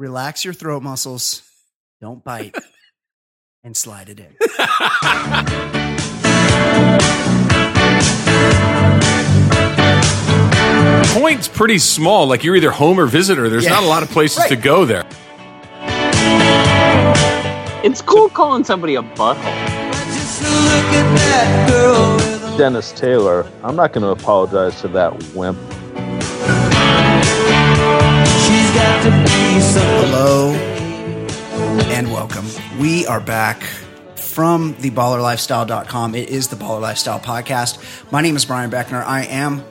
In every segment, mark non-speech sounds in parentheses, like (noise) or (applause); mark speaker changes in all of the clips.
Speaker 1: relax your throat muscles, don't bite, and slide it in.
Speaker 2: Point's pretty small. Like you're either home or visitor. There's
Speaker 1: Yeah.
Speaker 2: not a lot of places to
Speaker 1: Right.
Speaker 2: go there.
Speaker 3: It's cool calling somebody a butthole.
Speaker 4: Dennis Taylor, I'm not going to apologize to that wimp.
Speaker 1: Hello and welcome. We are back from the ballerlifestyle.com. It is the Baller Lifestyle Podcast. My name is Brian Beckner. I am,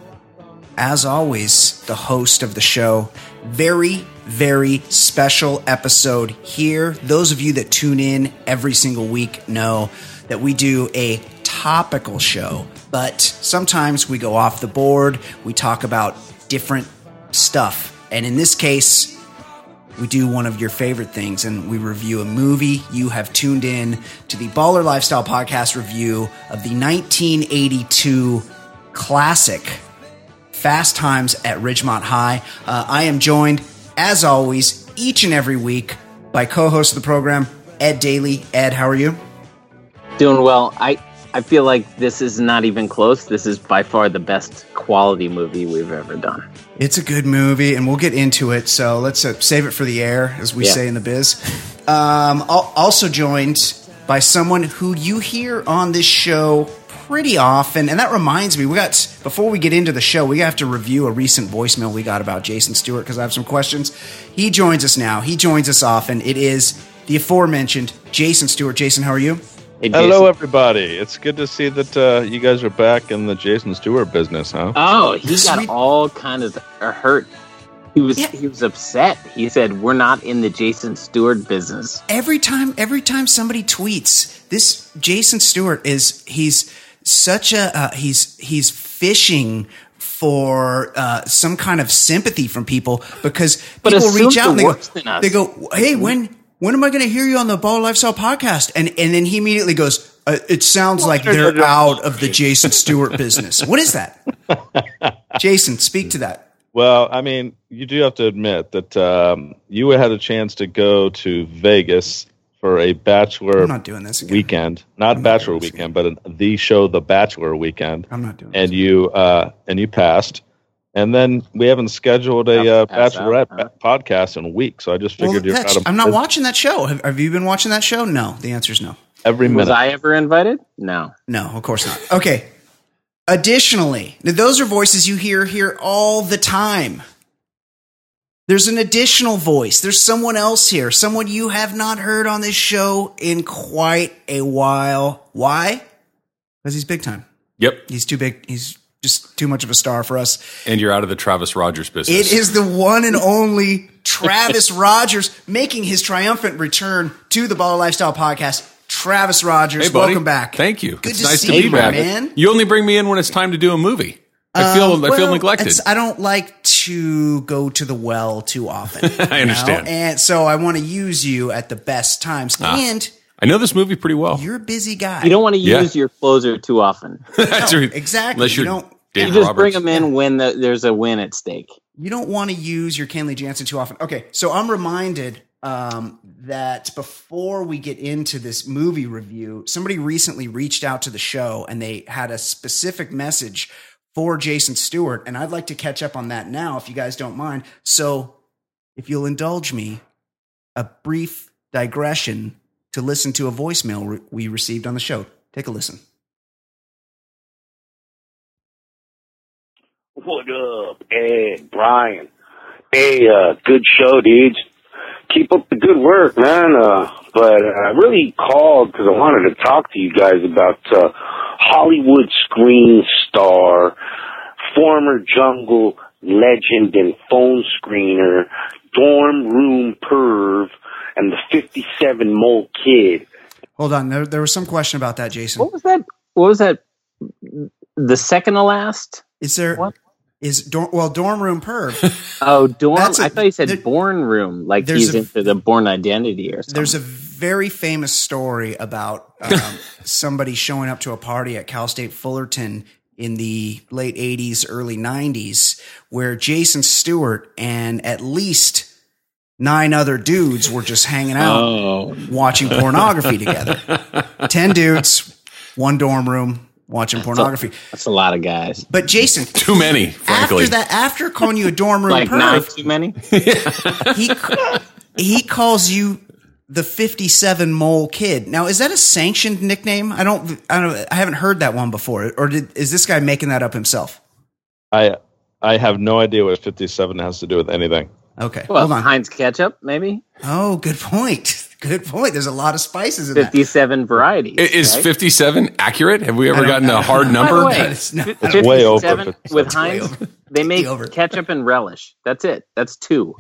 Speaker 1: as always, the host of the show. Very, very special episode here. Those of you that tune in every single week know that we do a topical show, but sometimes we go off the board. We talk about different stuff. And in this case, we do one of your favorite things and we review a movie. You have tuned in to the Baller Lifestyle Podcast review of the 1982 classic Fast Times at Ridgemont High. Uh, I am joined, as always, each and every week by co host of the program, Ed Daly. Ed, how are you?
Speaker 3: Doing well. I I feel like this is not even close. This is by far the best quality movie we've ever done.
Speaker 1: It's a good movie, and we'll get into it. So let's uh, save it for the air, as we
Speaker 3: Yeah.
Speaker 1: say in the biz. Um, al- also joined by someone who you hear on this show pretty often, and that reminds me, we got before we get into the show, we have to review a recent voicemail we got about Jason Stewart because I have some questions. He joins us now. He joins us often. It is the aforementioned Jason Stewart. Jason, how are you?
Speaker 3: Hey,
Speaker 4: Hello,
Speaker 3: Jason.
Speaker 4: everybody. It's good to see that uh, you guys are back in the Jason Stewart business, huh?
Speaker 3: Oh, he
Speaker 1: Yes,
Speaker 3: got
Speaker 1: we-
Speaker 3: all kind of uh, hurt. He was
Speaker 1: Yeah.
Speaker 3: he was upset. He said, "We're not in the Jason Stewart business."
Speaker 1: every time every time somebody tweets this jason stewart is he's such a uh, he's he's fishing for uh, some kind of sympathy from people because
Speaker 3: But
Speaker 1: people
Speaker 3: assumes
Speaker 1: reach out
Speaker 3: the
Speaker 1: and they go,
Speaker 3: worst in us.
Speaker 1: they go hey when when am i going to hear you on the ball lifestyle podcast and and then he immediately goes uh, it sounds like they're out of the jason stewart business what is that jason speak to that
Speaker 4: Well, I mean, you do have to admit that um, you had a chance to go to Vegas for a bachelor
Speaker 1: i'm not doing this again
Speaker 4: weekend, not bachelor weekend, but an, the show The Bachelor weekend,
Speaker 1: i'm not doing
Speaker 4: and you uh, and you passed. And then we haven't scheduled a uh,
Speaker 3: Pass out,
Speaker 4: bachelorette
Speaker 3: huh?
Speaker 4: ba- podcast in a week, so I just
Speaker 1: well,
Speaker 4: figured you're
Speaker 1: that's-
Speaker 4: out of
Speaker 1: i'm not
Speaker 4: business
Speaker 1: watching that show have, have you been watching that show no the answer is no
Speaker 4: every
Speaker 3: Was
Speaker 4: minute.
Speaker 3: I ever invited? No.
Speaker 1: No, of course not. Okay. Additionally, now those are voices you hear here all the time. There's an additional voice. There's someone else here, someone you have not heard on this show in quite a while. Why? Because he's big time.
Speaker 2: Yep.
Speaker 1: He's too big. He's just too much of a star for us.
Speaker 2: And you're out of the Travis Rogers business.
Speaker 1: It is the one and only
Speaker 2: (laughs)
Speaker 1: Travis Rogers making his triumphant return to the Baller Lifestyle Podcast. Travis Rogers,
Speaker 2: Hey, buddy.
Speaker 1: welcome back.
Speaker 2: Thank you.
Speaker 1: Good
Speaker 2: it's
Speaker 1: to
Speaker 2: nice
Speaker 1: see
Speaker 2: to be
Speaker 1: you,
Speaker 2: back.
Speaker 1: man. Uh,
Speaker 2: You only bring me in when it's time to do a movie. I feel I feel
Speaker 1: Um, Well,
Speaker 2: neglected.
Speaker 1: it's- I don't like to go to the well
Speaker 2: (laughs)
Speaker 1: too often.
Speaker 2: I understand. Ah.
Speaker 1: And so I want to use you at the best times. And
Speaker 2: I know this movie pretty well.
Speaker 1: you're a busy guy.
Speaker 3: You don't want to
Speaker 2: Yeah.
Speaker 3: use your closer too often.
Speaker 2: (laughs) That's right.
Speaker 1: exactly.
Speaker 2: Unless
Speaker 1: You
Speaker 2: you're
Speaker 1: don't-
Speaker 2: Dave
Speaker 3: You just
Speaker 2: Roberts.
Speaker 3: bring them in when the, there's a win at stake.
Speaker 1: you don't want to use your Kenley Jansen too often. Okay, so I'm reminded um, that before we get into this movie review, somebody recently reached out to the show and they had a specific message for Jason Stewart, and I'd like to catch up on that now, if you guys don't mind. So, if you'll indulge me, a brief digression to listen to a voicemail re- we received on the show. Take a listen.
Speaker 5: What up, Ed, Brian? Hey, uh, good show, dudes. Keep up the good work, man. Uh, but I really called because I wanted to talk to you guys about uh, Hollywood screen star, former jungle legend and phone screener, dorm room perv, and the 57 mole kid.
Speaker 1: Hold on, there, there was some question about that, Jason.
Speaker 3: What was that? What was that? The second to last?
Speaker 1: Is there is
Speaker 3: What?
Speaker 1: dorm, well dorm room perv?
Speaker 3: (laughs) Oh, dorm. I
Speaker 1: That's a-
Speaker 3: thought you said
Speaker 1: there-
Speaker 3: born room, like
Speaker 1: there's
Speaker 3: he's
Speaker 1: a-
Speaker 3: into the born identity or something.
Speaker 1: There's a very famous story about
Speaker 3: (laughs)
Speaker 1: um, somebody showing up to a party at Cal State Fullerton in the late 80s, early 90s, where Jason Stewart and at least nine other dudes were just hanging out
Speaker 3: Oh,
Speaker 1: watching pornography
Speaker 3: (laughs)
Speaker 1: together.
Speaker 2: (laughs)
Speaker 1: Ten dudes, one dorm room watching pornography.
Speaker 3: that's a lot of guys.
Speaker 1: But
Speaker 2: (laughs)
Speaker 1: Jason,
Speaker 2: Too many, frankly.
Speaker 1: after that, after calling you a dorm room
Speaker 3: Like nine
Speaker 1: perv,
Speaker 3: too many.
Speaker 1: he he calls you the fifty-seven mole kid. Now, is that a sanctioned nickname? I don't, I don't, I haven't heard that one before. Or did, is this guy making that up himself?
Speaker 4: I I have no idea what 57 has to do with anything.
Speaker 1: Okay,
Speaker 3: Well,
Speaker 1: hold on.
Speaker 3: Heinz ketchup, maybe
Speaker 1: Oh, good point. Good point. There's a lot of spices in that.
Speaker 3: fifty-seven varieties.
Speaker 2: I- Is
Speaker 3: right?
Speaker 2: 57 accurate? Have we ever
Speaker 1: don't
Speaker 2: gotten
Speaker 1: know.
Speaker 2: a
Speaker 1: (laughs)
Speaker 2: hard
Speaker 3: By the
Speaker 2: number?
Speaker 3: way,
Speaker 1: It's not-
Speaker 3: fi-
Speaker 1: That's
Speaker 4: way over
Speaker 3: 57
Speaker 4: 57.
Speaker 3: with
Speaker 4: That's
Speaker 1: way
Speaker 3: Heinz,
Speaker 1: over.
Speaker 3: they make
Speaker 1: over.
Speaker 3: ketchup and relish. That's it. That's two.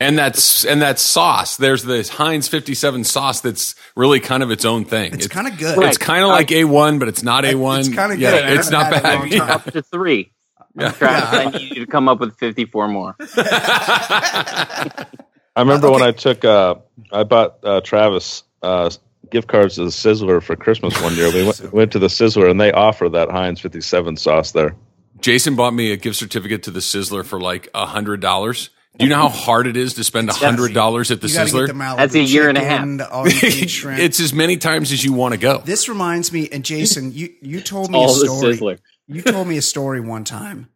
Speaker 2: And that's and that's sauce. There's this Heinz 57 sauce that's really kind of its own thing.
Speaker 1: It's kind of good.
Speaker 3: Right.
Speaker 2: It's kind of like A1, but it's not A1.
Speaker 1: It's kinda
Speaker 2: yeah,
Speaker 1: good. I
Speaker 2: It's
Speaker 1: haven't
Speaker 2: not
Speaker 1: had it in a long
Speaker 2: bad. Yeah.
Speaker 1: time.
Speaker 3: Up to three.
Speaker 2: Yeah.
Speaker 3: Travis, I need you to come up with fifty-four more.
Speaker 4: I remember when I took uh, I bought uh, Travis uh, gift cards to the Sizzler for Christmas one year. We went, went to the Sizzler and they offer that Heinz 57 sauce there.
Speaker 2: Jason bought me a gift certificate to the Sizzler for like a hundred dollars. Do you know how hard it is to spend a hundred dollars at the
Speaker 1: You gotta get the
Speaker 2: Sizzler?
Speaker 1: Malibu
Speaker 3: That's a year and a
Speaker 1: chicken,
Speaker 3: half.
Speaker 2: (laughs)
Speaker 1: the all-you-can-eat shrimp.
Speaker 2: It's as many times as you want to go.
Speaker 1: this reminds me, and Jason, you you told me a
Speaker 3: All the
Speaker 1: story.
Speaker 3: sizzler.
Speaker 1: You told me a story one time.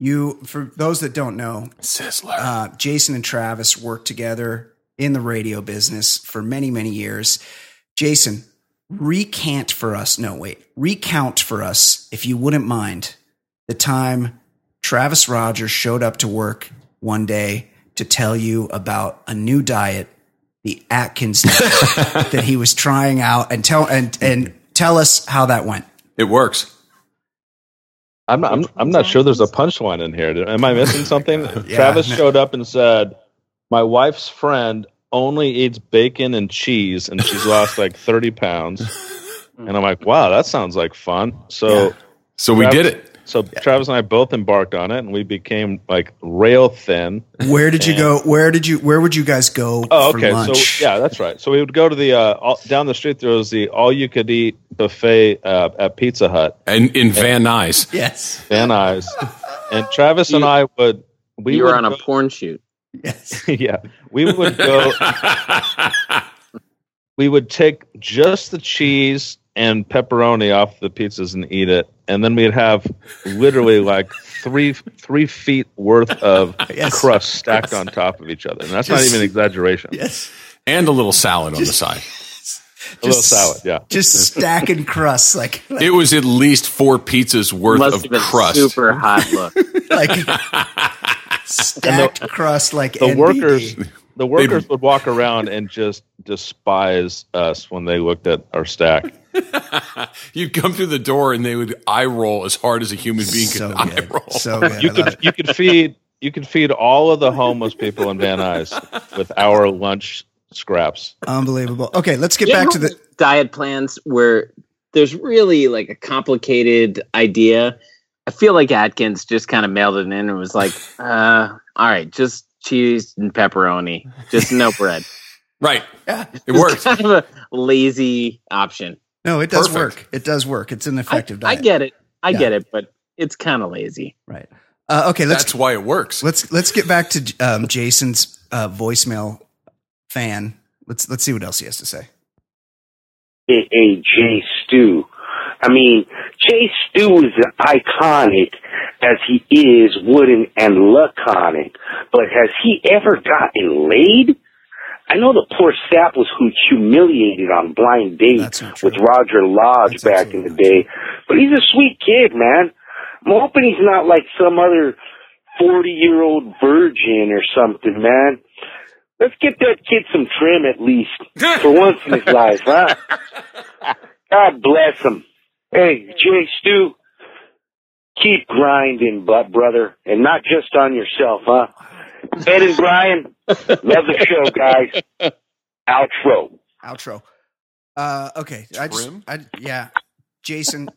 Speaker 1: You, for those that don't know,
Speaker 2: Sizzler.
Speaker 1: uh, Jason and Travis worked together in the radio business for many, many years. Jason, recant for us. No, wait, recount for us, if you wouldn't mind, the time Travis Rogers showed up to work one day to tell you about a new diet, the Atkins
Speaker 2: (laughs)
Speaker 1: diet that he was trying out, and tell and and tell us how that went.
Speaker 2: it works.
Speaker 4: I'm not, I'm, I'm not sure there's a punchline in here. Am I missing
Speaker 1: (laughs)
Speaker 4: something? Travis showed up and said, My wife's friend only eats bacon and cheese, and she's lost
Speaker 1: (laughs)
Speaker 4: like 30 pounds. And I'm like, Wow, that sounds like fun. So,
Speaker 2: So we did it.
Speaker 4: so Travis and I both embarked on it, and we became like rail thin.
Speaker 1: Where did you go? Where did you? Where would you guys go
Speaker 4: Oh,
Speaker 1: for
Speaker 4: okay.
Speaker 1: lunch?
Speaker 4: So yeah, that's right. So we would go to the uh, all, down the street. There was the all you could eat buffet uh, at Pizza Hut,
Speaker 2: And in Van Nuys.
Speaker 1: Yes.
Speaker 4: Van Nuys, and Travis and
Speaker 3: You-
Speaker 4: I would we
Speaker 3: you
Speaker 4: would
Speaker 3: were on a
Speaker 4: go-
Speaker 3: porn shoot.
Speaker 1: Yes.
Speaker 4: (laughs) yeah we would go
Speaker 2: (laughs)
Speaker 4: we would take just the cheese and pepperoni off the pizzas and eat it, and then we'd have literally like three three feet worth of
Speaker 1: (laughs) Yes.
Speaker 4: crust stacked on top of each other, and that's not
Speaker 1: Just-
Speaker 4: even an exaggeration.
Speaker 1: Yes.
Speaker 2: And a little salad on the side.
Speaker 4: A little salad, yeah.
Speaker 1: Just stacking
Speaker 4: (laughs)
Speaker 1: crusts like like,
Speaker 2: It was at least four pizzas worth
Speaker 3: Must
Speaker 2: of
Speaker 3: have been
Speaker 2: crust.
Speaker 3: super hot look.
Speaker 1: stacked crust like
Speaker 4: the
Speaker 1: NBD.
Speaker 4: workers the workers would walk around and just despise us when they looked at our stack.
Speaker 2: You'd come through the door and they would eye roll as hard as a human being
Speaker 1: So
Speaker 2: could eye
Speaker 1: good.
Speaker 2: roll.
Speaker 1: So good.
Speaker 4: You
Speaker 1: I love
Speaker 4: could
Speaker 1: it.
Speaker 4: you could feed you could feed all of the homeless people in Van Nuys with our lunch scraps.
Speaker 1: Unbelievable. Okay, let's get back to the
Speaker 3: diet plans where there's really like a complicated idea. I feel like Atkins just kind of mailed it in and was like, uh, all right, just cheese and pepperoni,
Speaker 1: (laughs)
Speaker 3: just no bread.
Speaker 2: right. It (laughs)
Speaker 3: It's
Speaker 2: worked.
Speaker 3: kind of a lazy option.
Speaker 1: No, it does
Speaker 2: Perfect.
Speaker 1: work. It does work. It's an
Speaker 3: I,
Speaker 1: effective
Speaker 3: I
Speaker 1: diet.
Speaker 3: get it. I
Speaker 1: Yeah.
Speaker 3: get it, but it's kind of lazy.
Speaker 1: right. Uh, okay, let's
Speaker 2: That's why it works.
Speaker 1: let's let's get back to um, Jason's uh, voicemail fan. Let's let's see what else he has to say.
Speaker 5: aka Jay Stu. I mean, Jay Stu is as iconic as he is wooden and laconic, but has he ever gotten laid? I know the poor sap was who humiliated on blind date
Speaker 1: That's not true.
Speaker 5: with Roger Lodge
Speaker 1: That's
Speaker 5: back in
Speaker 1: absolutely
Speaker 5: the day, but he's a sweet kid, man. I'm hoping he's not like some other 40 year old virgin or something, man. Let's get that kid some trim at least for once in his life, huh? God bless him. Hey, Jay Stu, keep grinding, but brother, and not just on yourself, huh? Ed and Brian, love the show, guys. Outro.
Speaker 1: Outro. Uh, okay, I just
Speaker 2: Trim?
Speaker 1: I, yeah, Jason,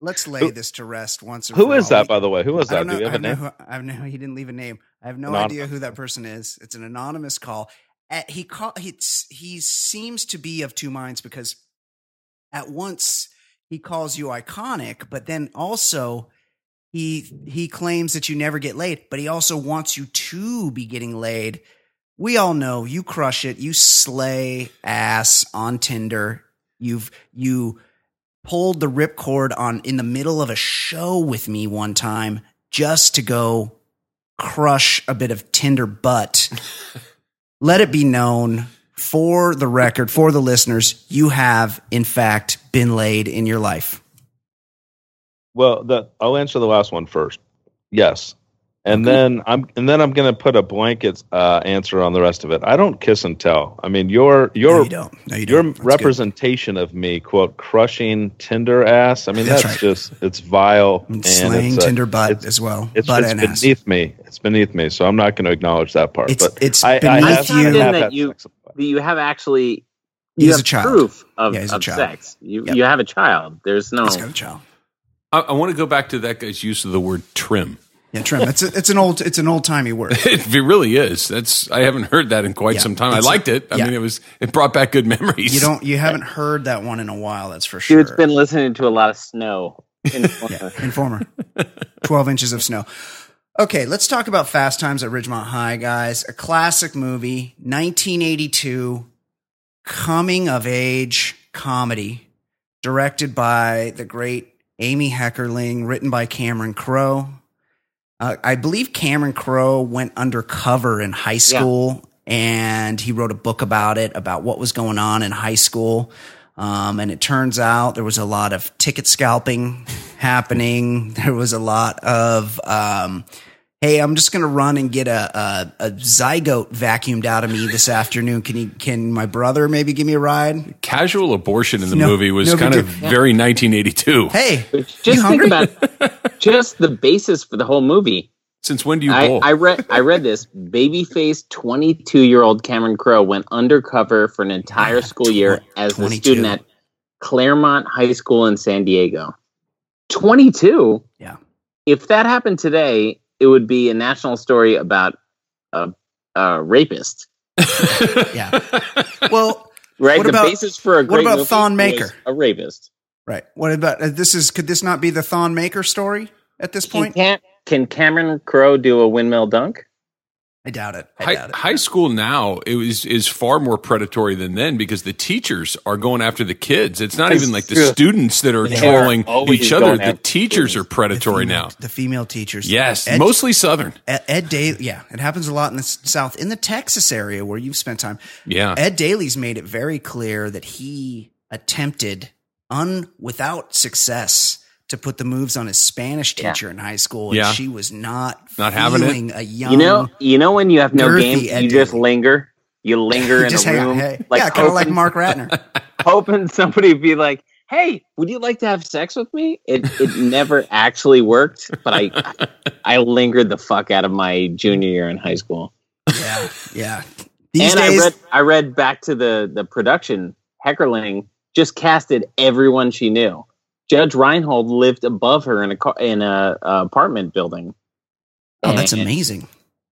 Speaker 1: let's lay this to rest once. and
Speaker 4: Who
Speaker 1: for
Speaker 4: is
Speaker 1: all.
Speaker 4: that, by the way? Who is
Speaker 1: I
Speaker 4: that?
Speaker 1: don't
Speaker 4: Do
Speaker 1: know.
Speaker 4: you have
Speaker 1: I
Speaker 4: a name?
Speaker 1: Know who, I know he didn't leave a name. I have no
Speaker 4: Anon-
Speaker 1: idea who that person is. It's an anonymous call. At, he call he he seems to be of two minds because at once he calls you iconic, but then also he he claims that you never get laid, but he also wants you to be getting laid we all know you crush it. You slay ass on Tinder. You've you pulled the ripcord on in the middle of a show with me one time just to go crush a bit of
Speaker 4: (laughs)
Speaker 1: Tinder butt. Let it be known for the record, for the listeners, you have in fact been laid in your life.
Speaker 4: Well, the, I'll answer the last one first. Yes, and then I'm and then I'm gonna put a blanket uh, answer on the rest of it. I don't kiss and tell. I mean, your your
Speaker 1: No, you don't. No, you
Speaker 4: your
Speaker 1: don't. That's good.
Speaker 4: representation of me, quote, crushing Tinder ass. I mean,
Speaker 1: That's
Speaker 4: that's,
Speaker 1: right.
Speaker 4: just it's vile
Speaker 1: And
Speaker 4: and
Speaker 1: slaying
Speaker 4: it's, uh,
Speaker 1: Tinder butt
Speaker 4: it's-
Speaker 1: as well.
Speaker 4: It's,
Speaker 1: butt
Speaker 4: it's
Speaker 1: and ass.
Speaker 4: beneath me. It's beneath me. So I'm not going to acknowledge that part.
Speaker 1: It's-
Speaker 4: but
Speaker 1: it's
Speaker 4: I, I
Speaker 1: beneath
Speaker 4: have,
Speaker 1: you.
Speaker 4: I have
Speaker 3: That
Speaker 4: had
Speaker 3: you-
Speaker 4: sex with-
Speaker 3: You have actually you
Speaker 1: He's
Speaker 3: have
Speaker 1: a child.
Speaker 3: proof of,
Speaker 1: Yeah, he's a
Speaker 3: of
Speaker 1: child.
Speaker 3: sex. You
Speaker 1: Yep.
Speaker 3: you have a child. There's no
Speaker 1: He's got a child.
Speaker 2: I, I want to go back to that guy's use of the word trim.
Speaker 1: Yeah, trim. It's a, it's an old it's an old
Speaker 4: (laughs)
Speaker 1: timey word.
Speaker 2: (laughs) It really is. That's I haven't heard that in quite
Speaker 1: Yeah,
Speaker 2: some time. I
Speaker 1: it's-
Speaker 2: liked it. I
Speaker 1: yeah.
Speaker 2: mean, it was it brought back good memories.
Speaker 1: You don't you haven't heard that one in a while. That's for sure.
Speaker 3: dude's been listening to a lot of snow.
Speaker 1: (laughs)
Speaker 3: In
Speaker 1: Yeah, Informer. 12 inches of snow. Okay, let's talk about Fast Times at Ridgemont High, guys. A classic movie, 1982, coming of age comedy, directed by the great Amy Heckerling, written by Cameron Crowe. Uh, I believe Cameron Crowe went undercover in high school and he wrote a book about it, about what was going on in high school. Um, and it turns out there was a lot of ticket scalping happening. (laughs) There was a lot of, um, hey, I'm just going to run and get a, a, a zygote vacuumed out of me this afternoon. Can you, can my brother maybe give me a ride?
Speaker 2: Casual abortion in the
Speaker 1: No-
Speaker 2: movie was
Speaker 1: no big
Speaker 2: kind of
Speaker 1: deal.
Speaker 2: very 1982.
Speaker 1: Hey,
Speaker 3: Just think
Speaker 1: hungry?
Speaker 3: about
Speaker 1: (laughs)
Speaker 3: just the basis for the whole movie.
Speaker 2: Since when do you
Speaker 3: I,
Speaker 2: bowl?
Speaker 3: I read I read this. Babyface, twenty two year old Cameron Crowe went undercover for an entire school year
Speaker 1: twen-
Speaker 3: as a
Speaker 1: 22.
Speaker 3: student at Claremont High School in San Diego. Twenty two.
Speaker 1: Yeah.
Speaker 3: If that happened today, it would be a national story about a,
Speaker 2: (laughs)
Speaker 3: a rapist.
Speaker 1: yeah. Well,
Speaker 3: Right.
Speaker 1: What
Speaker 3: the
Speaker 1: about-
Speaker 3: basis for a
Speaker 1: what
Speaker 3: great
Speaker 1: about
Speaker 3: movie
Speaker 1: Thon
Speaker 3: was
Speaker 1: Maker?
Speaker 3: A rapist.
Speaker 1: right. What about uh, this? Is could this not be the Thon Maker story at this
Speaker 3: Can,
Speaker 1: point?
Speaker 3: Cam- can Cameron Crowe do a windmill dunk?
Speaker 1: I doubt it. I
Speaker 2: High,
Speaker 1: doubt it.
Speaker 2: high school now it was, is far more predatory than then because the teachers are going after the kids. It's not even like the
Speaker 3: true.
Speaker 2: students that are
Speaker 3: They are
Speaker 2: trolling
Speaker 3: always
Speaker 2: each other.
Speaker 3: going
Speaker 2: The
Speaker 3: after
Speaker 2: teachers are
Speaker 3: students.
Speaker 2: predatory
Speaker 1: female-
Speaker 2: now.
Speaker 1: The female teachers.
Speaker 2: Yes,
Speaker 1: Ed,
Speaker 2: mostly Southern.
Speaker 1: Ed, Ed Daly. Yeah, it happens a lot in the s- South, in the Texas area where you've spent time.
Speaker 2: Yeah.
Speaker 1: Ed Daly's made it very clear that he attempted, un without success, to put the moves on his Spanish
Speaker 3: Yeah.
Speaker 1: teacher in high school, and
Speaker 2: Yeah.
Speaker 1: she was not
Speaker 2: Not having it.
Speaker 1: feeling A young,
Speaker 3: You know, you know when you have no
Speaker 1: girthy
Speaker 3: game, you
Speaker 1: Ed
Speaker 3: just
Speaker 1: Daly.
Speaker 3: linger. You
Speaker 1: (laughs)
Speaker 3: linger in
Speaker 1: just
Speaker 3: a
Speaker 1: hang
Speaker 3: room,
Speaker 1: out. Hey,
Speaker 3: like
Speaker 1: yeah, kind of like
Speaker 3: hoping-
Speaker 1: Mark Ratner.
Speaker 3: (laughs) hoping somebody would be like, "Hey, would you like to have sex with me?" It
Speaker 1: (laughs)
Speaker 3: it never actually worked, but I I lingered the fuck out of my junior year in high school.
Speaker 1: yeah, yeah. These
Speaker 3: and
Speaker 1: days,
Speaker 3: I read I read back to the the production. Heckerling just casted everyone she knew. Judge Reinhold lived above her in a car, in a, a apartment building.
Speaker 1: oh, that's
Speaker 3: And-
Speaker 1: amazing.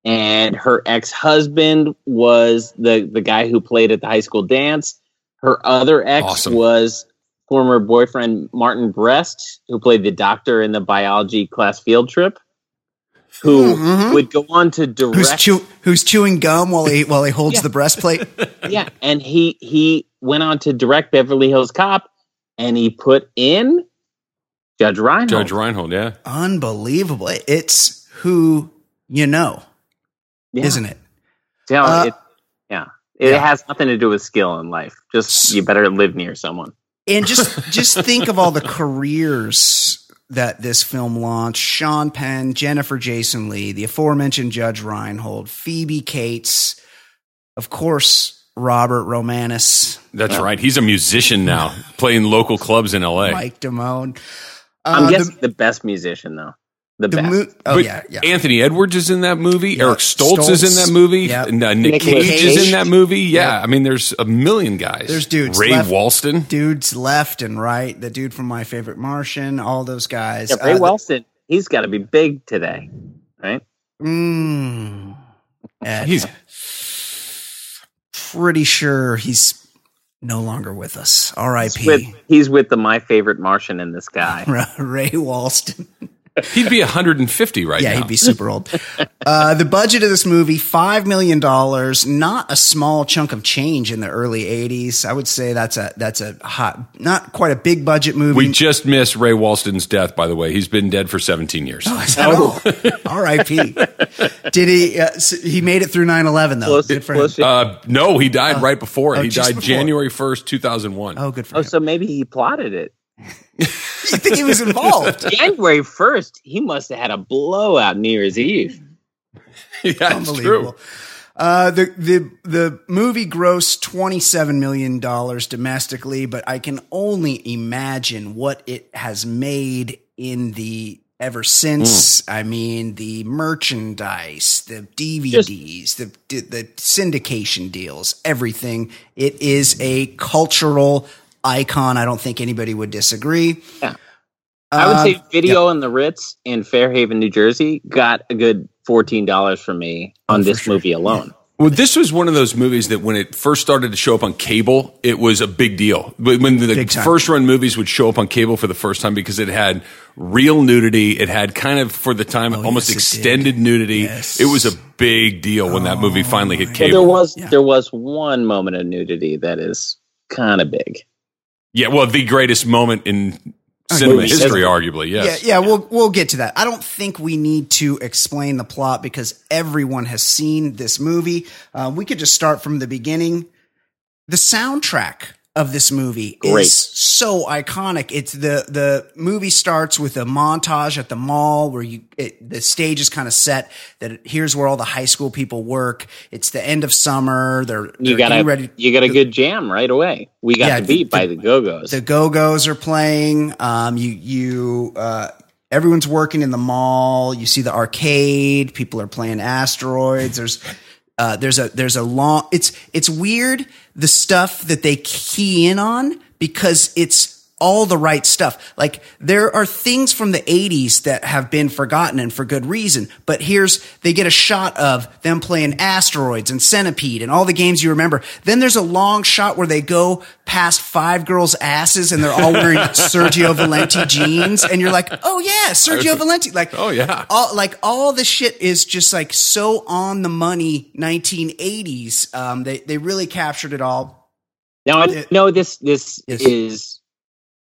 Speaker 3: and her ex-husband was the the guy who played at the high school dance. Her other ex
Speaker 2: Awesome.
Speaker 3: was former boyfriend Martin Brest, who played the doctor in the biology class field trip, who
Speaker 1: Mhm.
Speaker 3: would go on to
Speaker 1: Who's,
Speaker 3: direct.
Speaker 1: chew- who's chewing gum while he while he holds
Speaker 3: Yeah.
Speaker 1: the breastplate?
Speaker 3: (laughs) yeah, and he he went on to direct Beverly Hills Cop, and he put in Judge Reinhold.
Speaker 2: Judge Reinhold, yeah.
Speaker 1: Unbelievable. It's who you know,
Speaker 3: Yeah.
Speaker 1: isn't it?
Speaker 3: Yeah,
Speaker 1: Uh,
Speaker 3: it- yeah. It
Speaker 1: yeah.
Speaker 3: has nothing to do with skill in life. Just you better live near someone.
Speaker 2: (laughs)
Speaker 1: And just just think of all the careers that this film launched. Sean Penn, Jennifer Jason Lee, the aforementioned Judge Reinhold, Phoebe Cates, of course, Robert Romanus,
Speaker 2: That's right. He's a musician
Speaker 1: (laughs)
Speaker 2: now, playing local clubs in LA.
Speaker 1: Mike Damone.
Speaker 3: I'm
Speaker 1: Uh,
Speaker 3: guessing the, best musician though. The,
Speaker 1: the, the
Speaker 3: best.
Speaker 1: mo- oh
Speaker 2: But
Speaker 1: yeah, yeah.
Speaker 2: Anthony Edwards is in that movie.
Speaker 1: Yeah.
Speaker 2: Eric Stoltz, is in
Speaker 1: Stoltz.
Speaker 2: that movie.
Speaker 1: Yep.
Speaker 2: And, uh, Nick
Speaker 3: Nicolas
Speaker 2: Cage, is
Speaker 3: Cage.
Speaker 2: in that movie. Yeah, I mean, there's a million guys.
Speaker 1: There's dudes
Speaker 2: Ray
Speaker 1: left-
Speaker 2: Walston.
Speaker 1: Dudes left and right, the dude from My Favorite Martian, all those guys.
Speaker 3: Yeah, Ray
Speaker 1: Uh, the-
Speaker 3: Wilson, he's got to be big today, right?
Speaker 1: Mm. Ed.
Speaker 2: He's-
Speaker 1: pretty sure he's no longer with us. (laughs)
Speaker 3: He's
Speaker 1: R.I.P. (laughs)
Speaker 3: with, he's with the my favorite Martian in the sky.
Speaker 1: Ray Walston.
Speaker 2: (laughs) He'd be 150 right
Speaker 1: yeah,
Speaker 2: now.
Speaker 1: he'd
Speaker 2: (laughs)
Speaker 1: be super old. Uh, the budget of this movie, $5 million, not a small chunk of change in the early 80s. I would say that's a, that's a hot, not quite a big budget movie.
Speaker 2: we just missed Ray Walston's death, by the way. He's been dead for 17 years.
Speaker 1: Is that
Speaker 3: Oh,
Speaker 2: (laughs)
Speaker 1: all? R.I.P. Did he? Uh, s- he made it through 9-11, though.
Speaker 3: Plus-
Speaker 1: Good for him.
Speaker 3: plus-
Speaker 2: Uh, no, he died right before.
Speaker 1: oh,
Speaker 2: he
Speaker 1: just
Speaker 2: died
Speaker 1: before.
Speaker 2: January 1st, 2001.
Speaker 1: Oh, good for
Speaker 3: oh,
Speaker 1: him.
Speaker 3: so maybe he plotted it.
Speaker 1: You think he was involved?
Speaker 2: (laughs)
Speaker 3: January first, he must have had a blowout New Year's Eve.
Speaker 2: yeah, it's true.
Speaker 1: Unbelievable. Uh, the the the movie grossed twenty seven million dollars domestically, but I can only imagine what it has made in the ever since.
Speaker 3: Hmm.
Speaker 1: I mean, the merchandise, the DVDs, the the syndication deals, everything. It is a cultural icon. I don't think anybody would disagree.
Speaker 3: Yeah. I would
Speaker 1: Uh,
Speaker 3: say video in the Ritz in Fairhaven, New Jersey, got a good fourteen dollars from me
Speaker 1: Oh,
Speaker 3: on this movie alone.
Speaker 2: Well, this was one of those movies that when it first started to show up on cable, it was a big deal. But When the
Speaker 1: Big time.
Speaker 2: first run movies would show up on cable for the first time because it had real nudity, it had kind of for the time almost
Speaker 1: Oh, yes, it did.
Speaker 2: extended nudity.
Speaker 1: Yes. Oh,
Speaker 2: It was a big deal when that movie finally hit
Speaker 3: But there
Speaker 2: cable.
Speaker 3: was
Speaker 1: Yeah.
Speaker 3: there was one moment of nudity that is kind of big.
Speaker 2: yeah, well, the greatest moment in cinema
Speaker 3: movies.
Speaker 2: history, arguably. Yes.
Speaker 1: Oh, Yeah, yeah, we'll we'll get to that. I don't think we need to explain the plot because everyone has seen this movie. Uh, we could just start from the beginning. The soundtrack of this movie
Speaker 3: Great.
Speaker 1: is so iconic. It's the the movie starts with a montage at the mall where you it, the stage is kind of set that here's where all the high school people work. It's the end of summer. They're, they're
Speaker 3: You got
Speaker 1: getting
Speaker 3: a
Speaker 1: ready.
Speaker 3: you got a good jam right away. We got
Speaker 1: Yeah,
Speaker 3: the beat
Speaker 1: the-
Speaker 3: by the Go Go's.
Speaker 1: The Go Go's are playing. Um, you you uh, everyone's working in the mall. You see the arcade. People are playing asteroids. There's uh, there's a there's a long. It's it's weird the stuff that they key in on because it's all the right stuff. Like there are things from the 80s that have been forgotten and for good reason. But here's they get a shot of them playing asteroids and centipede and all the games you remember. Then there's a long shot where they go past five girls' asses and they're all wearing Sergio
Speaker 3: (laughs)
Speaker 1: Valenti jeans and you're like,
Speaker 2: (laughs)
Speaker 1: "Oh yeah, Sergio Valenti." Like,
Speaker 2: Oh, yeah.
Speaker 1: all like all the shit is just like so on the money 1980s. Um they they really captured it all.
Speaker 3: Now I
Speaker 1: Yeah.
Speaker 3: know this this
Speaker 1: Yes.
Speaker 3: is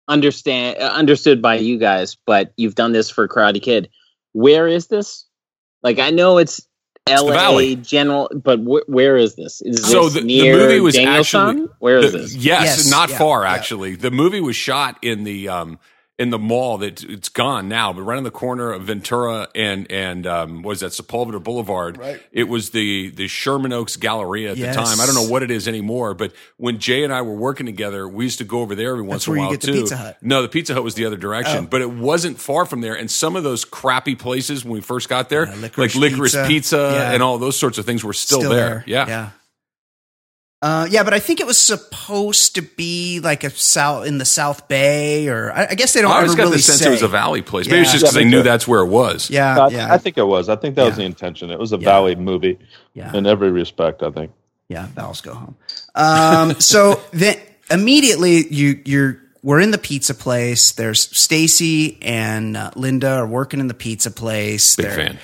Speaker 3: understand uh, understood by you guys, but you've done this for Karate Kid. Where is this? Like I know it's
Speaker 2: the
Speaker 3: L.A.
Speaker 2: Valley.
Speaker 3: General, but wh- where is this? Is this
Speaker 2: So the- the
Speaker 3: near
Speaker 2: movie was
Speaker 3: Danielstown?
Speaker 2: actually-
Speaker 3: where is
Speaker 2: The-
Speaker 3: this?
Speaker 2: yes,
Speaker 1: Yes,
Speaker 2: not
Speaker 1: yeah,
Speaker 2: far
Speaker 1: yeah.
Speaker 2: actually. The movie was shot in the um in the mall that it's gone now, but right on the corner of Ventura and and um what is that Sepulveda Boulevard.
Speaker 1: Right.
Speaker 2: It was the the Sherman Oaks Galleria at
Speaker 1: Yes.
Speaker 2: the time. I don't know what it is anymore, but when Jay and I were working together, we used to go over there every once in
Speaker 1: where
Speaker 2: a
Speaker 1: you
Speaker 2: while
Speaker 1: get the
Speaker 2: too.
Speaker 1: Pizza Hut. Oh.
Speaker 2: No, the Pizza Hut was the other direction, but it wasn't far from there. And some of those crappy places when we first got there,
Speaker 1: Yeah,
Speaker 2: like
Speaker 1: Licorice
Speaker 2: Licorice Pizza,
Speaker 1: Pizza. Yeah.
Speaker 2: and all those sorts of things, were still, there. Yeah.
Speaker 1: Yeah. Uh, yeah, but I think it was supposed to be like a south in the South Bay, or I, I guess they don't
Speaker 2: Oh, I
Speaker 1: ever
Speaker 2: always got
Speaker 1: really
Speaker 2: the sense
Speaker 1: say.
Speaker 2: it was a valley place. Maybe it's
Speaker 1: Yeah.
Speaker 2: just because they knew that's where it was.
Speaker 1: yeah,
Speaker 4: I,
Speaker 1: yeah,
Speaker 4: I think it was. I think that was
Speaker 1: Yeah.
Speaker 4: the intention. It was a
Speaker 1: Yeah.
Speaker 4: Valley movie
Speaker 1: yeah.
Speaker 4: in every respect. I think.
Speaker 1: yeah, vowels go home.
Speaker 2: (laughs)
Speaker 1: Um, so then immediately you you're we're in the pizza place. There's Stacy and uh, Linda are working in the pizza place.
Speaker 2: Big
Speaker 1: They're-
Speaker 2: fan.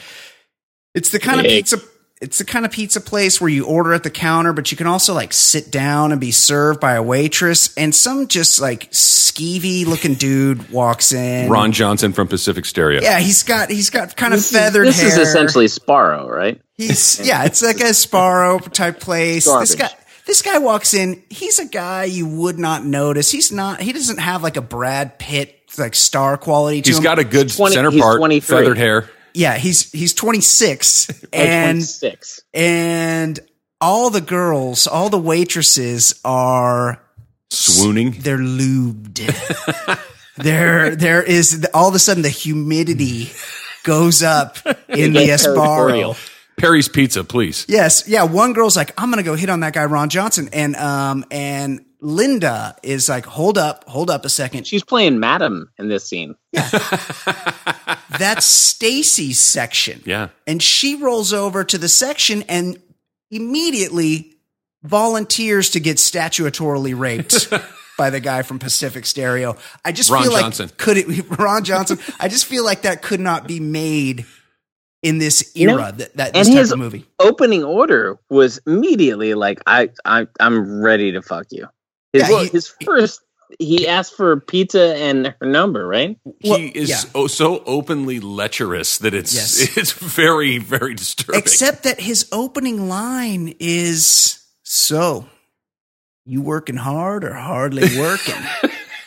Speaker 1: It's the kind of
Speaker 3: Big.
Speaker 1: pizza. It's the kind of pizza place where you order at the counter, but you can also like sit down and be served by a waitress. And some just like skeevy looking dude walks in.
Speaker 2: Ron Johnson from Pacific Stereo.
Speaker 1: Yeah, he's got he's got kind
Speaker 3: This
Speaker 1: of feathered
Speaker 3: Is, this
Speaker 1: hair.
Speaker 3: is essentially Sparrow, right?
Speaker 1: He's yeah, it's like a Sparrow type place. This
Speaker 3: Garbage.
Speaker 1: guy this guy walks in. He's a guy you would not notice. He's not. He doesn't have like a Brad Pitt like star quality to
Speaker 2: He's
Speaker 1: him.
Speaker 2: got a good
Speaker 3: 20
Speaker 2: center
Speaker 3: he's
Speaker 2: part,
Speaker 3: 23.
Speaker 2: feathered hair.
Speaker 1: yeah, he's he's
Speaker 3: (laughs)
Speaker 1: 26
Speaker 3: Oh,
Speaker 1: and
Speaker 3: six.
Speaker 1: and all the girls, all the waitresses are
Speaker 2: Swooning.
Speaker 1: they're lubed. (laughs) there there is all of a sudden the humidity goes
Speaker 3: (laughs)
Speaker 1: up in the Sparrow.
Speaker 2: Perry's Pizza, please.
Speaker 1: Yes, yeah. One girl's like, I'm gonna go hit on that guy Ron Johnson, and um, and Linda is like, hold up, hold up a second.
Speaker 3: She's playing Madam in this scene.
Speaker 2: (laughs)
Speaker 1: That's Stacy's section,
Speaker 2: Yeah.
Speaker 1: and she rolls over to the section and
Speaker 2: (laughs)
Speaker 1: immediately volunteers to get statutorily raped. by the guy from Pacific Stereo. I just
Speaker 2: Ron
Speaker 1: feel like
Speaker 2: Johnson.
Speaker 1: could it (laughs) Ron Johnson? I just feel like that could not be made in this
Speaker 3: You know,
Speaker 1: era that, that
Speaker 3: and
Speaker 1: this type
Speaker 3: his-
Speaker 1: of movie.
Speaker 3: Opening order was immediately like, I, I, I'm ready to fuck you. His,
Speaker 1: Yeah, he-
Speaker 3: his first, he asked for pizza and her number, right?
Speaker 2: He
Speaker 1: Well,
Speaker 2: is
Speaker 1: yeah.
Speaker 2: oh, so openly lecherous that it's (laughs)
Speaker 1: Yes.
Speaker 2: it's very very disturbing.
Speaker 1: Except that his opening line is so you working hard
Speaker 2: (laughs)
Speaker 1: or hardly working.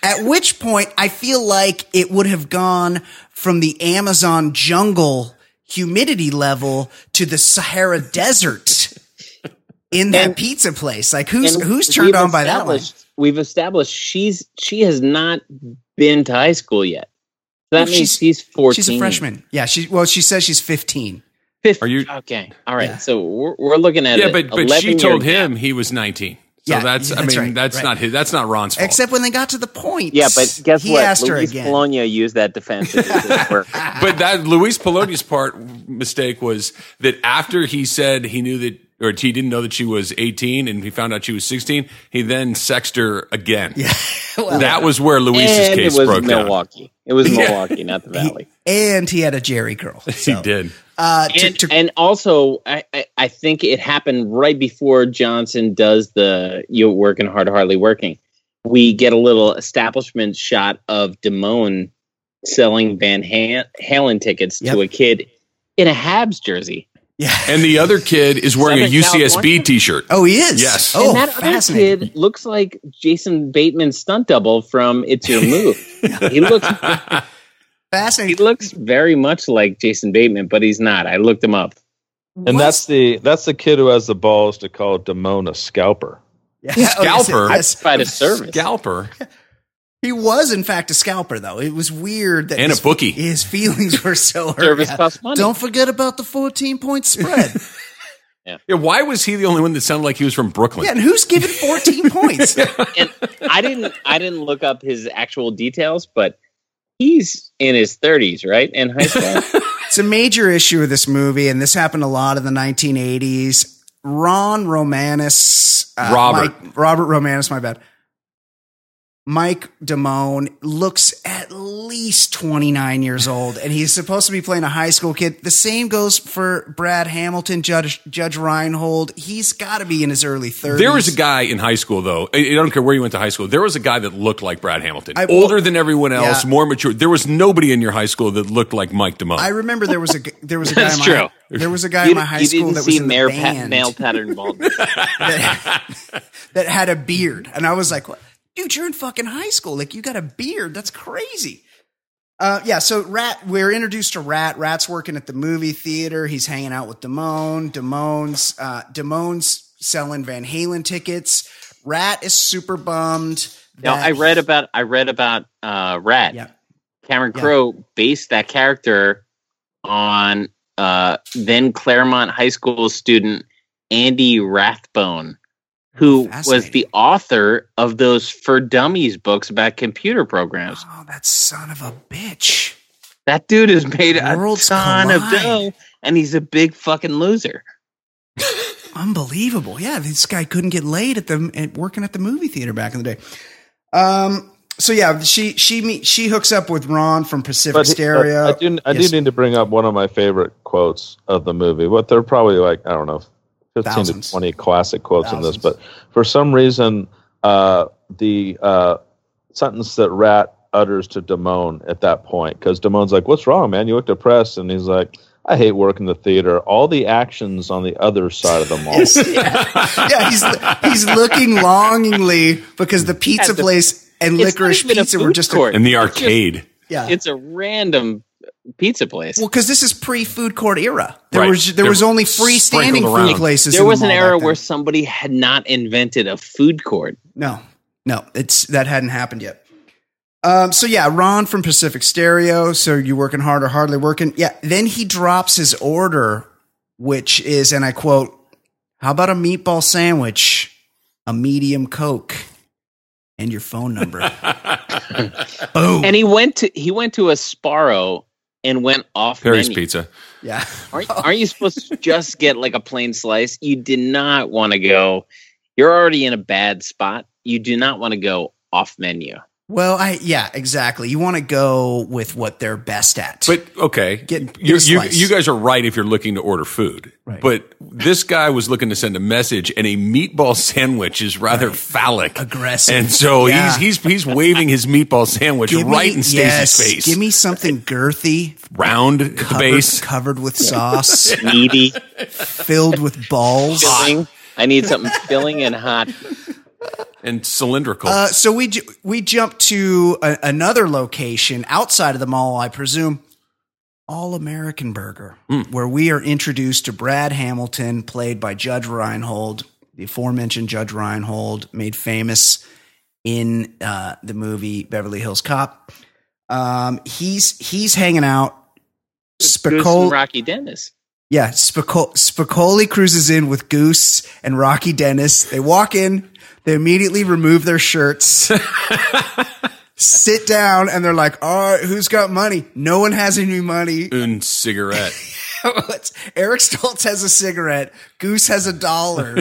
Speaker 1: At which point I feel like it would have gone from the Amazon jungle humidity level to the Sahara desert in that
Speaker 3: And-
Speaker 1: pizza place. Like who's
Speaker 3: And
Speaker 1: who's
Speaker 3: we've
Speaker 1: turned on by that one?
Speaker 3: established- We've established she's she has not been to high school yet. So
Speaker 1: Well,
Speaker 3: that means
Speaker 1: she's-
Speaker 3: she's fourteen.
Speaker 1: She's a freshman. Yeah, she well she says she's 15.
Speaker 3: Fif-
Speaker 2: Are you-
Speaker 3: okay? All right.
Speaker 1: Yeah.
Speaker 3: So we're, we're looking at
Speaker 2: yeah,
Speaker 3: a
Speaker 2: but but she
Speaker 3: 11-year
Speaker 2: told
Speaker 3: gap.
Speaker 2: him he was 19. So
Speaker 1: Yeah,
Speaker 2: that's, I
Speaker 1: that's
Speaker 2: mean
Speaker 1: right,
Speaker 2: that's
Speaker 1: right.
Speaker 2: not his that's not Ron's fault.
Speaker 1: Except when they got to the point.
Speaker 3: Yeah, but guess
Speaker 1: he
Speaker 3: what?
Speaker 1: asked her
Speaker 3: Luis
Speaker 1: again.
Speaker 3: Bologna used that defense. It didn't work.
Speaker 2: (laughs) but that Luis Peloni's part mistake was that after he said he knew that or he didn't know that she was 18 and he found out she was 16, he then sexed her again. Yeah.
Speaker 1: (laughs) Well-
Speaker 2: that was where Luis's
Speaker 3: and it
Speaker 2: case
Speaker 3: was
Speaker 2: broke down.
Speaker 3: Milwaukee. It
Speaker 2: (laughs)
Speaker 3: was
Speaker 2: Yeah.
Speaker 3: Milwaukee, not the Valley.
Speaker 1: and he had a Jerry
Speaker 3: (laughs)
Speaker 1: girl.
Speaker 2: He did.
Speaker 1: Uh, to-
Speaker 3: and,
Speaker 1: to-
Speaker 3: and also, I, I, I think it happened right before Johnson does the "You're working hard, hardly working." We get a little establishment shot of Damone selling Van Ha- Halen tickets
Speaker 1: Yep.
Speaker 3: to a kid in a Habs jersey.
Speaker 1: yeah.
Speaker 2: And the other kid is wearing a
Speaker 3: Southern California?
Speaker 2: UCSB t-shirt.
Speaker 1: Oh, he is.
Speaker 2: Yes.
Speaker 1: Oh,
Speaker 3: and that other
Speaker 1: fascinating.
Speaker 3: kid looks like Jason Bateman's stunt double from "It's
Speaker 1: (laughs)
Speaker 3: Your Move." he looks he
Speaker 1: fascinating.
Speaker 3: looks very much like Jason Bateman, but he's not. I looked him up.
Speaker 4: And
Speaker 1: What?
Speaker 4: that's the that's the kid who has the balls to call Damone a scalper.
Speaker 1: Yeah. (laughs) Oh, yes,
Speaker 2: scalper.
Speaker 1: Yes,
Speaker 3: Tried a service.
Speaker 2: Scalper
Speaker 1: he was in fact a scalper, though. It was weird that
Speaker 2: and a
Speaker 1: his,
Speaker 2: bookie.
Speaker 1: his feelings were so hurt.
Speaker 3: Service
Speaker 1: Yeah.
Speaker 3: costs money.
Speaker 1: Don't forget about the fourteen
Speaker 2: (laughs)
Speaker 1: point spread.
Speaker 2: Yeah, why was he the only one that sounded like he was from Brooklyn?
Speaker 1: yeah, and who's giving fourteen
Speaker 3: (laughs)
Speaker 1: points?
Speaker 3: and I didn't I didn't look up his actual details, but he's in his 30s, right? In high school.
Speaker 1: It's a major issue of this movie, and this happened a lot in the nineteen eighties. Ron Romanis, uh,
Speaker 2: Robert.
Speaker 1: Mike, Robert Romanis, my bad. Mike Damone looks at least 29 years old and he's supposed to be playing a high school kid. The same goes for Brad Hamilton, Judge, Judge Reinhold. He's got to be in his early 30s.
Speaker 2: There was a guy in high school, though. I I don't care where you went to high school. There was a guy that looked like Brad Hamilton,
Speaker 1: I-
Speaker 2: older than everyone else,
Speaker 1: Yeah.
Speaker 2: more mature. There was nobody in your high school that looked like Mike DeMone.
Speaker 1: I remember there was a g-
Speaker 2: (laughs)
Speaker 1: there
Speaker 3: (laughs)
Speaker 1: was a guy
Speaker 3: That's
Speaker 1: in my,
Speaker 3: true.
Speaker 1: there was a guy in my high school that was in the
Speaker 3: Pat-
Speaker 1: band
Speaker 3: male
Speaker 2: (laughs)
Speaker 3: pattern baldness.
Speaker 1: that had a beard. And I was like, what? dude, you're in fucking high school. Like, you got a beard. That's crazy. Uh, yeah, so Rat, we're introduced to Rat. Rat's working at the movie theater. He's hanging out with Damone. Damone's, uh, Damone's selling Van Halen tickets. Rat is super bummed.
Speaker 3: (laughs) now
Speaker 1: that-
Speaker 3: I read about I read about uh Rat.
Speaker 1: Yeah.
Speaker 3: Cameron
Speaker 1: Yeah.
Speaker 3: Crowe based that character on uh then Claremont High School student Andy Rathbone. Who was
Speaker 1: Oh, Fascinating.
Speaker 3: the author of those for dummies books about computer programs?
Speaker 1: Oh, that son of a bitch.
Speaker 3: That dude has made a
Speaker 1: Worlds
Speaker 3: ton
Speaker 1: collide.
Speaker 3: of dough, and he's a big fucking loser.
Speaker 1: Unbelievable. Yeah, this guy couldn't get laid at the at working at the movie theater back in the day. Um so yeah, she she meet, she hooks up with Ron from Pacific
Speaker 4: he- uh,
Speaker 1: Stereo.
Speaker 4: I, I do, I
Speaker 1: Yes.
Speaker 4: do need to bring up one of my favorite quotes of the movie. What they're probably like, I don't know, 15
Speaker 1: Thousands.
Speaker 4: to 20 classic quotes in
Speaker 1: Thousands.
Speaker 4: this, but for some reason, uh, the uh, sentence that Rat utters to Damone at that point, because Damone's like, What's wrong, man? You look depressed. And he's like, I hate working the theater. All the action's on the other side of the mall.
Speaker 1: (laughs) yeah. Yeah,
Speaker 3: (laughs)
Speaker 1: he's he's looking longingly because the pizza
Speaker 3: the-
Speaker 1: place and
Speaker 3: It's
Speaker 1: licorice
Speaker 3: not even a
Speaker 1: pizza were
Speaker 3: food
Speaker 1: just
Speaker 3: court.
Speaker 2: in the arcade.
Speaker 1: yeah.
Speaker 3: It's a random pizza place.
Speaker 1: well, because this is pre food court era. There
Speaker 2: Right.
Speaker 1: was there,
Speaker 2: They
Speaker 1: was
Speaker 2: were
Speaker 1: only
Speaker 2: sprinkled
Speaker 1: freestanding food
Speaker 2: around.
Speaker 1: places. in
Speaker 3: there
Speaker 1: the
Speaker 3: was an
Speaker 1: mall
Speaker 3: era
Speaker 1: back then.
Speaker 3: where somebody had not invented a
Speaker 2: (laughs)
Speaker 3: food court.
Speaker 1: No, no, it's that hadn't happened yet. Um, so yeah, Ron from Pacific Stereo. So you working hard or hardly working? Yeah. Then he drops his order, which is, and I quote, "How about a meatball sandwich, a medium coke, and your phone
Speaker 2: (laughs)
Speaker 1: number?" Boom.
Speaker 3: And he went to he went to a Sparrow and went off
Speaker 2: Perry's
Speaker 3: menu.
Speaker 2: Pizza.
Speaker 1: yeah. (laughs)
Speaker 3: Aren't, aren't you supposed to just get like a plain slice? You did not want to go. You're already in a bad spot. You do not want to go off menu.
Speaker 1: Well, I yeah, exactly. You want to go with what they're best at.
Speaker 2: But okay,
Speaker 1: Get- get
Speaker 2: you,
Speaker 1: a
Speaker 2: you,
Speaker 1: slice.
Speaker 2: you guys are right if you're looking to order food.
Speaker 1: Right.
Speaker 2: But this guy was looking to send a message, and a meatball (laughs) sandwich is rather phallic,
Speaker 1: Aggressive.
Speaker 2: and so
Speaker 1: Yeah.
Speaker 2: he's he's he's waving his meatball sandwich
Speaker 1: Give me-
Speaker 2: right in Stacy's
Speaker 1: yes,
Speaker 2: face,
Speaker 1: Give me something girthy,
Speaker 2: round at the
Speaker 1: covered,
Speaker 2: base. (laughs)
Speaker 1: covered with sauce,
Speaker 3: Meaty,
Speaker 1: filled with balls.
Speaker 3: filling. I need something filling and hot.
Speaker 2: and cylindrical.
Speaker 1: Uh, so we ju- we jump to a- another location outside of the mall, I presume. All American Burger, where we are introduced to Brad Hamilton, played by Judge Reinhold, the aforementioned Judge Reinhold, made famous in uh, the movie Beverly Hills Cop. Um, he's he's hanging out.
Speaker 3: Goose
Speaker 1: Spicol-
Speaker 3: and Rocky Dennis.
Speaker 1: yeah, Spicol- Spicoli cruises in with Goose and Rocky Dennis. They walk in, they immediately remove
Speaker 2: (laughs)
Speaker 1: their shirts, sit down, and they're like, all right, who's got money? No one has any money.
Speaker 2: and
Speaker 1: (laughs)
Speaker 2: cigarette.
Speaker 1: It's- Eric Stoltz has a cigarette, Goose has a dollar,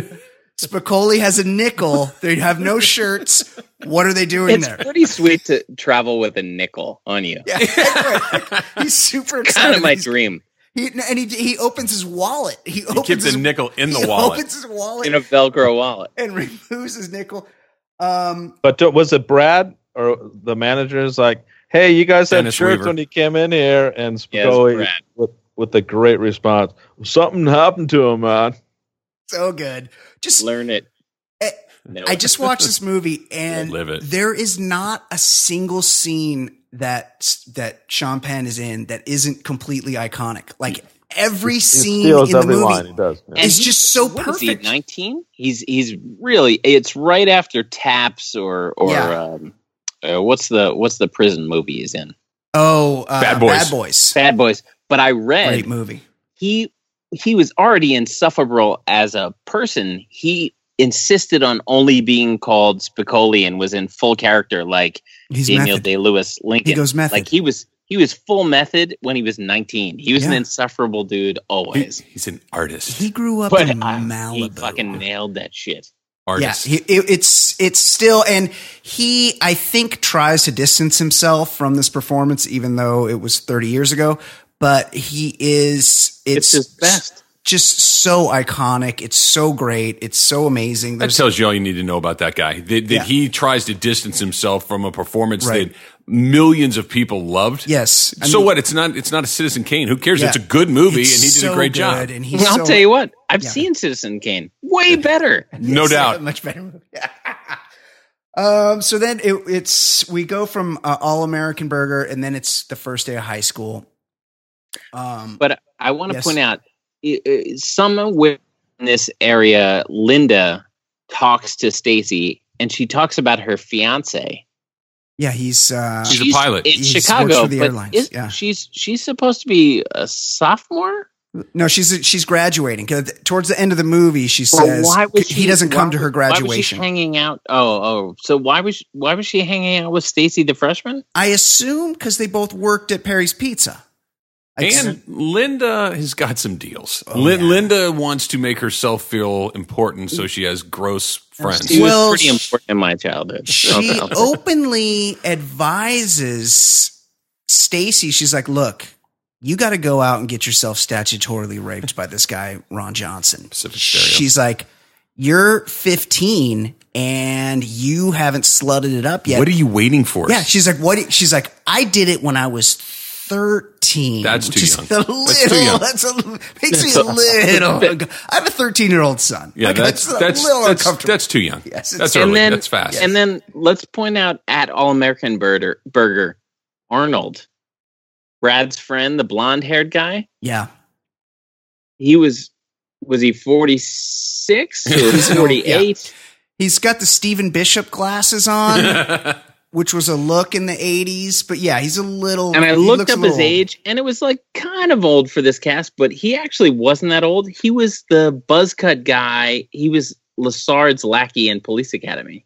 Speaker 1: Spicoli has a nickel. They have no shirts. What are they doing
Speaker 3: It's
Speaker 1: there?
Speaker 3: pretty sweet to travel with a nickel on you.
Speaker 1: Yeah, anyway, he's super excited.
Speaker 3: Kind of my
Speaker 1: He's-
Speaker 3: dream
Speaker 1: he, and he, he opens his wallet. He
Speaker 2: He
Speaker 1: opens
Speaker 2: keeps
Speaker 1: his,
Speaker 2: a nickel in the
Speaker 1: he
Speaker 2: wallet.
Speaker 1: opens his wallet
Speaker 3: in a Velcro wallet.
Speaker 1: and (laughs) removes his nickel. Um,
Speaker 4: But uh, was it Brad or the manager is like, hey, you guys had
Speaker 2: Dennis
Speaker 4: shirts
Speaker 2: Weaver.
Speaker 4: when you came in here? And
Speaker 3: Yeah, it's
Speaker 4: Spicoli
Speaker 3: Brad.
Speaker 4: with, with a great response. Something happened to him, man.
Speaker 1: so good. Just
Speaker 3: Learn it.
Speaker 1: Eh,
Speaker 3: No.
Speaker 1: I just watched
Speaker 2: (laughs)
Speaker 1: this movie and
Speaker 2: Live it.
Speaker 1: there is not a single scene that that Sean Penn is in that isn't completely iconic. Like every
Speaker 4: He
Speaker 1: scene in
Speaker 4: steals
Speaker 1: the
Speaker 4: every
Speaker 1: movie.
Speaker 4: line he does. Yeah.
Speaker 1: It's
Speaker 3: he's-
Speaker 1: just so
Speaker 3: what is he,
Speaker 1: perfect.
Speaker 3: 19? He's he's really it's right after Taps or or
Speaker 1: Yeah.
Speaker 3: um, uh, what's the what's the prison movie he's in?
Speaker 1: Oh, uh,
Speaker 2: Bad Boys.
Speaker 1: Bad Boys.
Speaker 3: Bad Boys. But I
Speaker 1: Great
Speaker 3: read
Speaker 1: movie.
Speaker 3: he he was already insufferable as a person. He insisted on only being called Spicoli and was in full character like
Speaker 1: He's
Speaker 3: Daniel
Speaker 1: method.
Speaker 3: Day Lewis Lincoln.
Speaker 1: He goes method.
Speaker 3: like he was he was full method when he was 19. He was an
Speaker 1: Yeah.
Speaker 3: insufferable dude
Speaker 2: He-
Speaker 3: always.
Speaker 2: he's an artist.
Speaker 1: he grew up
Speaker 3: but
Speaker 1: in
Speaker 3: I-
Speaker 1: Malibu.
Speaker 3: he fucking nailed that shit.
Speaker 2: artist.
Speaker 1: Yeah, he, it, it's it's still, and he I think tries to distance himself from this performance, even though it was 30 years ago. But he is it's,
Speaker 3: It's, his best.
Speaker 1: just so iconic. It's so great. It's so
Speaker 2: that
Speaker 1: amazing. There's
Speaker 2: tells you all you need to know about that guy. That, that
Speaker 1: Yeah.
Speaker 2: he tries to distance himself from a performance
Speaker 1: Right.
Speaker 2: that millions of people loved.
Speaker 1: yes. I
Speaker 2: so
Speaker 1: mean,
Speaker 2: what? It's not. It's not a Citizen Kane. Who cares?
Speaker 1: Yeah.
Speaker 2: It's a good movie, and
Speaker 1: it's
Speaker 2: he did
Speaker 1: so
Speaker 2: a great job.
Speaker 1: good, And he's
Speaker 3: I'll
Speaker 1: so-
Speaker 3: tell you what, I've
Speaker 1: yeah.
Speaker 3: seen Citizen Kane. Way better.
Speaker 2: No
Speaker 1: It's a
Speaker 2: doubt.
Speaker 1: (laughs) much better movie. um, so then it, it's we go from uh, All American Burger, and then it's the first day of high school. Um,
Speaker 3: But I want to
Speaker 1: Yes.
Speaker 3: point out i- i- somewhere in this area, Linda talks to Stacy and she talks about her fiance.
Speaker 1: yeah, he's uh,
Speaker 2: She's a pilot.
Speaker 3: in
Speaker 1: He's- works
Speaker 3: Chicago.
Speaker 1: for the
Speaker 3: but
Speaker 1: airlines,
Speaker 3: is-
Speaker 1: yeah.
Speaker 3: she's she's supposed to be a sophomore.
Speaker 1: No, she's she's graduating. 'Cause Towards the end of the movie, she
Speaker 3: Or
Speaker 1: says
Speaker 3: why was
Speaker 1: he
Speaker 3: she-
Speaker 1: doesn't come
Speaker 3: why
Speaker 1: to her
Speaker 3: was- why was she
Speaker 1: graduation.
Speaker 3: hanging out. Oh, oh. So why was she, why was she hanging out with Stacy the freshman?
Speaker 1: I assume because they both worked at Perry's Pizza. I
Speaker 2: And Linda has got some deals.
Speaker 1: Oh,
Speaker 2: Lin-
Speaker 1: yeah.
Speaker 2: Linda wants to make herself feel important, so she has gross friends.
Speaker 3: She
Speaker 1: Well,
Speaker 3: was pretty
Speaker 1: sh-
Speaker 3: important in my childhood.
Speaker 1: she
Speaker 3: Okay.
Speaker 1: openly advises Stacy. She's like, "Look, you got to go out and get yourself statutorily raped by this guy, Ron Johnson."
Speaker 2: Pacific Stereo.
Speaker 1: She's like, "You're 15 and you haven't slutted it up yet."
Speaker 2: What are you waiting for?
Speaker 1: Yeah, she's like, what? She's like, I did it when I was thirteen.
Speaker 2: That's
Speaker 1: which
Speaker 2: too
Speaker 1: is
Speaker 2: young.
Speaker 1: A little,
Speaker 2: That's too young.
Speaker 1: that's a, (laughs) makes me
Speaker 2: (laughs)
Speaker 1: a (laughs) little. I have a thirteen-year-old son.
Speaker 2: Yeah,
Speaker 1: Like,
Speaker 2: that's
Speaker 1: a
Speaker 2: that's
Speaker 1: little
Speaker 2: that's,
Speaker 1: uncomfortable.
Speaker 2: that's too young.
Speaker 1: Yes, it's-
Speaker 2: that's
Speaker 1: And
Speaker 2: early.
Speaker 3: then-
Speaker 2: that's fast.
Speaker 3: And then let's point out at All American Burger, Burger, Arnold, Brad's friend, the blonde haired guy.
Speaker 1: yeah,
Speaker 3: He was was he
Speaker 2: (laughs)
Speaker 3: forty six
Speaker 1: He's
Speaker 3: or
Speaker 1: an old-
Speaker 3: forty eight?
Speaker 1: he's got the Stephen Bishop glasses on,
Speaker 2: (laughs)
Speaker 1: which was a look in the eighties. But yeah, he's a little.
Speaker 3: And I
Speaker 1: Oh, he
Speaker 3: looked
Speaker 1: looks a
Speaker 3: up his
Speaker 1: little-
Speaker 3: age, and it was like kind of old for this cast, but he actually wasn't that old. He was the buzz cut guy. He was Lasard's lackey in Police Academy.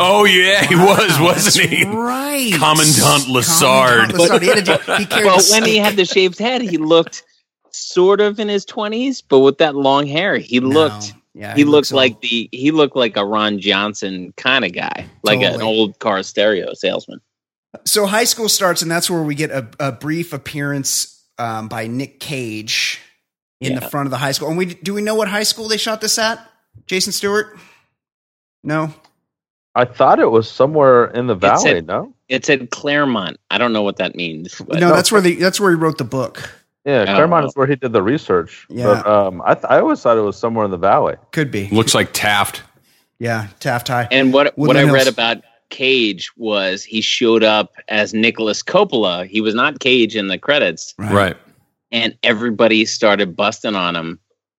Speaker 2: oh yeah, he
Speaker 1: wow,
Speaker 2: was, wasn't
Speaker 1: Ah, that's
Speaker 2: he?
Speaker 1: Right,
Speaker 2: Commandant Lassard.
Speaker 1: Commandant Lassard. He, had to- he carried a
Speaker 3: (laughs) But when he
Speaker 1: stick.
Speaker 3: had the shaved head, he looked sort of in his twenties, but with that long hair, he
Speaker 1: No.
Speaker 3: looked
Speaker 1: Yeah,
Speaker 3: he, looked
Speaker 1: looks old.
Speaker 3: like the he looked like a Ron Johnson kind of guy, like an
Speaker 1: Totally.
Speaker 3: old car stereo salesman.
Speaker 1: So high school starts, and that's where we get a, a brief appearance um, by Nick Cage in the
Speaker 3: Yeah.
Speaker 1: front of the high school. And we do we know what high school they shot this at? Jason Stewart? No.
Speaker 4: I thought it was somewhere in the
Speaker 3: It's
Speaker 4: valley.
Speaker 3: at-
Speaker 4: no,
Speaker 3: It said Claremont. I don't know what that means.
Speaker 4: Uh,
Speaker 3: but-
Speaker 1: no, that's where the that's where he wrote the book.
Speaker 4: yeah,
Speaker 3: don't
Speaker 4: Claremont
Speaker 3: know.
Speaker 4: is where he did the research.
Speaker 1: Yeah.
Speaker 4: But um, I th- I always thought it was somewhere in the valley.
Speaker 1: Could be.
Speaker 2: Looks like Taft.
Speaker 1: Yeah, Taft High.
Speaker 3: And what what
Speaker 1: Woodland
Speaker 3: I read
Speaker 1: Hills.
Speaker 3: about Cage was he showed up as Nicholas Coppola. He was not Cage in the credits,
Speaker 2: Right.
Speaker 3: and everybody started busting on him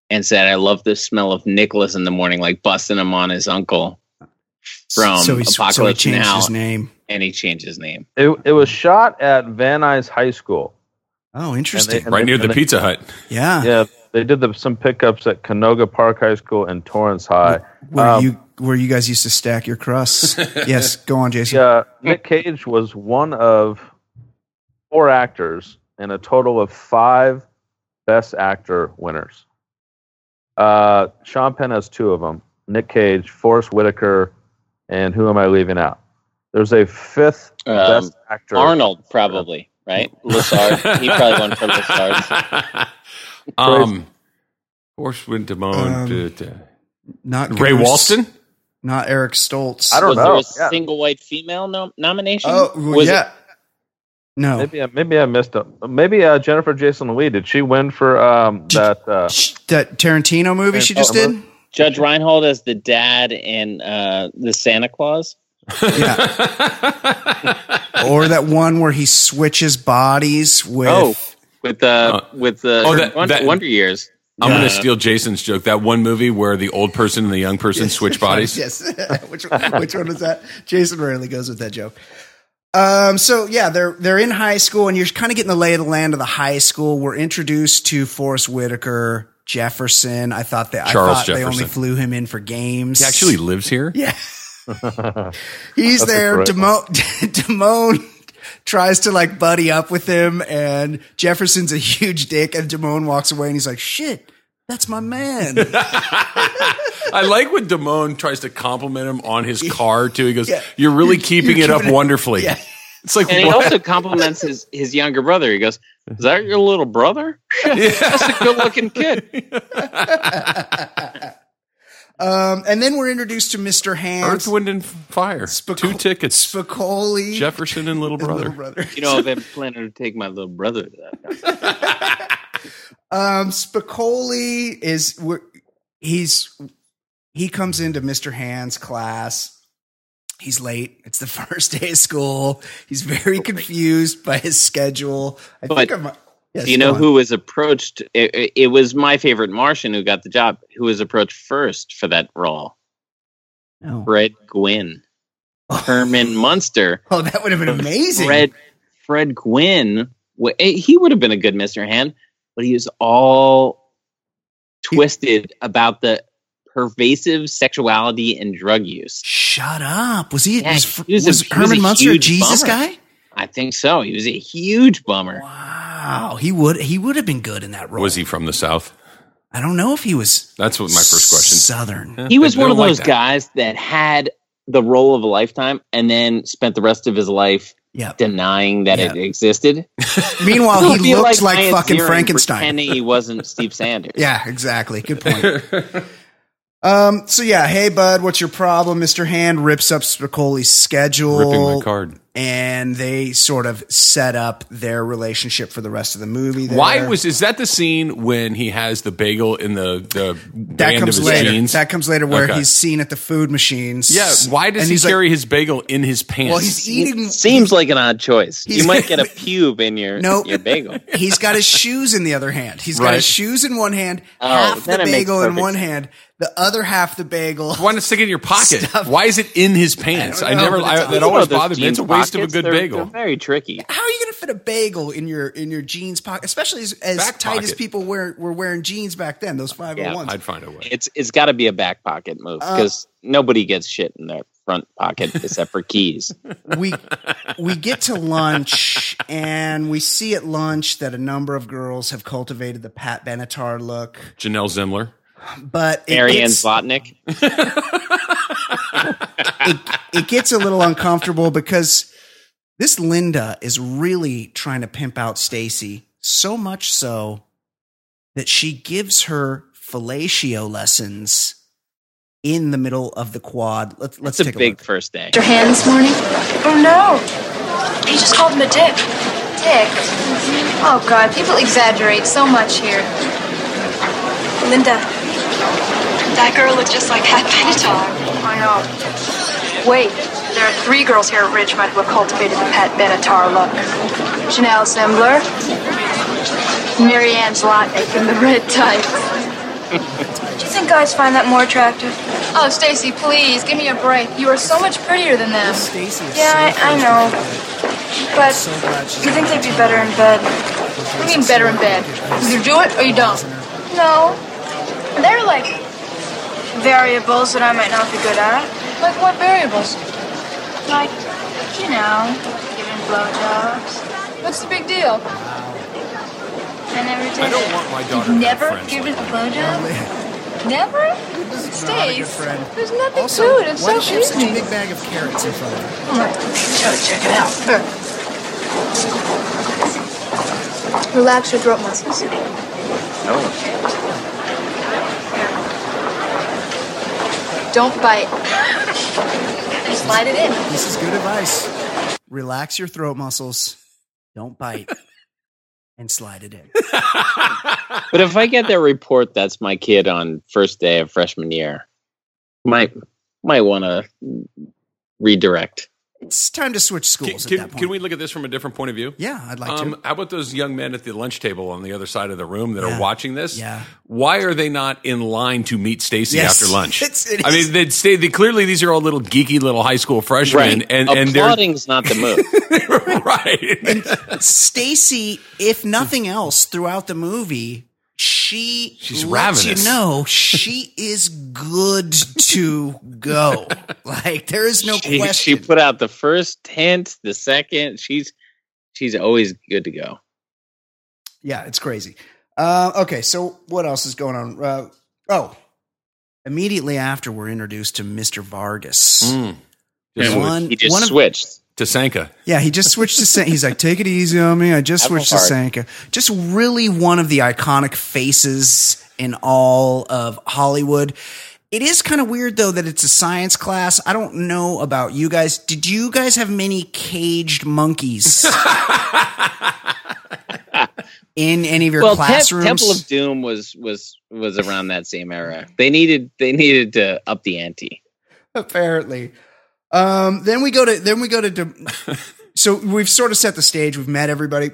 Speaker 3: and said, "I love the smell of Nicholas in the morning," like busting him on his uncle from
Speaker 1: so he's, so he
Speaker 3: Apocalypse
Speaker 1: changed
Speaker 3: Now,
Speaker 1: his name.
Speaker 3: and he changed his name.
Speaker 4: It it was shot at Van Nuys High School.
Speaker 1: Oh,
Speaker 4: And they-
Speaker 1: interesting.
Speaker 4: and
Speaker 2: Right
Speaker 4: they-
Speaker 2: near
Speaker 4: and
Speaker 2: the
Speaker 4: they-
Speaker 2: Pizza Hut.
Speaker 1: yeah.
Speaker 4: Yeah, they did the, some pickups at Canoga Park High School and Torrance High.
Speaker 1: Where
Speaker 4: Um,
Speaker 1: you where you guys used to stack your crusts. yes, go on, Jason.
Speaker 4: Yeah, Nick Cage was one of four actors in a total of five Best Actor winners. Uh, Sean Penn has two of them. Nick Cage, Forrest Whitaker, and who am I leaving out? There's a fifth
Speaker 3: Um,
Speaker 4: Best Actor.
Speaker 3: Arnold probably right. Lissard. he probably won for Lissard.
Speaker 1: (laughs)
Speaker 2: um, Force Wintermont.
Speaker 1: Um,
Speaker 2: to- to-
Speaker 1: Not
Speaker 2: Ray
Speaker 1: Goose,
Speaker 2: Walston?
Speaker 1: Not Eric Stoltz.
Speaker 4: I don't
Speaker 3: was
Speaker 4: know.
Speaker 3: there a
Speaker 4: Yeah.
Speaker 3: single white female no- nomination?
Speaker 1: Oh well,
Speaker 3: Was it-
Speaker 1: yeah. No.
Speaker 4: Maybe I, maybe I missed it. Maybe uh, Jennifer Jason Lee did she win for um, that? Uh,
Speaker 1: Sh- that Tarantino movie she just did?
Speaker 4: Tarantino
Speaker 3: Judge Reinhold as the dad in uh, the Santa Claus.
Speaker 1: Yeah. or that one where he switches bodies with
Speaker 3: Oh, with the
Speaker 2: Uh,
Speaker 3: with the
Speaker 2: oh, that-
Speaker 3: Wonder,
Speaker 2: that-
Speaker 3: Wonder Years.
Speaker 2: I'm going
Speaker 3: Yeah.
Speaker 2: to steal Jason's joke. That one movie where the old person and the young person switch bodies.
Speaker 1: (laughs) yes. (laughs) which which one was that? Jason rarely goes with that joke. Um so yeah, they're they're in high school and you're kind of getting the lay of the land of the high school. We're introduced to Forrest Whitaker, Jefferson. I thought that I
Speaker 2: Charles
Speaker 1: thought they only
Speaker 2: Jefferson.
Speaker 1: flew him in for games.
Speaker 2: He actually lives here. (laughs)
Speaker 1: Yeah. (laughs) He's
Speaker 4: That's a
Speaker 1: there.
Speaker 4: great
Speaker 1: Demo- (laughs) Damone tries to like buddy up with him, and Jefferson's a huge dick, and Damone walks away, and he's like, "Shit, that's my man."
Speaker 2: I like when Damone tries to compliment him on his car too. He goes,
Speaker 1: Yeah.
Speaker 2: "You're really keeping
Speaker 1: you're
Speaker 2: it up
Speaker 1: keeping it-
Speaker 2: wonderfully."
Speaker 1: Yeah.
Speaker 2: (laughs) It's like
Speaker 3: And he
Speaker 2: what?
Speaker 3: also compliments his his younger brother. He goes, "Is that your
Speaker 2: (laughs)
Speaker 3: little brother? That's a good looking kid."
Speaker 1: um, and then we're introduced to Mr. Hands
Speaker 2: Earth, Wind, and Fire.
Speaker 1: Spaco-
Speaker 2: Two tickets.
Speaker 1: Spicoli,
Speaker 2: Jefferson and Little
Speaker 1: (laughs) and
Speaker 2: Brother.
Speaker 1: Little brother.
Speaker 3: You know, I've been planning to take my little brother. To that.
Speaker 1: Um, Spicoli is we're- he's he comes into Mr. Hand's class. He's late. It's the (laughs) first day of school. He's very confused by his schedule. I
Speaker 3: But
Speaker 1: think I'm. Yes,
Speaker 3: Do you
Speaker 1: go
Speaker 3: know
Speaker 1: on.
Speaker 3: who was approached? It, it, it was my favorite Martian who got the job. Who was approached first for that role?
Speaker 1: No.
Speaker 3: Fred (laughs) Gwynn, Herman Munster.
Speaker 1: Oh, that would have been amazing.
Speaker 3: Fred Fred Gwynn, wa- eh, he would have been a good Mister Hand, but he was all twisted about the pervasive sexuality and drug use.
Speaker 1: Shut up. Was he?
Speaker 3: Yeah,
Speaker 1: was,
Speaker 3: he was a-
Speaker 1: was
Speaker 3: he was
Speaker 1: Herman
Speaker 3: a
Speaker 1: Munster a
Speaker 3: huge
Speaker 1: Jesus
Speaker 3: bummer.
Speaker 1: guy?
Speaker 3: I think so. He was a huge bummer.
Speaker 1: Wow, he would he would have been good in that role.
Speaker 2: Was he from the South?
Speaker 1: I don't know if he was.
Speaker 2: That's what my first question.
Speaker 1: Southern.
Speaker 2: Yeah,
Speaker 3: He was
Speaker 2: they
Speaker 3: one
Speaker 2: don't
Speaker 3: of
Speaker 2: like
Speaker 3: those
Speaker 2: that.
Speaker 3: guys that had the role of a lifetime and then spent the rest of his life
Speaker 1: Yeah.
Speaker 3: denying that it
Speaker 1: Yeah.
Speaker 3: existed.
Speaker 1: (laughs)
Speaker 3: (laughs)
Speaker 1: Meanwhile,
Speaker 3: It'd
Speaker 1: he
Speaker 3: be
Speaker 1: looked like,
Speaker 3: Ryan
Speaker 1: fucking
Speaker 3: Ziering
Speaker 1: Frankenstein.
Speaker 3: pretending he
Speaker 1: (laughs)
Speaker 3: wasn't Steve Sanders.
Speaker 1: Yeah, exactly. Good point. um. So yeah, hey bud, what's your problem? Mister Hand rips up Spicoli's schedule.
Speaker 2: Ripping my card.
Speaker 1: And they sort of set up their relationship for the rest of the movie. There.
Speaker 2: Why was is that the scene when he has the bagel in the the
Speaker 1: that
Speaker 2: band
Speaker 1: comes
Speaker 2: of his
Speaker 1: later?
Speaker 2: jeans?
Speaker 1: That comes later, where
Speaker 2: Okay.
Speaker 1: he's seen at the food machines.
Speaker 2: yeah. Why does
Speaker 1: And
Speaker 2: he
Speaker 1: he's like-
Speaker 2: carry his bagel in his pants?
Speaker 1: well, he's eating.
Speaker 3: Seems like an odd choice.
Speaker 1: He's-
Speaker 3: You might
Speaker 1: (laughs)
Speaker 3: get a pube in your
Speaker 1: Nope.
Speaker 3: your bagel.
Speaker 1: (laughs) He's got his shoes in the other hand. He's got
Speaker 2: Right.
Speaker 1: his shoes in one hand,
Speaker 3: Oh,
Speaker 1: half the
Speaker 3: then it makes
Speaker 1: bagel in
Speaker 3: perfect
Speaker 1: one
Speaker 3: sense.
Speaker 1: hand, the other half the bagel. (laughs)
Speaker 2: Why not stick it in your pocket?
Speaker 1: Stuff.
Speaker 2: Why is it in his pants? I,
Speaker 1: I don't know,
Speaker 2: never.
Speaker 1: but
Speaker 2: I,
Speaker 1: it's
Speaker 2: that
Speaker 1: all-
Speaker 2: always
Speaker 3: Some of those
Speaker 2: bothered me. It's a
Speaker 3: jean
Speaker 2: waste of a
Speaker 3: pockets,
Speaker 2: good
Speaker 3: they're-
Speaker 2: bagel.
Speaker 3: They're very tricky.
Speaker 1: How are you going to fit a bagel in your in your jeans pocket, especially as, as
Speaker 2: Back
Speaker 1: tight as
Speaker 2: pocket.
Speaker 1: people wear, were wearing jeans back then? Those five hundred ones.
Speaker 2: I'd find a way.
Speaker 3: It's it's got to be a back pocket move
Speaker 1: Uh,
Speaker 3: because nobody gets shit in their front pocket except for keys. (laughs)
Speaker 1: we we get to lunch and we see at lunch that a number of girls have cultivated the Pat Benatar look.
Speaker 2: Janelle Zimler.
Speaker 1: but Uh, it
Speaker 3: Marianne
Speaker 1: gets-
Speaker 3: Zlotnick.
Speaker 1: it gets a little uncomfortable because this Linda is really trying to pimp out Stacy so much so that she gives her fellatio lessons in the middle of the quad. Let's let's
Speaker 3: It's a
Speaker 1: take a
Speaker 3: big
Speaker 1: look.
Speaker 3: first day.
Speaker 6: your hand this morning?
Speaker 7: Oh no! He just called him a dick.
Speaker 6: Dick. Oh, God, people exaggerate so much here.
Speaker 7: Linda, that girl looked just like Hat Benatar.
Speaker 6: I know. Wait, there are three girls here at Ridgemont who have cultivated the Pat Benatar look. Janelle Zembler, Mary Ann Zlotnick in the red tights.
Speaker 7: Do you think guys find that more attractive?
Speaker 6: Oh, Stacy, please, give me a break. You are so much prettier than them.
Speaker 1: Stacy is
Speaker 7: Yeah, I, I know. But
Speaker 1: so, so glad she's
Speaker 7: you think they'd be better in bed?
Speaker 6: I mean, better in bed. Either do it or you don't.
Speaker 7: No. They're like variables that I might not be good at.
Speaker 6: Like what variables?
Speaker 7: Like, you know, giving blowjobs.
Speaker 6: What's the big deal?
Speaker 7: I never did
Speaker 2: I don't
Speaker 7: it.
Speaker 2: want my daughter. to have friends like
Speaker 6: a blowjob? Never?
Speaker 1: not a good
Speaker 6: Stace,
Speaker 1: friend.
Speaker 6: there's nothing
Speaker 1: Also,
Speaker 6: to it. It's
Speaker 1: why
Speaker 6: so
Speaker 1: does she have such a
Speaker 6: easy.
Speaker 1: big bag of carrots in front of her?
Speaker 6: check it out. Relax your throat muscles.
Speaker 3: Oh,
Speaker 6: Don't bite. (laughs) Just slide it in.
Speaker 1: This is good advice. Relax your throat muscles. Don't bite. And slide it in.
Speaker 3: but if I get that report, that's my kid on first day of freshman year. Might might want to redirect.
Speaker 1: It's time to switch
Speaker 2: Can,
Speaker 1: schools at that
Speaker 2: can,
Speaker 1: point.
Speaker 2: can we look at this from a different point of view?
Speaker 1: Yeah, I'd like
Speaker 2: Um,
Speaker 1: to.
Speaker 2: how about those young men at the lunch table on the other side of the room that
Speaker 1: Yeah.
Speaker 2: are watching this?
Speaker 1: Yeah.
Speaker 2: Why are they not in line to meet Stacy
Speaker 1: Yes.
Speaker 2: after lunch?
Speaker 1: (laughs) It's- it
Speaker 2: I
Speaker 1: is-
Speaker 2: mean, they'd stay. They, clearly, these are all little geeky little high school freshmen, and and they're
Speaker 3: applauding's not the move.
Speaker 2: (laughs) right.
Speaker 1: Stacy, if nothing else, throughout the movie, she
Speaker 2: She's
Speaker 1: lets
Speaker 2: ravenous.
Speaker 1: You
Speaker 2: (laughs)
Speaker 1: know, she is good to go. (laughs) like there is no
Speaker 3: she, she
Speaker 1: question.
Speaker 3: put out the first hint, the second. She's she's always good to go.
Speaker 1: yeah, it's crazy. Uh, okay, so what else is going on? Uh, oh, immediately after we're introduced to Mr. Vargas.
Speaker 2: Mm. Just
Speaker 1: One-
Speaker 3: he just
Speaker 1: of-
Speaker 3: switched.
Speaker 2: (laughs) to Sanka.
Speaker 1: Yeah, he just switched to San- he's like, take it easy on me. I just
Speaker 3: Apple
Speaker 1: switched to
Speaker 3: heart.
Speaker 1: Sanka. Just really one of the iconic faces in all of Hollywood. It is kind of weird though that it's a science class. I don't know about you guys. Did you guys have many caged
Speaker 3: (laughs)
Speaker 1: monkeys in any of your
Speaker 3: Well, Te-
Speaker 1: classrooms?
Speaker 3: Temple of Doom was was was around that same era. They needed they needed to up the ante.
Speaker 1: apparently. Um, then we go to then we go to. Dem-
Speaker 3: (laughs)
Speaker 1: so we've sort of set the stage. We've met everybody.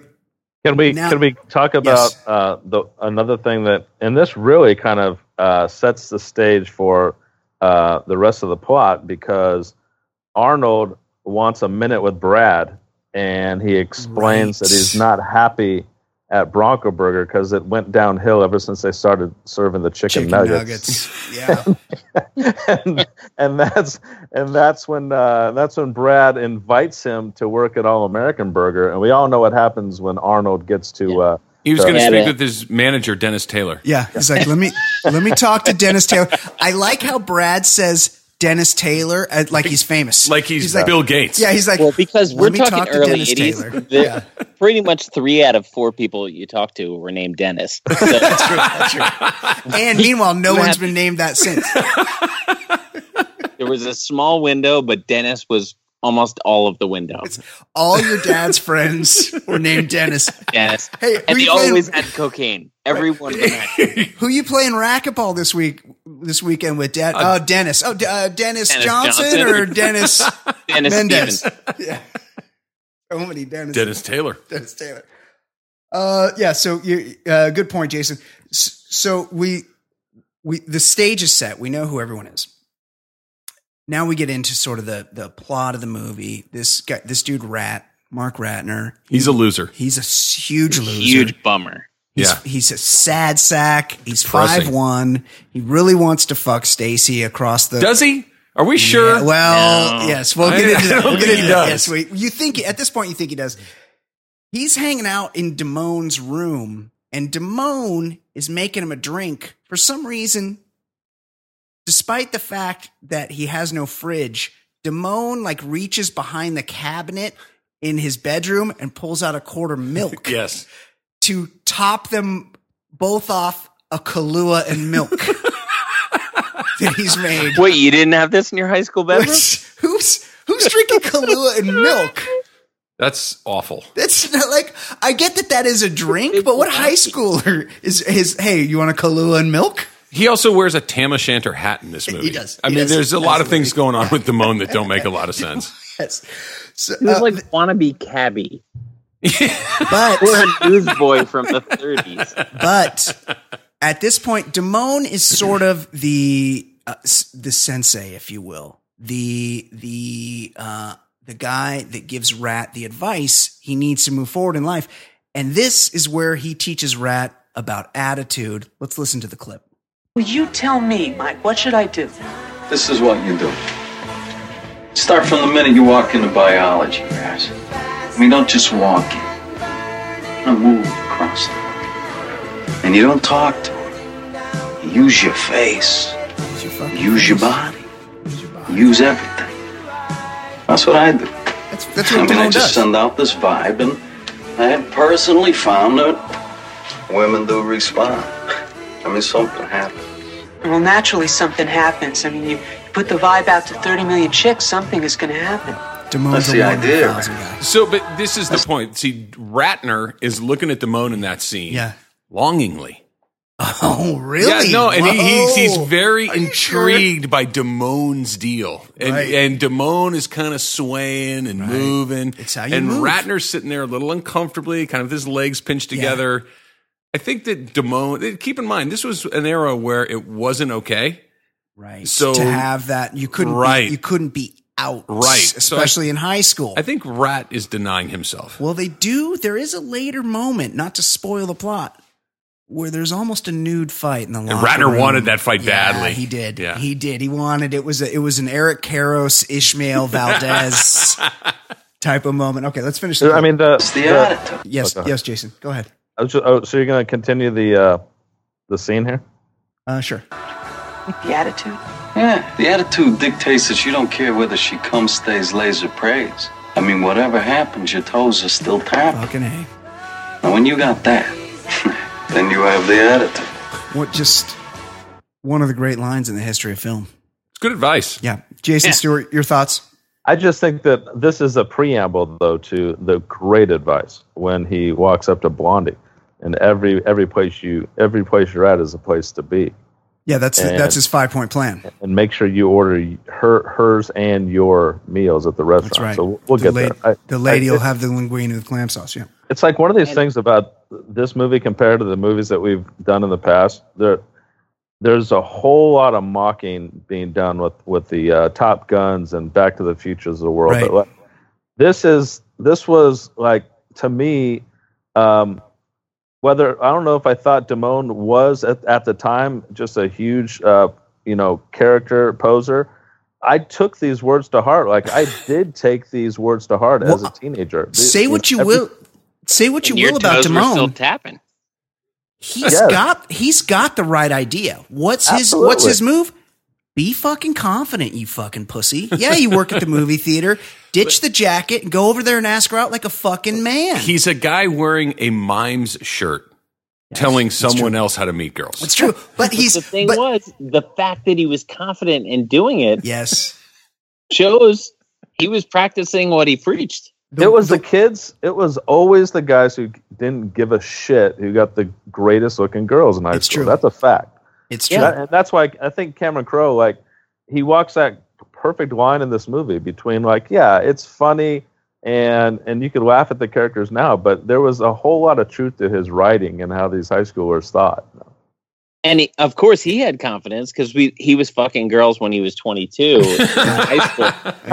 Speaker 4: Can we
Speaker 1: Now-
Speaker 4: can we talk about
Speaker 1: Yes.
Speaker 4: uh, the another thing that and this really kind of uh, sets the stage for uh, the rest of the plot because Arnold wants a minute with Brad and he explains
Speaker 1: Right.
Speaker 4: that he's not happy at Bronco Burger because it went downhill ever since they started serving the chicken,
Speaker 1: Chicken
Speaker 4: nuggets.
Speaker 1: nuggets. Yeah.
Speaker 4: and, and (laughs) that's and that's when uh, that's when Brad invites him to work at All American Burger, and we all know what happens when Arnold gets to. Uh,
Speaker 2: He was going to
Speaker 3: Yeah,
Speaker 2: speak
Speaker 3: they-
Speaker 2: with his manager, Dennis Taylor.
Speaker 1: Yeah, he's like, let me let me talk to Dennis Taylor. I like how Brad says Dennis Taylor uh, like he's famous,
Speaker 2: Like he's,
Speaker 1: like,
Speaker 2: Bill Gates.
Speaker 1: yeah, he's like,
Speaker 3: Well, because
Speaker 1: "Let
Speaker 3: we're
Speaker 1: me
Speaker 3: talking
Speaker 1: talk to
Speaker 3: early
Speaker 1: Dennis
Speaker 3: eighties, (laughs)
Speaker 1: Taylor. Yeah.
Speaker 3: pretty much three out of four people you talk to were
Speaker 1: (laughs)
Speaker 3: named Dennis. So
Speaker 1: and meanwhile, no
Speaker 3: You
Speaker 1: one's
Speaker 3: have-
Speaker 1: been named that since.
Speaker 3: there was a small window, but Dennis was almost all of the window.
Speaker 1: All your dad's friends were named Dennis.
Speaker 3: Dennis,
Speaker 1: (laughs) Hey, who
Speaker 3: and they
Speaker 1: you, playing,
Speaker 3: always had cocaine. Everyone of them had
Speaker 1: who you playing racquetball this week? This weekend with Dad? oh, Dennis. Oh, D- uh, Dennis,
Speaker 3: Dennis
Speaker 1: Johnson,
Speaker 3: Johnson.
Speaker 1: or (laughs) Dennis
Speaker 3: (laughs) Dennis
Speaker 1: Mendez?
Speaker 3: Stevens.
Speaker 1: yeah, so many Dennis.
Speaker 2: Dennis Taylor.
Speaker 1: Dennis Taylor. Uh, yeah. So you, uh, good point, Jason. S- So we, we, the stage is set. We know who everyone is. Now we get into sort of the the plot of the movie. This guy, this dude, Rat Mark Ratner.
Speaker 2: He's a loser.
Speaker 1: (laughs) He's a s- huge loser.
Speaker 3: Huge bummer.
Speaker 1: He's,
Speaker 2: Yeah.
Speaker 1: he's a sad sack. He's
Speaker 2: Depressing.
Speaker 1: five one. He really wants to fuck Stacy across the.
Speaker 2: Does he? Are we sure?
Speaker 1: Yeah, well,
Speaker 3: No.
Speaker 1: yes, we'll
Speaker 2: I-
Speaker 1: get into
Speaker 2: I
Speaker 1: that.
Speaker 2: don't
Speaker 1: We'll get
Speaker 2: think
Speaker 1: into
Speaker 2: he
Speaker 1: that.
Speaker 2: does.
Speaker 1: Yes, we, you think at this point you think he does. He's hanging out in Damone's room, And Damone is making him a drink for some reason. Despite the fact that he has no fridge, Damone like reaches behind the cabinet in his bedroom and pulls out a quart of
Speaker 2: (laughs)
Speaker 1: milk
Speaker 2: Yes.
Speaker 1: to top them both off a Kahlua and milk
Speaker 2: (laughs)
Speaker 1: that he's made.
Speaker 3: Wait, you didn't have this in your high school bedroom?
Speaker 1: who's who's drinking Kahlua and milk?
Speaker 2: That's awful.
Speaker 1: That's not like I get that that is a drink, but what high schooler is is? Hey, you want a Kahlua and milk?
Speaker 2: He also wears a tam o' shanter hat in this movie.
Speaker 1: does.
Speaker 2: I
Speaker 1: He
Speaker 2: mean,
Speaker 1: does.
Speaker 2: there's a lot of
Speaker 1: Absolutely. (laughs)
Speaker 2: things going on with Damone that don't make a lot of sense.
Speaker 1: Yes. (laughs) So,
Speaker 3: He was
Speaker 1: uh,
Speaker 3: like wannabe
Speaker 1: (laughs)
Speaker 3: cabbie or
Speaker 1: but
Speaker 3: a newsboy from the 30s.
Speaker 1: but at this point, Damone is sort of the uh, s- the sensei, if you will, the the uh, the guy that gives Rat the advice he needs to move forward in life, and this is where he teaches Rat about attitude. Let's listen to the clip.
Speaker 8: Well, you tell me, Mike, what should I do?
Speaker 9: (laughs) This is what you do. Start from the minute you walk into biology, guys. I mean, don't just walk in. Now move across the room. And you don't talk to her. You use your face. Use your body. Use everything. That's what I do.
Speaker 1: That's that's
Speaker 9: I
Speaker 1: what
Speaker 9: mean, I
Speaker 1: Damone
Speaker 9: just
Speaker 1: does.
Speaker 9: send out this vibe, and I have personally found that women do respond. I mean, something happens.
Speaker 8: Well, naturally, something happens. I mean, you put the vibe out to 30 million chicks, something is going to happen.
Speaker 1: Damone's
Speaker 9: That's
Speaker 1: a
Speaker 9: the
Speaker 1: one
Speaker 9: idea.
Speaker 1: thousand guy.
Speaker 2: So, but this is the point. See, Ratner is looking at Damone in that scene
Speaker 1: Yeah.
Speaker 2: longingly.
Speaker 1: (laughs) Oh, really?
Speaker 2: Yeah, no, and he, he's, he's
Speaker 1: Whoa.
Speaker 2: very
Speaker 1: Are you sure?
Speaker 2: intrigued by Damone's deal, and
Speaker 1: Right.
Speaker 2: and Damone is kind of swaying and moving.
Speaker 1: It's how you
Speaker 2: and
Speaker 1: move.
Speaker 2: Ratner's sitting there a little uncomfortably, kind of with his legs pinched together. I think that Damone. Keep in mind, this was an era where it wasn't okay.
Speaker 1: Right.
Speaker 2: So-
Speaker 1: to have that, you couldn't.
Speaker 2: Right.
Speaker 1: Be, you couldn't be out.
Speaker 2: Right. So I-
Speaker 1: Especially in high school.
Speaker 2: I think Rat is denying himself.
Speaker 1: well, they do. There is a later moment, not to spoil the plot, where there's almost a nude fight in the. locker
Speaker 2: Ratner
Speaker 1: room.
Speaker 2: wanted that fight
Speaker 1: Yeah,
Speaker 2: badly.
Speaker 1: He did.
Speaker 2: Yeah.
Speaker 1: He did. He wanted it was a, it was an Eric Karos,
Speaker 2: (laughs)
Speaker 1: Ishmael Valdez type of moment. Okay, let's finish. The
Speaker 4: I mean, the,
Speaker 9: It's the
Speaker 4: the-
Speaker 9: attitude.
Speaker 1: yes,
Speaker 4: Okay.
Speaker 1: yes, Jason, go ahead.
Speaker 4: I was just- oh, so you're gonna continue the uh, the scene here?
Speaker 1: Uh, sure.
Speaker 8: The attitude.
Speaker 9: Yeah, the attitude dictates that you don't care whether she comes, stays, lays, or prays. I mean, whatever happens, your toes are still tapping.
Speaker 1: Fucking hey.
Speaker 9: And when you got that, (laughs) then you have the attitude.
Speaker 1: What just one of the great lines in the history of film.
Speaker 2: It's good advice.
Speaker 1: Yeah. Jason Stewart, your thoughts?
Speaker 4: I just think that this is a preamble, though, to the great advice when he walks up to Blondie, and every every place you every place you're at is a place to be,
Speaker 1: Yeah, that's
Speaker 4: And-
Speaker 1: that's his five point plan.
Speaker 4: and make sure you order her hers and your meals at the restaurant.
Speaker 1: That's right.
Speaker 4: Uh, So we'll- we'll
Speaker 1: the
Speaker 4: get
Speaker 1: la-
Speaker 4: there. I-
Speaker 1: the lady
Speaker 4: I-
Speaker 1: will have the linguine with clam sauce. Yeah.
Speaker 4: It's like one of these things about this movie compared to the movies that we've done in the past. There, there's a whole lot of mocking being done with with the uh, Top Guns and Back to the Futures of the world.
Speaker 1: Right.
Speaker 4: But like, this is this was like to me, um, whether I don't know if I thought Damone was at, at the time just a huge uh, you know character poser. I took these words to heart. Like I did take these words to heart as
Speaker 1: Well,
Speaker 4: a teenager.
Speaker 1: Say what you
Speaker 4: Every-
Speaker 1: will. Say what you
Speaker 3: And your
Speaker 1: will about
Speaker 3: toes were still
Speaker 1: Damone.
Speaker 3: tapping.
Speaker 1: He's
Speaker 4: Yes.
Speaker 1: got he's got the right idea. What's his what's
Speaker 4: Absolutely.
Speaker 1: his move? Be fucking confident, you fucking pussy. Yeah, you work at the movie
Speaker 4: (laughs)
Speaker 1: theater. Ditch the jacket and go over there and ask her out like a fucking man.
Speaker 2: He's a guy wearing a mime's shirt, telling someone else how to meet girls. (laughs)
Speaker 1: it's true, but he's
Speaker 3: The thing
Speaker 1: but,
Speaker 3: was, the fact that he was confident in doing it
Speaker 1: yes.
Speaker 3: shows he was practicing what he preached.
Speaker 4: it was the kids. It was always the guys who didn't give a shit who got the greatest looking girls in high
Speaker 1: It's
Speaker 4: school.
Speaker 1: true.
Speaker 4: That's a fact.
Speaker 1: It's true.
Speaker 4: That- and that's why I think Cameron Crowe, like, he walks that perfect line in this movie between like, yeah, it's funny and and you could laugh at the characters now, but there was a whole lot of truth to his writing and how these high schoolers thought.
Speaker 3: And he, of course, he had confidence because we he was fucking girls when he was 22
Speaker 1: (laughs)
Speaker 3: in high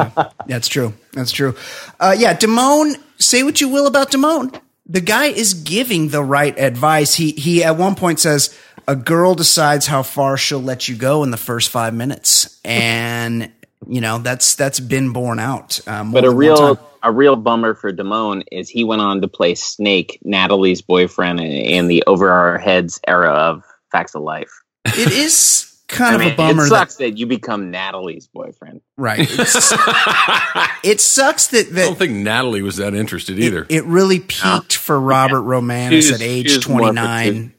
Speaker 3: school.
Speaker 1: That's true. That's true. Uh, yeah, Damone. Say what you will about Damone. The guy is giving the right advice. He he at one point says a girl decides how far she'll let you go in the first five minutes, and you know that's that's been borne out. Um,
Speaker 3: But a real a real bummer for Damone is he went on to play Snake, Natalie's boyfriend, in, in the over our heads era of Facts of Life.
Speaker 1: It is kind
Speaker 3: I
Speaker 1: of
Speaker 3: mean,
Speaker 1: a bummer.
Speaker 3: It
Speaker 1: that,
Speaker 3: sucks that, you become Natalie's boyfriend.
Speaker 1: right.
Speaker 3: (laughs)
Speaker 1: It's- it sucks that
Speaker 2: I
Speaker 1: that
Speaker 2: don't think Natalie was that interested either.
Speaker 1: It, it really peaked for Robert Romanis
Speaker 3: She's-
Speaker 1: at age
Speaker 3: she's more of a
Speaker 1: 29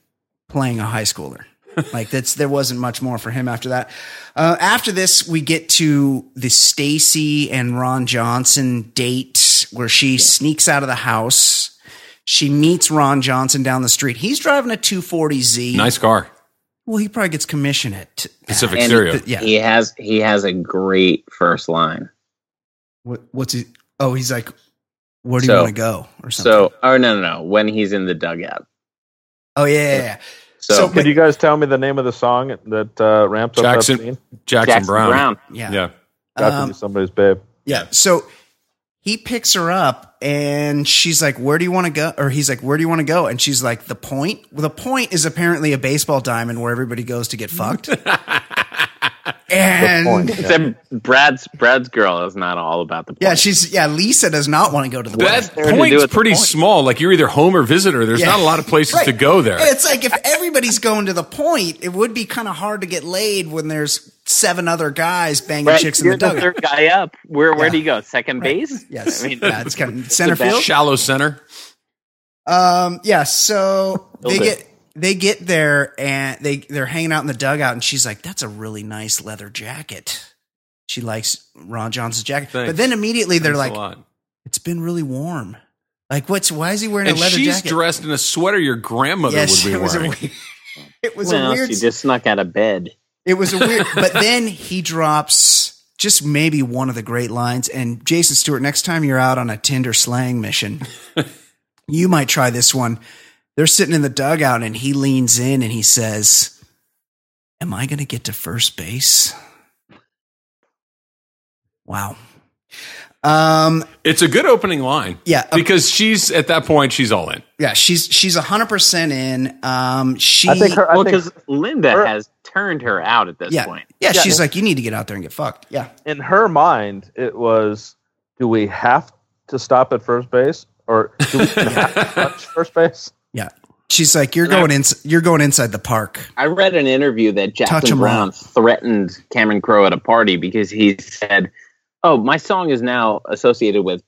Speaker 1: playing a high schooler. like that's there wasn't much more for him after that. Uh, after this, we get to the Stacy and Ron Johnson date where she sneaks out of the house. She meets Ron Johnson down the street. He's driving a 240Z.
Speaker 2: nice car,
Speaker 1: Well, he probably gets commission it.
Speaker 2: Pacific
Speaker 3: And
Speaker 2: Stereo.
Speaker 1: Yeah.
Speaker 3: He has he has a great first line.
Speaker 1: What, what's he? Oh, he's like, where do you
Speaker 3: So-
Speaker 1: want to go? Or something.
Speaker 3: So, oh no, no, no, when he's in the dugout.
Speaker 1: oh yeah, yeah, yeah.
Speaker 3: So,
Speaker 1: So-
Speaker 4: Could you guys tell me the name of the song that uh, ramps up
Speaker 2: Jackson-
Speaker 4: that scene?
Speaker 2: Jackson,
Speaker 3: Jackson
Speaker 2: Brown.
Speaker 3: Brown.
Speaker 1: yeah.
Speaker 2: Yeah.
Speaker 4: Got
Speaker 1: Um,
Speaker 4: to be somebody's babe.
Speaker 1: Yeah. So he picks her up and she's like, Where do you want to go? Or he's like, Where do you want to go? And she's like, The point? Well, the point is apparently a baseball diamond where everybody goes to
Speaker 2: (laughs)
Speaker 1: get fucked.
Speaker 4: Good point.
Speaker 1: and
Speaker 4: Yeah.
Speaker 3: Except Brad's Brad's girl is not all about the. Point.
Speaker 1: yeah, she's, yeah, Lisa does not want to go to the point.
Speaker 2: That
Speaker 3: there to do
Speaker 2: point's
Speaker 3: at the
Speaker 2: pretty
Speaker 3: point?
Speaker 2: small. Like you're either home or visitor. There's
Speaker 1: Yeah.
Speaker 2: not a lot of places
Speaker 1: Right.
Speaker 2: to go there.
Speaker 1: And it's like, if everybody's going to the point, it would be kind of hard to get laid when there's seven other guys banging
Speaker 3: Brad,
Speaker 1: chicks in
Speaker 3: you're
Speaker 1: the dugout.
Speaker 3: third guy up. Where where
Speaker 1: Yeah.
Speaker 3: do you go? Second base?
Speaker 1: Yes.
Speaker 3: (laughs) I mean,
Speaker 1: yeah, it's kind of center field.
Speaker 2: Shallow center.
Speaker 1: Um,
Speaker 2: (laughs)
Speaker 1: yeah, so they
Speaker 3: Build it.
Speaker 1: get they get there and they they're hanging out in the dugout and she's like, "That's a really nice leather jacket." She likes Ron Johnson's jacket, but
Speaker 2: Thanks.
Speaker 1: then immediately they're
Speaker 2: Thanks a
Speaker 1: like,
Speaker 2: lot.
Speaker 1: "It's been really warm." Like, what's why is he wearing
Speaker 2: and
Speaker 1: a leather
Speaker 2: she's
Speaker 1: jacket?
Speaker 2: dressed in a sweater your grandmother
Speaker 1: Yes,
Speaker 2: would be
Speaker 1: it was a
Speaker 2: wearing.
Speaker 1: weird. It was
Speaker 3: well,
Speaker 1: a weird.
Speaker 3: she just snuck out of bed.
Speaker 1: It was a
Speaker 3: (laughs)
Speaker 1: weird. but then he drops just maybe one of the great lines. And Jason Stewart, next time you're out on a Tinder slang
Speaker 3: (laughs)
Speaker 1: mission, you might try this one. They're sitting in the dugout and he leans in and he says, Am I going to get to first base? Wow. Um,
Speaker 2: It's a good opening line
Speaker 1: yeah. uh,
Speaker 2: because she's at that point she's all in.
Speaker 1: yeah. She's, she's 100% in. Um, she,
Speaker 4: I think her. I
Speaker 3: Well,
Speaker 4: think
Speaker 3: because Linda
Speaker 4: her-
Speaker 3: has turned her out at this
Speaker 1: yeah,
Speaker 3: point.
Speaker 1: yeah.
Speaker 4: Yeah.
Speaker 1: She's like, You need to get out there and get fucked. Yeah.
Speaker 4: in her mind, it was, do we have to stop at first base or do we have
Speaker 1: (laughs)
Speaker 4: to touch first base?
Speaker 1: Yeah. She's like, you're going in, you're going inside the park.
Speaker 3: I read an interview that
Speaker 1: Touch 'em
Speaker 3: Jackson Brown
Speaker 1: all.
Speaker 3: threatened Cameron Crowe at a party because he said, "Oh, my song is now associated with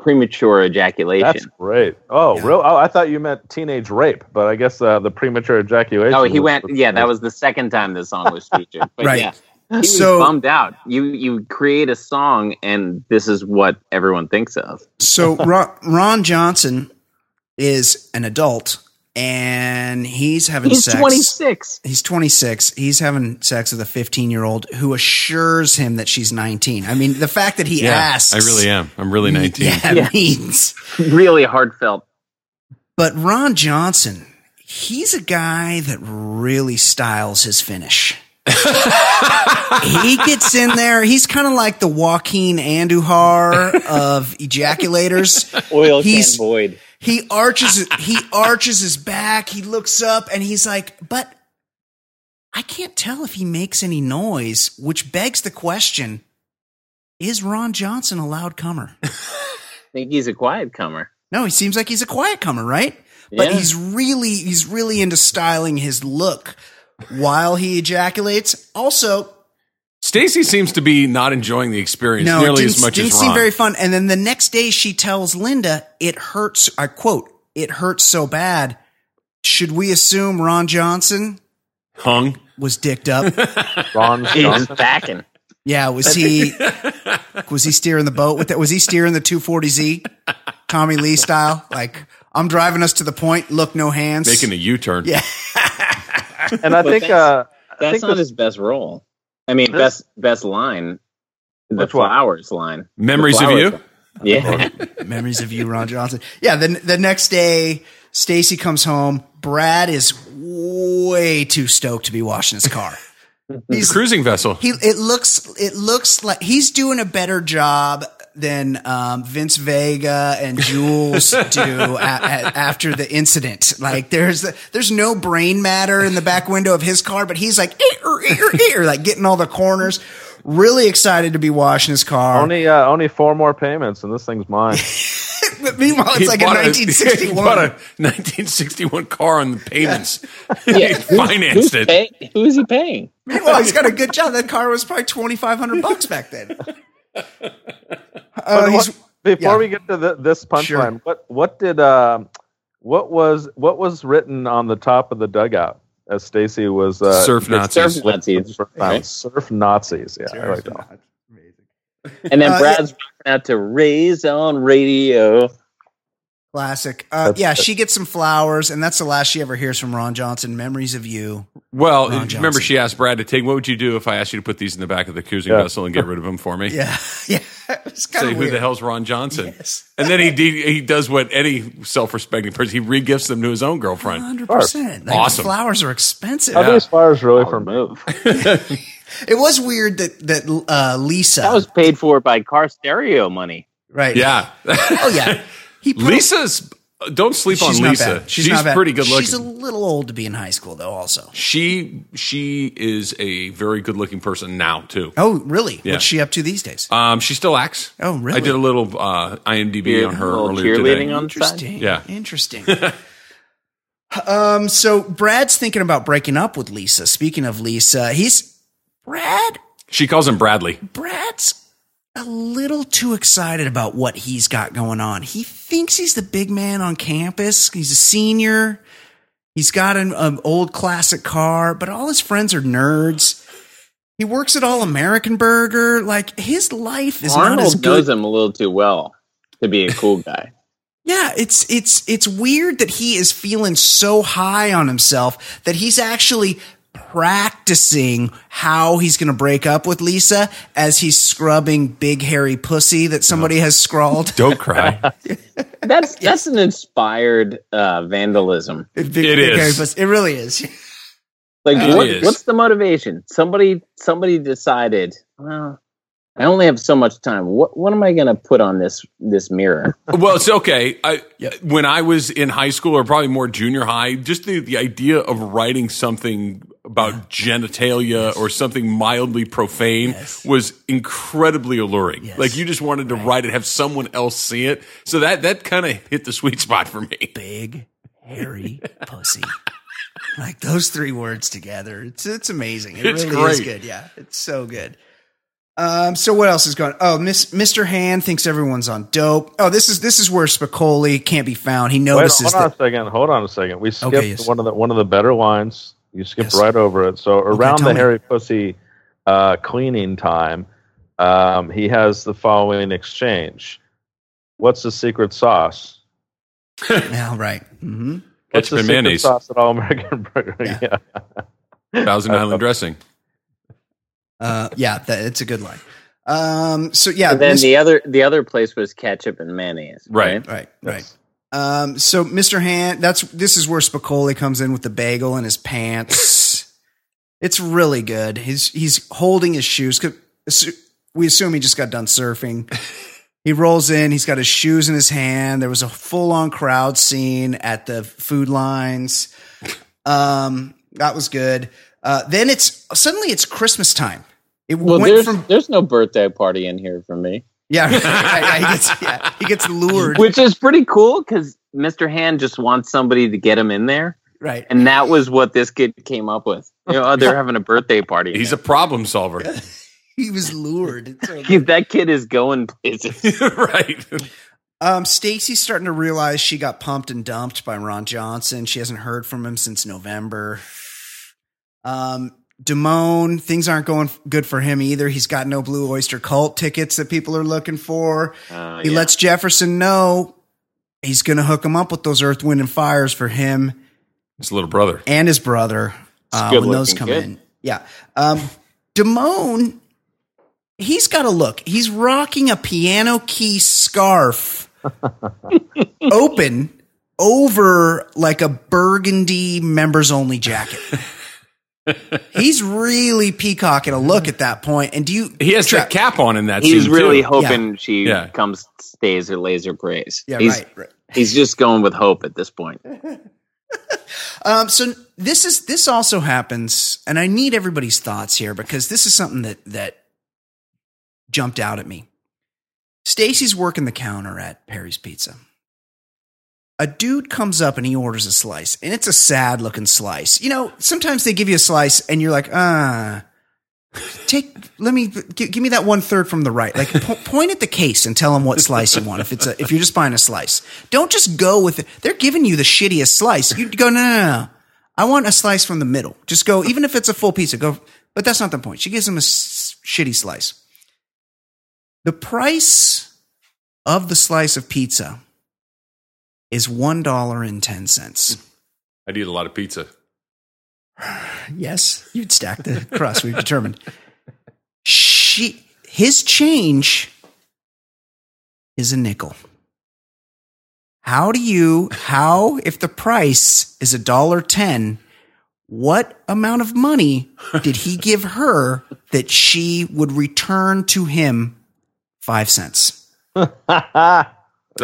Speaker 3: premature
Speaker 4: That's
Speaker 3: ejaculation."
Speaker 4: great. Oh,
Speaker 1: Yeah.
Speaker 4: real? Oh, I thought you meant teenage rape, but I guess uh, the premature ejaculation.
Speaker 3: Oh, he
Speaker 4: was-
Speaker 3: went. Yeah, that was the second time the song was featured.
Speaker 1: (laughs)
Speaker 3: But
Speaker 1: Right.
Speaker 3: yeah, he was
Speaker 1: So-
Speaker 3: bummed out. You you create a song, and this is what everyone thinks of.
Speaker 1: So Ron, Ron Johnson is an adult and he's having
Speaker 3: He's
Speaker 1: sex.
Speaker 3: twenty six.
Speaker 1: He's 26. He's having sex with a 15 year old who assures him that she's 19. I mean, the fact that he asks.
Speaker 2: I really am. I'm really 19.
Speaker 1: Yeah,
Speaker 3: Yeah.
Speaker 1: means.
Speaker 3: (laughs) Really heartfelt.
Speaker 1: But Ron Johnson, he's a guy that really styles his finish. he gets in there. He's kind of like the Joaquin Andujar of ejaculators.
Speaker 3: (laughs) Oil
Speaker 1: He's- can
Speaker 3: void.
Speaker 1: He arches he arches his back, he looks up and he's like, "But I can't tell if he makes any noise," which begs the question, is Ron Johnson a loud comer?
Speaker 3: I think he's a quiet comer.
Speaker 1: No, he seems like he's a quiet comer, right? But
Speaker 3: Yeah.
Speaker 1: he's really he's really into styling his look while he ejaculates. Also,
Speaker 2: Stacy seems to be not enjoying the experience
Speaker 1: no, it
Speaker 2: nearly
Speaker 1: didn't,
Speaker 2: as much
Speaker 1: didn't
Speaker 2: as
Speaker 1: seem
Speaker 2: Ron.
Speaker 1: very fun. And then the next day, she tells Linda, "It hurts." I quote, "It hurts so bad." Should we assume Ron Johnson
Speaker 2: Hung.
Speaker 1: was dicked up?
Speaker 4: Ron
Speaker 3: He was
Speaker 4: Johnson.
Speaker 3: backing.
Speaker 1: yeah,
Speaker 2: (laughs)
Speaker 1: was
Speaker 3: (laughs)
Speaker 1: he? Was he steering the boat with that? Was he steering the 240Z, Tommy Lee style? Like I'm driving us to the point. Look, no hands.
Speaker 2: Making a U-turn.
Speaker 3: (laughs)
Speaker 1: Yeah.
Speaker 4: (laughs) and I
Speaker 3: But
Speaker 4: think
Speaker 3: that's-
Speaker 4: uh, I
Speaker 3: That's
Speaker 4: think
Speaker 3: not
Speaker 4: this,
Speaker 3: his best role. I mean,
Speaker 4: That's-
Speaker 3: best best line. The
Speaker 4: Which one?
Speaker 3: flowers line.
Speaker 2: (laughs) Memories
Speaker 3: The
Speaker 2: of
Speaker 3: flowers
Speaker 2: you.
Speaker 3: line.
Speaker 1: (laughs)
Speaker 3: Yeah.
Speaker 1: Memories of you, Ron Johnson. Yeah. Then the next day, Stacy comes home. Brad is way too stoked to be washing his car. (laughs) He's
Speaker 2: Cruising vessel.
Speaker 1: he. It looks. It looks like he's doing a better job than um, Vince Vega and
Speaker 3: (laughs)
Speaker 1: Jules do a, a- after the incident. Like there's there's no brain matter in the back window of his car, but he's like "Eh, er, eh, er, eh," like getting all the corners. really excited to be washing his car.
Speaker 4: Only uh, only four more payments, and this thing's
Speaker 1: (laughs)
Speaker 4: mine.
Speaker 1: but meanwhile,
Speaker 2: (laughs)
Speaker 1: it's
Speaker 2: He
Speaker 1: like a
Speaker 2: bought he
Speaker 1: 1961.
Speaker 2: bought a 1961 car on the
Speaker 4: (laughs)
Speaker 2: payments. (laughs) he
Speaker 3: Yeah, who's-
Speaker 2: financed
Speaker 3: who's
Speaker 2: it.
Speaker 3: pay- who is he paying?
Speaker 1: Meanwhile, he's got a good job. That car was probably 2500 bucks back then.
Speaker 4: But
Speaker 1: Uh, he's,
Speaker 4: what- before
Speaker 1: yeah.
Speaker 4: we get to the, this punchline,
Speaker 1: Sure.
Speaker 4: what what did um what was what was written on the top of the dugout as Stacy was uh,
Speaker 2: Surf Nazis.
Speaker 3: Surf Nazis.
Speaker 4: surf,
Speaker 3: Right.
Speaker 4: surf Nazis? Yeah, I like that.
Speaker 3: (laughs) And then
Speaker 1: Uh,
Speaker 3: Brad's rocking out to Raise on Radio.
Speaker 1: Classic. Uh,
Speaker 4: That's-
Speaker 1: yeah, she gets some flowers, and that's the last she ever hears from Ron Johnson. Memories of you.
Speaker 2: Well,
Speaker 1: Ron
Speaker 2: remember
Speaker 1: Johnson.
Speaker 2: she asked Brad to take. What would you do if I asked you to put these in the back of the cruising
Speaker 4: Yeah.
Speaker 2: vessel and get rid of them for me?
Speaker 1: (laughs) Yeah, yeah. It's kind
Speaker 2: Say
Speaker 1: of
Speaker 2: who
Speaker 1: weird.
Speaker 2: the hell's Ron Johnson?
Speaker 1: Yes.
Speaker 2: And then he de- he does what any self-respecting person he regifts them to his own girlfriend.
Speaker 1: Hundred percent. Like,
Speaker 2: Awesome.
Speaker 1: Flowers are expensive.
Speaker 4: Are these flowers really
Speaker 3: Or
Speaker 4: from
Speaker 3: move.
Speaker 1: It was weird that that uh, Lisa.
Speaker 3: That was paid for by car stereo money.
Speaker 1: right.
Speaker 2: Yeah,
Speaker 1: (laughs) Oh yeah. He put-
Speaker 2: Lisa's. Don't sleep
Speaker 1: She's
Speaker 2: on
Speaker 1: not
Speaker 2: Lisa.
Speaker 1: bad.
Speaker 2: She's,
Speaker 1: not bad.
Speaker 2: pretty good looking.
Speaker 1: She's a little old to be in high school though. Also.
Speaker 2: she she is a very good looking person now too.
Speaker 1: Oh really?
Speaker 2: Yeah.
Speaker 1: What's she up to these days?
Speaker 2: Um, she still acts.
Speaker 1: Oh, really?
Speaker 2: I did a little uh, IMDb on her
Speaker 3: A little
Speaker 2: earlier
Speaker 3: cheerleading
Speaker 2: today.
Speaker 3: on the side.
Speaker 1: Interesting.
Speaker 2: Yeah.
Speaker 1: Interesting.
Speaker 2: (laughs)
Speaker 1: um, so Brad's thinking about breaking up with Lisa. Speaking of Lisa, he's Brad.
Speaker 2: she calls him Bradley.
Speaker 1: Brad's a little too excited about what he's got going on. He thinks he's the big man on campus. He's a senior. He's got an um, old classic car, but all his friends are nerds. He works at All American Burger. Like his life is not as
Speaker 3: Arnold
Speaker 1: good.
Speaker 3: knows him a little too well to be a cool
Speaker 2: (laughs)
Speaker 3: guy.
Speaker 1: Yeah, it's it's it's weird that he is feeling so high on himself that he's actually practicing how he's going to break up with Lisa as he's scrubbing big hairy pussy that somebody has scrawled.
Speaker 2: (laughs) Don't cry.
Speaker 3: That's that's an inspired uh, vandalism.
Speaker 1: Big, big
Speaker 2: It is.
Speaker 1: hairy pussy. It really (laughs) is.
Speaker 3: Like
Speaker 2: It
Speaker 3: what,
Speaker 2: is.
Speaker 3: what's the motivation? Somebody somebody decided, well, I only have so much time. What what am I going to put on this this mirror?
Speaker 2: well, it's okay. I, When I was in high school, or probably more junior high, just the, the idea of writing something about genitalia or something mildly profane
Speaker 1: Yes.
Speaker 2: was incredibly alluring.
Speaker 1: Yes.
Speaker 2: Like you just wanted to write it, have someone else see it. So that that kind of hit the sweet spot for me.
Speaker 1: Big hairy pussy. Like those three words together. It's it's amazing. It
Speaker 2: It's
Speaker 1: really is
Speaker 2: great.
Speaker 1: good. Yeah. It's so good. Um, so what else is going? Oh, Miss, Mr. Hand thinks everyone's on dope. Oh, this is this is where Spicoli can't be found. He
Speaker 4: Wait, hold
Speaker 1: notices that
Speaker 4: on a second. Hold on a second. We skipped
Speaker 1: yes.
Speaker 4: one of the one of the better lines. You skipped
Speaker 1: Yes.
Speaker 4: right over it. So around
Speaker 1: tell
Speaker 4: the
Speaker 1: me.
Speaker 4: hairy pussy uh, cleaning time, um, he has the following exchange. What's the secret sauce?
Speaker 1: Now, right. hmm
Speaker 4: Mm-hmm. What's
Speaker 2: Ketchup
Speaker 4: the
Speaker 2: and
Speaker 4: secret
Speaker 2: mayonnaise.
Speaker 4: sauce at all (laughs) American burger?
Speaker 1: Yeah.
Speaker 4: Yeah.
Speaker 2: Thousand Island dressing.
Speaker 1: Uh, yeah, that, it's a good line. Um, so yeah,
Speaker 3: And then
Speaker 1: Mr.
Speaker 3: the other the other place was ketchup and mayonnaise.
Speaker 2: Right.
Speaker 1: right, right.
Speaker 4: Yes.
Speaker 1: Um, so Mr. Hand, that's this is where Spicoli comes in with the bagel in his
Speaker 3: (laughs)
Speaker 1: pants. it's really good. He's he's holding his shoes. 'cause assu- We assume he just got done
Speaker 3: (laughs)
Speaker 1: surfing. He rolls in. He's got his shoes in his hand. There was a full on crowd scene at the food lines. Um, that was good. Uh, then it's suddenly it's Christmas time. It
Speaker 3: Well,
Speaker 1: went
Speaker 3: there's
Speaker 1: from
Speaker 3: there's no birthday party in here for me,
Speaker 1: Yeah, right, right, right.
Speaker 2: (laughs)
Speaker 1: He,
Speaker 3: (laughs)
Speaker 1: gets, yeah, he gets lured.
Speaker 3: which is pretty cool because Mr. Hand just wants somebody to get him in there,
Speaker 1: Right.
Speaker 3: and that was what this kid came up with. You know,
Speaker 1: (laughs)
Speaker 3: oh, they're having a birthday party.
Speaker 2: He's a problem solver.
Speaker 1: He was lured. So-
Speaker 3: that kid is going places.
Speaker 2: right.
Speaker 1: Um, Stacy's starting to realize she got pumped and dumped by Ron Johnson. She hasn't heard from him since November. Um, Damone, things aren't going f- good for him either. He's got no Blue Oyster Cult tickets that people are looking for.
Speaker 3: Uh,
Speaker 1: He
Speaker 3: yeah.
Speaker 1: lets Jefferson know he's going to hook him up with those Earth, Wind, and Fires for him.
Speaker 2: His little brother.
Speaker 1: and his brother uh,
Speaker 3: good
Speaker 1: when those
Speaker 3: looking
Speaker 1: come
Speaker 3: kid.
Speaker 1: in. Yeah. Um, Damone, he's got a look. He's rocking a piano key
Speaker 3: (laughs)
Speaker 1: scarf open over like a burgundy members only
Speaker 3: (laughs)
Speaker 1: jacket. He's really peacocking a look at that point. And do you?
Speaker 2: He has
Speaker 1: Tra-
Speaker 2: that cap on in that
Speaker 3: He's
Speaker 2: scene,
Speaker 3: really
Speaker 2: too.
Speaker 3: hoping she
Speaker 2: Yeah.
Speaker 3: comes stays or laser praise.
Speaker 1: Yeah,
Speaker 3: he's,
Speaker 1: right, right.
Speaker 3: He's just going with hope at this point.
Speaker 1: Um, so this is this also happens, and I need everybody's thoughts here because this is something that that jumped out at me. Stacy's working the counter at Perry's Pizza. A dude comes up and he orders a slice, and it's a sad looking slice. You know, sometimes they give you a slice and you're like, ah, take, let me, gi- give me that one third from the right. Like, po- point at the case and tell them what slice you want. If it's a, if you're just buying a slice, don't just go with it. They're giving you the shittiest slice. You go, no, no, no, no. I want a slice from the middle. Just go, even if it's a full pizza, go, but that's not the point. She gives him a s- shitty slice the price of the slice of pizza is one dollar and ten cents.
Speaker 2: I'd eat a lot of pizza.
Speaker 1: Yes, you'd stack the crust.
Speaker 10: (laughs)
Speaker 1: We've determined. She, his change is a nickel. How do you? How if the price is a dollar ten? What amount of money did he give her that she would return to him five cents? and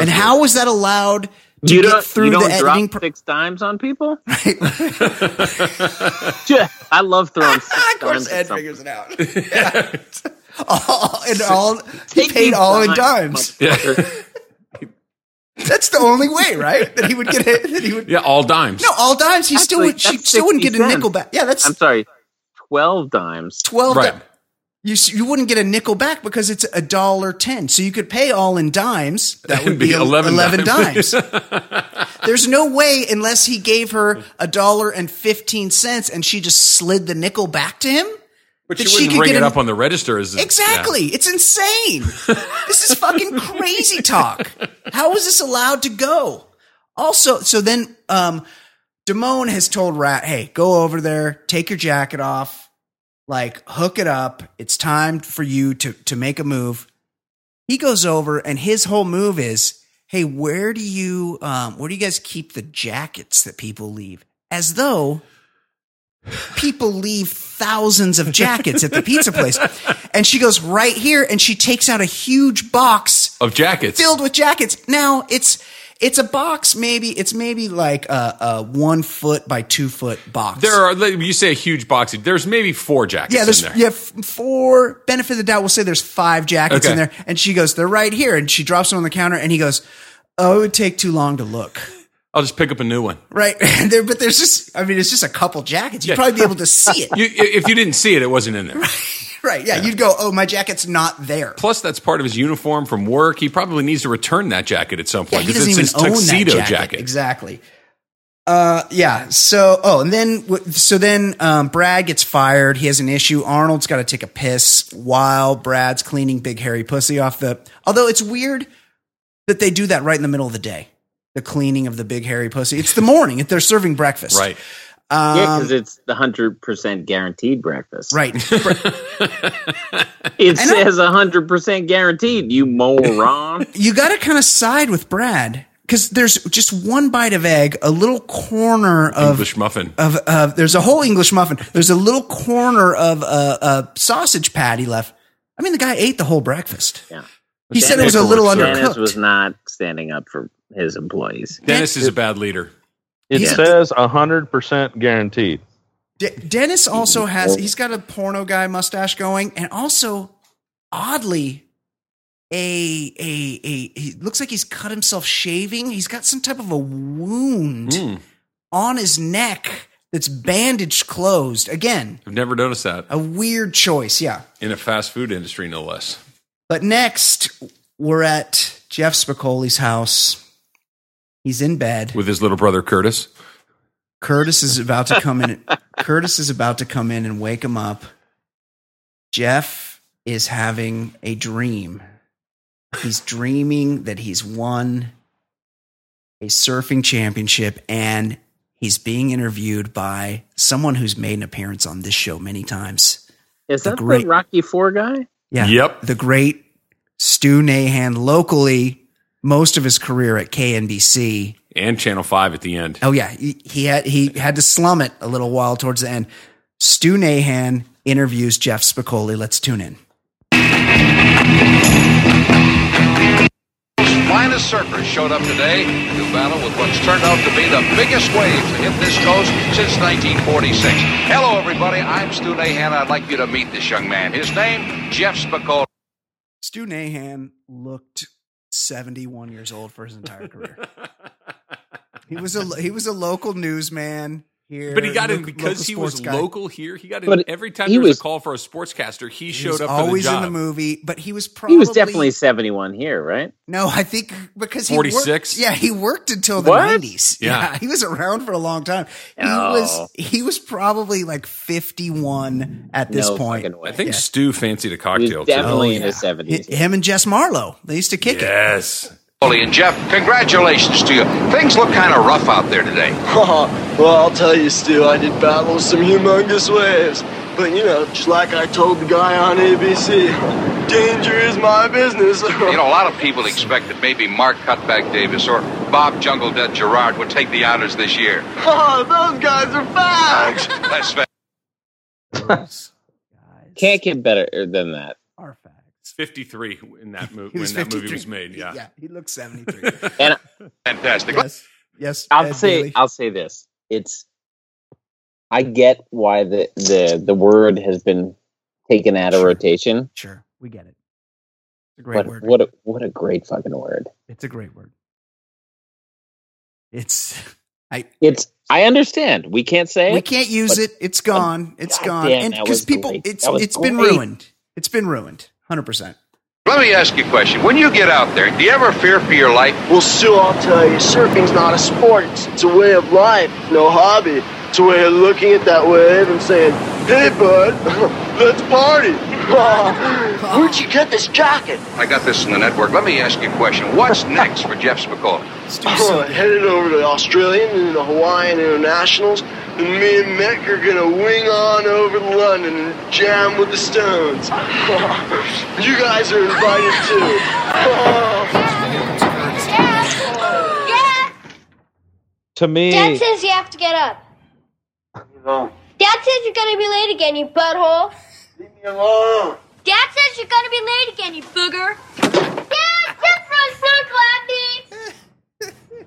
Speaker 1: how was that allowed to
Speaker 3: You
Speaker 1: get
Speaker 3: don't,
Speaker 1: through
Speaker 3: you don't
Speaker 1: the editing?
Speaker 3: (laughs) drop
Speaker 1: Pro-
Speaker 3: six times
Speaker 1: (laughs)
Speaker 3: on people?
Speaker 2: (laughs)
Speaker 1: of
Speaker 3: I love
Speaker 1: (laughs)
Speaker 3: throwing six
Speaker 1: course,
Speaker 3: dimes at
Speaker 1: Ed
Speaker 3: something.
Speaker 1: figures it out. all and all he
Speaker 3: Take
Speaker 1: paid
Speaker 3: these
Speaker 1: all in
Speaker 3: dimes,
Speaker 1: dimes.
Speaker 2: Yeah,
Speaker 1: That's the only way, right? That he would get it. That he
Speaker 3: (laughs)
Speaker 2: (laughs)
Speaker 1: would
Speaker 2: yeah, all dimes.
Speaker 1: no all dimes. He still
Speaker 3: Actually,
Speaker 1: would. She
Speaker 3: that's
Speaker 1: still wouldn't get
Speaker 3: 60
Speaker 1: a
Speaker 3: cents.
Speaker 1: nickel back. Yeah, that's
Speaker 3: I'm sorry, 12 dimes.
Speaker 1: twelve.
Speaker 2: right.
Speaker 1: You s- you wouldn't get a nickel back because it's a dollar ten. So you could pay all in dimes. That
Speaker 2: It'd
Speaker 1: would be,
Speaker 2: be 11
Speaker 1: eleven,
Speaker 2: dimes.
Speaker 1: dimes. There's no way unless he gave her a dollar and fifteen cents and she just slid the nickel back to him.
Speaker 2: (laughs) But
Speaker 1: That
Speaker 2: you
Speaker 1: she
Speaker 2: wouldn't
Speaker 1: could
Speaker 2: bring
Speaker 1: get
Speaker 2: it
Speaker 1: an-
Speaker 2: up on the register as a-
Speaker 1: Exactly. It's insane. this is fucking crazy talk. How is this allowed to go? Also, so then um Damone has told Rat, hey, go over there, take your jacket off, like hook it up. It's time for you to to make a move. He goes over and his whole move is, hey, where do you um where do you guys keep the jackets that people leave? As though people leave thousands of jackets at the pizza place. And she goes right here and she takes out a huge box
Speaker 2: of jackets.
Speaker 1: filled with jackets. Now it's it's a box, maybe it's maybe like a, a one foot by two foot box.
Speaker 2: There are like, you say a huge box. There's maybe four jackets
Speaker 1: yeah, there's
Speaker 2: in there.
Speaker 1: yeah f- four benefit of the doubt. We'll say there's five jackets
Speaker 2: Okay.
Speaker 1: in there, and she goes, "They're right here," and she drops them on the counter, and he goes, "Oh, it would take too long to look." (laughs)
Speaker 2: I'll just pick up a new one.
Speaker 1: Right there, but there's just—I mean, it's just a couple jackets. You'd
Speaker 2: Yeah.
Speaker 1: probably be able
Speaker 2: (laughs)
Speaker 1: to see it.
Speaker 2: You, i- if you didn't see it, it wasn't in there.
Speaker 1: right? yeah, you'd go, "Oh, my jacket's not there."
Speaker 2: Plus, that's part of his uniform from work. He probably needs to return that jacket at some
Speaker 1: Yeah,
Speaker 2: point
Speaker 1: he doesn't even
Speaker 2: it's
Speaker 1: own
Speaker 2: his tuxedo
Speaker 1: that jacket. Exactly. Uh, yeah. So, oh, and then, w- so then, um, Brad gets fired. He has an issue. Arnold's got to take a piss while Brad's cleaning Big Hairy Pussy off the. Although it's weird that they do that right in the middle of the day, the cleaning of the Big Hairy Pussy. It's the morning. They're serving breakfast.
Speaker 2: Right.
Speaker 1: Um,
Speaker 3: Yeah, because it's the 100% guaranteed breakfast. (laughs)
Speaker 1: right.
Speaker 3: It
Speaker 1: I know.
Speaker 3: says 100% guaranteed, you moron.
Speaker 1: you got to kind of side with Brad because there's just one bite of egg, a little corner of
Speaker 2: English muffin.
Speaker 1: of, of there's a whole English muffin. There's a little corner of a, a sausage patty left. I mean, the guy ate the whole breakfast.
Speaker 3: Yeah.
Speaker 1: (laughs) He said it was a little
Speaker 2: Paperwork,
Speaker 3: Dennis
Speaker 1: undercooked.
Speaker 3: was not standing up for his employees.
Speaker 2: Dennis is a bad leader.
Speaker 4: It
Speaker 1: Yeah.
Speaker 4: says hundred percent guaranteed.
Speaker 1: De- Dennis also has he's got a porno guy mustache going, and also oddly a a a he looks like he's cut himself shaving. He's got some type of a wound
Speaker 2: Mm,
Speaker 1: on his neck that's bandaged closed. Again,
Speaker 2: I've never noticed that
Speaker 1: a weird choice. Yeah.
Speaker 2: in a fast food industry, no less.
Speaker 1: But next, we're at Jeff Spicoli's house. He's in bed.
Speaker 2: With his little brother Curtis.
Speaker 1: Curtis is about to come in. (laughs) Curtis is about to come in and wake him up. Jeff is having a dream. He's dreaming that he's won a surfing championship and he's being interviewed by someone who's made an appearance on this show many times.
Speaker 3: Is
Speaker 1: The
Speaker 3: that
Speaker 1: great-
Speaker 3: the Rocky Four guy?
Speaker 1: Yeah.
Speaker 2: Yep.
Speaker 1: the great Stu Nahan locally, most of his career at KNBC.
Speaker 2: And Channel 5 at the end.
Speaker 1: Oh yeah, he, he had he had to slum it a little while towards the end. Stu Nahan interviews Jeff Spicoli. Let's tune in.
Speaker 11: finest surfers showed up today to battle with what's turned out to be the biggest wave to hit this coast since 1946. Hello, everybody. I'm Stu Nahan. I'd like you to meet this young man. His name, Jeff Spicoli.
Speaker 1: Stu Nahan looked 71 years old for his entire career. he was a he was a local newsman here,
Speaker 2: But he got in
Speaker 1: loc-
Speaker 2: because he was
Speaker 1: sports guy.
Speaker 2: local here. He got in
Speaker 3: But
Speaker 2: every time
Speaker 3: he
Speaker 2: there was,
Speaker 3: was-
Speaker 2: a call for a sportscaster. He,
Speaker 1: He
Speaker 2: showed
Speaker 1: was
Speaker 2: up
Speaker 1: always
Speaker 2: for the job.
Speaker 1: in the movie, but he was probably
Speaker 3: He was definitely 71 here,
Speaker 1: (laughs)
Speaker 3: right?
Speaker 1: no. I think because he
Speaker 2: 46?
Speaker 1: Worked, yeah, he worked until the
Speaker 3: What?
Speaker 1: nineties.
Speaker 2: Yeah.
Speaker 1: he was around for a long time. He
Speaker 3: No.
Speaker 1: was he was probably like fifty one at this
Speaker 3: no
Speaker 1: point.
Speaker 3: fucking way.
Speaker 2: I think Stu fancied a
Speaker 3: he
Speaker 2: cocktail
Speaker 3: was
Speaker 2: too.
Speaker 3: definitely
Speaker 1: Oh,
Speaker 3: in
Speaker 1: yeah.
Speaker 3: his 70s.
Speaker 1: Him and Jess Marlowe, they used to kick it.
Speaker 2: Yes.
Speaker 11: Ollie and Jeff, congratulations to you. Things look kind of rough out there
Speaker 9: (laughs)
Speaker 11: today.
Speaker 9: well, I'll tell you, Stu, I did battle some humongous waves. But, you know, just like I told the guy on ABC, danger is my business.
Speaker 11: You know, a lot of people expect that maybe Mark Cutback Davis or Bob Jungle Dead Gerard would take the honors this year.
Speaker 9: (laughs) oh, those guys are fags!
Speaker 11: That's fact.
Speaker 3: Can't get better uh, than that.
Speaker 1: Are facts.
Speaker 2: It's 53 in that movie
Speaker 1: (laughs) He
Speaker 2: when
Speaker 1: was
Speaker 2: that movie
Speaker 1: 53.
Speaker 2: was made. Yeah.
Speaker 1: yeah, he looked
Speaker 3: (laughs)
Speaker 1: seventy three.
Speaker 11: Fantastic.
Speaker 1: yes, yes.
Speaker 3: I'll
Speaker 1: Ed
Speaker 3: say
Speaker 1: Bailey.
Speaker 3: I'll say this. It's I get why the the the word has been taken out of
Speaker 1: Sure.
Speaker 3: rotation,
Speaker 1: sure, we get it. It's a great
Speaker 3: but
Speaker 1: word.
Speaker 3: what a, what a great fucking word.
Speaker 1: It's a great word. It's
Speaker 3: It's I understand. We can't say
Speaker 1: we
Speaker 3: it.
Speaker 1: can't use
Speaker 3: But-
Speaker 1: it. It's gone. It's
Speaker 3: God
Speaker 1: gone.
Speaker 3: damn,
Speaker 1: and
Speaker 3: that
Speaker 1: because
Speaker 3: was
Speaker 1: people,
Speaker 3: great.
Speaker 1: it's
Speaker 3: That was
Speaker 1: it's been
Speaker 3: great.
Speaker 1: ruined. It's been ruined. Hundred percent.
Speaker 11: Let me ask you a question. When you get out there, do you ever fear for your life?
Speaker 9: Well, Stu, I'll tell you, surfing's not a sport. It's, it's a way of life, no hobby. It's a way of looking at that wave and saying, hey, bud, (laughs) let's party. (laughs) Where'd you get this jacket?
Speaker 11: I got this in the network. Let me ask you a question. What's next for Jeff Spicoli?
Speaker 9: Oh, I (laughs) headed over to the Australian and the Hawaiian Internationals, and me and Mick are gonna wing on over to London and jam with the Stones. (laughs) you guys are invited too. (laughs)
Speaker 7: (gasps) Dad! Dad!
Speaker 4: To me,
Speaker 7: Dad says you have to get up. Dad says you're gonna be late again, you butthole.
Speaker 9: Leave me alone.
Speaker 7: Dad says you're gonna be late again, you booger. Dad, just run through Gladney.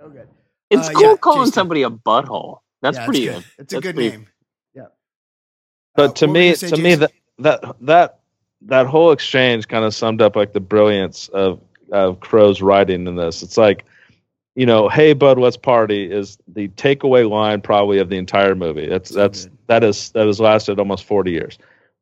Speaker 1: So good.
Speaker 3: It's
Speaker 1: Uh,
Speaker 3: cool
Speaker 1: yeah,
Speaker 3: calling
Speaker 1: Jason.
Speaker 3: somebody a butthole. That's
Speaker 1: Yeah, it's
Speaker 3: pretty
Speaker 1: good.
Speaker 3: good.
Speaker 1: It's a
Speaker 3: That's
Speaker 1: good
Speaker 3: pretty-
Speaker 1: name. Yeah. Uh,
Speaker 4: but to
Speaker 1: what were you
Speaker 4: me,
Speaker 1: say,
Speaker 4: to me
Speaker 1: Jason?
Speaker 4: that that that that whole exchange kind of summed up like the brilliance of of Crow's writing in this. It's like, you know, hey bud, let's party is the takeaway line probably of the entire movie. That's that's
Speaker 1: good.
Speaker 4: that is that has lasted almost forty years.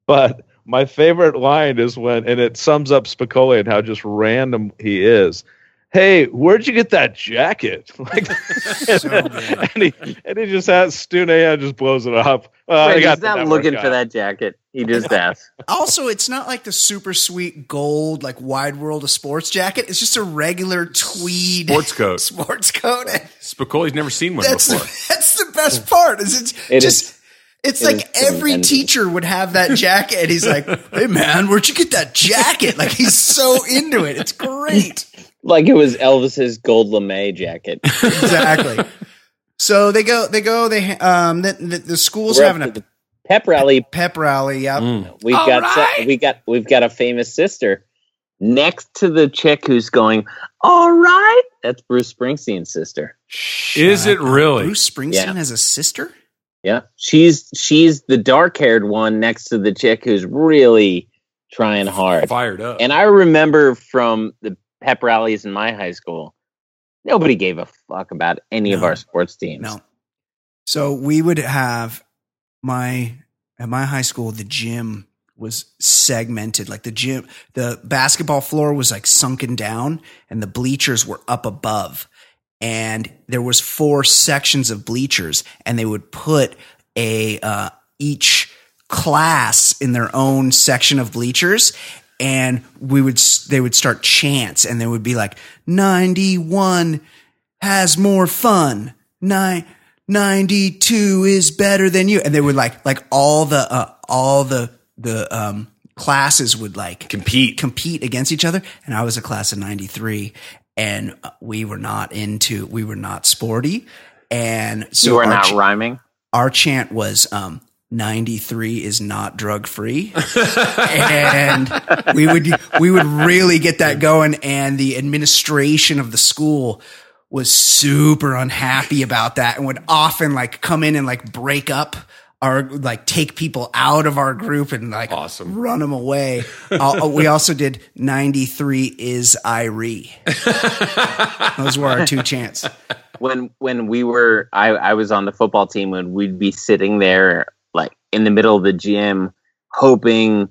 Speaker 4: But my favorite line is when, and it sums up Spicoli and how just random he is. Hey, where'd you get that jacket? (laughs)
Speaker 1: (laughs)
Speaker 4: Like,
Speaker 1: So good.
Speaker 4: and he and he just has Stu Nahan just blows it up. Well, I
Speaker 3: Right,
Speaker 4: got
Speaker 3: he's
Speaker 4: the
Speaker 3: not
Speaker 4: network
Speaker 3: looking
Speaker 4: guy.
Speaker 3: for that jacket. He just asked.
Speaker 1: Also, it's not like the super sweet gold, like wide world of sports jacket. It's just a regular tweed
Speaker 2: Sports coat.
Speaker 1: (laughs) sports coat.
Speaker 2: Spicoli's never seen one
Speaker 1: That's (laughs)
Speaker 2: before.
Speaker 1: that's the best part. Is it's
Speaker 3: It
Speaker 1: just. It's
Speaker 3: it
Speaker 1: like
Speaker 3: is tremendous.
Speaker 1: every teacher would have that jacket, and he's like, "Hey man, where'd you get that jacket?" Like he's so into it. It's great.
Speaker 3: Like it was Elvis's gold lame (laughs) jacket.
Speaker 1: exactly. So they go, they go, they um, the, the, the school's
Speaker 3: We're up
Speaker 1: having
Speaker 3: to
Speaker 1: a
Speaker 3: the pep rally.
Speaker 1: pep rally. Yeah,
Speaker 2: Mm.
Speaker 3: We've got so- we got we've got a famous sister next to the chick who's going. All right, that's Bruce Springsteen's sister.
Speaker 2: Is it really?
Speaker 1: Bruce Springsteen
Speaker 3: Yeah.
Speaker 1: has a sister.
Speaker 3: Yeah, she's she's the dark haired one next to the chick who's really trying hard.
Speaker 2: Fired up.
Speaker 3: And I remember from the pep rallies in my high school, nobody gave a fuck about any of
Speaker 1: No.
Speaker 3: our sports teams.
Speaker 1: No. So we would have my at my high school the gym was segmented like the gym the basketball floor was like sunken down and the bleachers were up above and there was four sections of bleachers and they would put a uh, each class in their own section of bleachers and we would s- they would start chants and they would be like 91 has more fun. Nine, 92 is better than you. And they would like, like all the, uh, all the, the, um, classes would like
Speaker 2: Compete.
Speaker 1: compete against each other. And I was a class of 93 and uh, we were not into, we were not sporty. And so
Speaker 3: you are
Speaker 1: our
Speaker 3: not
Speaker 1: ch-
Speaker 3: rhyming.
Speaker 1: our chant was um, 93 is not drug free (laughs) and we would we would really get that going and the administration of the school was super unhappy about that and would often like come in and like break up our like take people out of our group and like awesome. run them away. uh, we also did 93 is Irie. Those were our two chants.
Speaker 3: When when we were I, I was on the football team and we'd be sitting there like in the middle of the gym hoping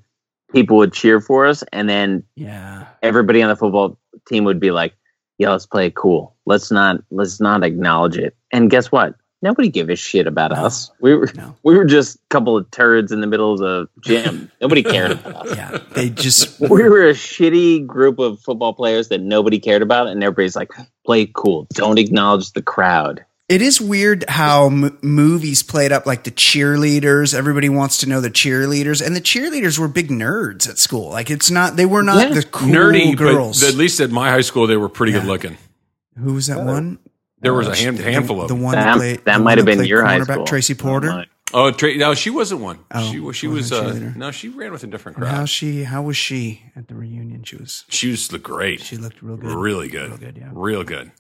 Speaker 3: people would cheer for us and then
Speaker 1: yeah
Speaker 3: everybody on the football team would be like, Yeah, let's play it cool. Let's not let's not acknowledge it. And guess what? nobody gave a shit about
Speaker 1: No.
Speaker 3: us. We were
Speaker 1: No.
Speaker 3: we were just a couple of turds in the middle of the (laughs) gym. nobody cared about us.
Speaker 1: Yeah. They just
Speaker 3: We were a shitty group of football players that nobody cared about, and everybody's like, "Play cool, don't acknowledge the crowd."
Speaker 1: It is weird how m- movies played up like the cheerleaders. Everybody wants to know the cheerleaders, and the cheerleaders were big nerds at school. Like it's not they were not
Speaker 3: Yeah.
Speaker 1: the cool
Speaker 2: Nerdy,
Speaker 1: girls.
Speaker 2: but at least at my high school they were pretty
Speaker 1: Yeah.
Speaker 2: good looking.
Speaker 1: Who was that one?
Speaker 2: There was
Speaker 1: Uh,
Speaker 2: a hand,
Speaker 1: the-
Speaker 2: handful
Speaker 1: the,
Speaker 2: of
Speaker 1: the
Speaker 2: them.
Speaker 1: one that,
Speaker 3: That,
Speaker 1: played, the
Speaker 3: that
Speaker 1: one
Speaker 3: might have
Speaker 1: that
Speaker 3: been
Speaker 1: played
Speaker 3: your high
Speaker 1: cornerback
Speaker 3: school.
Speaker 1: Tracy Porter.
Speaker 2: Oh, Tra- no, she wasn't one.
Speaker 1: Oh,
Speaker 2: she was. She
Speaker 1: she
Speaker 2: was.
Speaker 1: wasn't a
Speaker 2: Uh,
Speaker 1: cheerleader.
Speaker 2: no, she ran with a different
Speaker 1: And
Speaker 2: crowd.
Speaker 1: How she? How was she at the reunion? She was.
Speaker 2: she was the great.
Speaker 1: She looked real good.
Speaker 2: really good.
Speaker 1: Real good. Yeah.
Speaker 2: Real good.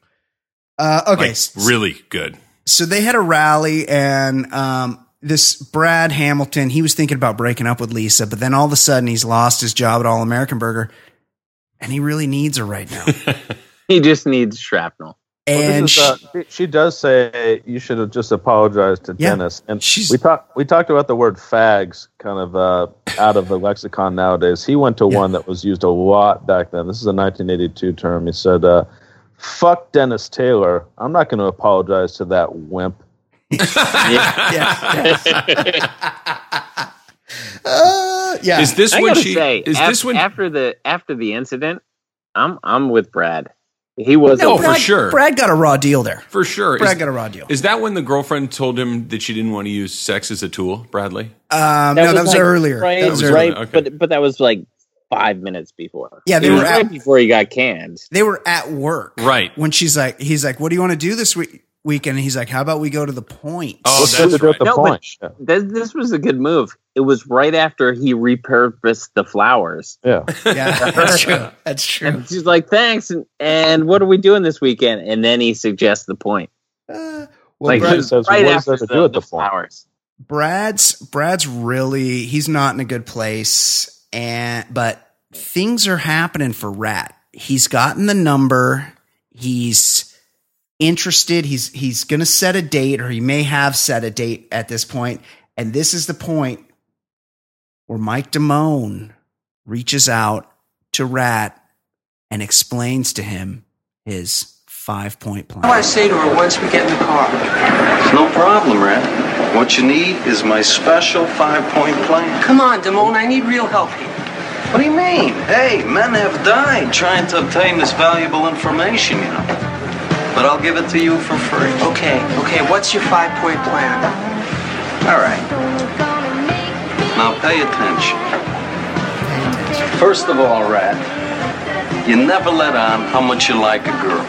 Speaker 1: Uh, okay.
Speaker 2: Like,
Speaker 1: s-
Speaker 2: really good.
Speaker 1: so they had a rally and um, this brad hamilton he was thinking about breaking up with lisa but then all of a sudden he's lost his job at all american burger and he really needs her right now
Speaker 3: (laughs) He just needs shrapnel.
Speaker 1: and
Speaker 4: this
Speaker 1: she,
Speaker 4: is, uh, she, she does say you should have just apologized to
Speaker 1: Yeah.
Speaker 4: Dennis. And
Speaker 1: She's-
Speaker 4: we talked we talked about the word fags kind of uh, out of the lexicon nowadays. He went to
Speaker 1: Yeah.
Speaker 4: one that was used a lot back then. This is a 1982 term. He said, uh, "Fuck Dennis Taylor. I'm not going to apologize to that wimp."
Speaker 3: Yeah.
Speaker 1: (laughs) yeah, yeah. (laughs) Uh, yeah.
Speaker 2: Is this
Speaker 3: I
Speaker 2: when
Speaker 3: gotta
Speaker 2: she?
Speaker 3: say,
Speaker 2: is
Speaker 3: af-
Speaker 2: this when?
Speaker 3: after the after the incident, I'm I'm with Brad. He was
Speaker 2: No,
Speaker 3: no,
Speaker 2: for
Speaker 1: brad,
Speaker 2: sure.
Speaker 1: brad got a raw deal there
Speaker 2: for sure.
Speaker 1: brad
Speaker 2: Is,
Speaker 1: got a raw deal
Speaker 2: is that when the girlfriend told him that she didn't want to use sex as a tool, Bradley?
Speaker 1: um, no that was
Speaker 3: like,
Speaker 1: earlier
Speaker 3: Right,
Speaker 1: that was
Speaker 2: earlier.
Speaker 3: right.
Speaker 2: Okay.
Speaker 3: But but that was like five minutes before.
Speaker 1: Yeah, they
Speaker 3: It was
Speaker 1: were
Speaker 3: right
Speaker 1: out-
Speaker 3: before he got canned.
Speaker 1: they were at work
Speaker 2: Right.
Speaker 1: when she's like he's like what do you want to do this week weekend and he's like how about we go to the point
Speaker 2: Oh,
Speaker 4: Let's go
Speaker 2: that's
Speaker 4: to
Speaker 2: right.
Speaker 4: the
Speaker 3: No, but-
Speaker 4: point. Yeah.
Speaker 3: This, this was a good move. It was right after he repurposed the flowers.
Speaker 4: Yeah.
Speaker 2: (laughs)
Speaker 1: yeah that's true that's true
Speaker 3: And she's like, thanks. And, and what are we doing this weekend? And then he suggests the point.
Speaker 1: Uh, well,
Speaker 3: Like,
Speaker 4: Brad-
Speaker 1: Brad,
Speaker 3: it was
Speaker 4: says,
Speaker 3: right
Speaker 4: "What does that
Speaker 3: after
Speaker 4: have to
Speaker 3: the,
Speaker 4: do with the flowers?"
Speaker 3: flowers.
Speaker 1: Brad's Brad's really he's not in a good place, and but things are happening for Rat. He's gotten the number. He's interested. He's he's gonna set a date, or he may have set a date at this point. And this is the point where Mike Damone reaches out to Rat and explains to him his five point plan.
Speaker 8: What do I say to her once we get in the car?
Speaker 9: No problem, Red. What you need is my special five-point plan.
Speaker 8: Come on, Damone, I need real help here.
Speaker 9: What do you mean? Hey, men have died trying to obtain this valuable information, you know. But I'll give it to you for free.
Speaker 8: Okay, okay, what's your five point plan?
Speaker 9: All right. Now pay attention. First of all, Rat, you never let on how much you like a girl.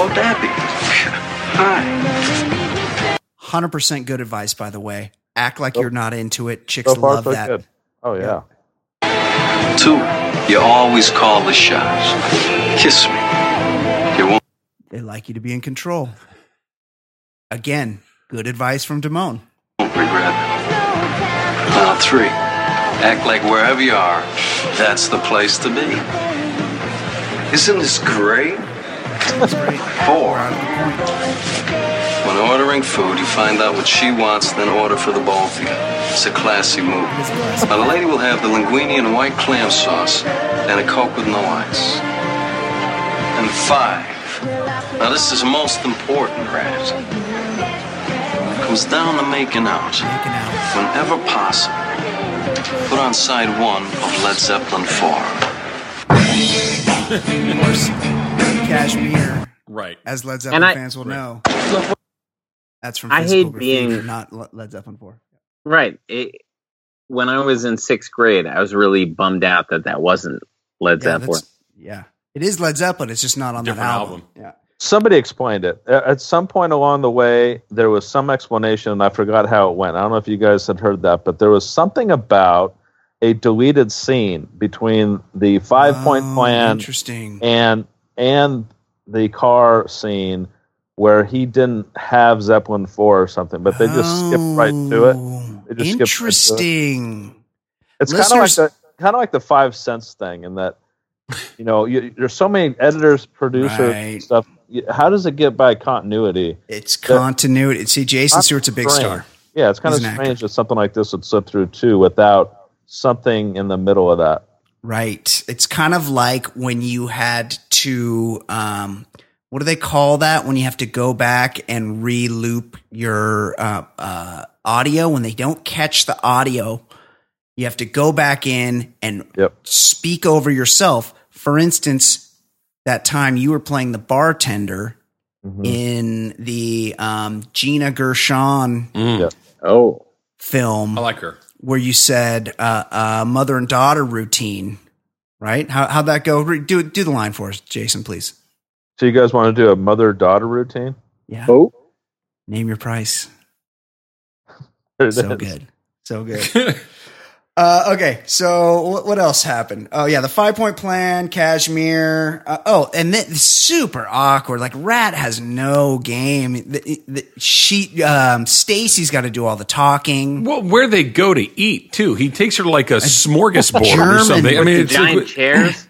Speaker 9: Oh, Debbie. Hi.
Speaker 1: Hundred percent good advice, by the way. Act like you're not into it. Chicks
Speaker 4: So far,
Speaker 1: love
Speaker 4: so
Speaker 1: that.
Speaker 4: good. Oh yeah.
Speaker 9: Two, you always call the shots. Kiss me. You won't.
Speaker 1: They like you to be in control. Again, good advice from Damone.
Speaker 9: won't regret it. Now, three, act like wherever you are, that's the place to be. Isn't this great? Four, when ordering food, you find out what she wants, then order for the both of you. It's a classy move. Now, the lady will have the linguine and white clam sauce, and a Coke with no ice. And five, now this is most important, Raz. Comes down to making out
Speaker 1: Making out.
Speaker 9: whenever possible, put on side one of Led Zeppelin 4.
Speaker 1: Cashmere,
Speaker 2: Right.
Speaker 1: as Led
Speaker 3: And
Speaker 1: Zeppelin
Speaker 3: I-
Speaker 1: physical
Speaker 2: Right.
Speaker 1: know. That's from
Speaker 3: I
Speaker 1: Physical
Speaker 3: hate
Speaker 1: Graffiti,
Speaker 3: being-
Speaker 1: not Le- Led Zeppelin 4.
Speaker 3: Right. It, when I was in sixth grade, I was really bummed out that that wasn't Led
Speaker 1: Yeah,
Speaker 3: Zeppelin.
Speaker 1: that's- yeah. It is Led Zeppelin, it's just not on that
Speaker 2: Different
Speaker 1: album. Yeah.
Speaker 4: Somebody explained it. A- At some point along the way, there was some explanation, and I forgot how it went. I don't know if you guys had heard that, but there was something about a deleted scene between the five point
Speaker 1: Oh,
Speaker 4: plan
Speaker 1: Interesting.
Speaker 4: and and the car scene where he didn't have Zeppelin four or something, but they just skipped right to it. It just skips right to it.
Speaker 1: Interesting.
Speaker 4: It's kind of like
Speaker 1: Listeners-
Speaker 4: the kind of like the five cents thing, in that you know you, there's so many editors, producers,
Speaker 1: Right.
Speaker 4: stuff. You- How does it get by continuity?
Speaker 1: It's continuity. See, Jason Stewart's a big
Speaker 4: Strange.
Speaker 1: star.
Speaker 4: Yeah, it's kind
Speaker 1: He's
Speaker 4: of
Speaker 1: an actor.
Speaker 4: strange that something like this would slip through too, without something in the middle of that.
Speaker 1: Right. It's kind of like when you had to, um, what do they call that? When you have to go back and re-loop your uh, uh, audio when they don't catch the audio, you have to go back in and
Speaker 4: Yep.
Speaker 1: speak over yourself. For instance, that time you were playing the bartender Mm-hmm.
Speaker 2: Mm-hmm.
Speaker 1: in the um, Gina Gershon
Speaker 3: Oh,
Speaker 1: film
Speaker 2: I like her.
Speaker 1: where you said uh, uh, mother and daughter routine, right? How, how'd that go? Re- Do do the line for us, Jason, please.
Speaker 4: So you guys want to do a mother daughter routine?
Speaker 1: Yeah.
Speaker 3: oh,
Speaker 1: Name your price.
Speaker 4: (laughs) There it
Speaker 1: So
Speaker 4: is.
Speaker 1: good.
Speaker 2: (laughs)
Speaker 1: So good. Uh, okay, so what, what else happened? Oh yeah, the five point plan, Kashmir. Uh, oh, and then super awkward. Like Rat has no game. The, the, she, um, Stacy's got to do all the talking.
Speaker 2: Well, where they go to eat too. He takes her to like a smorgasbord or
Speaker 1: German
Speaker 2: something. I
Speaker 1: with
Speaker 2: mean,
Speaker 3: the
Speaker 2: it's like
Speaker 3: giant chairs.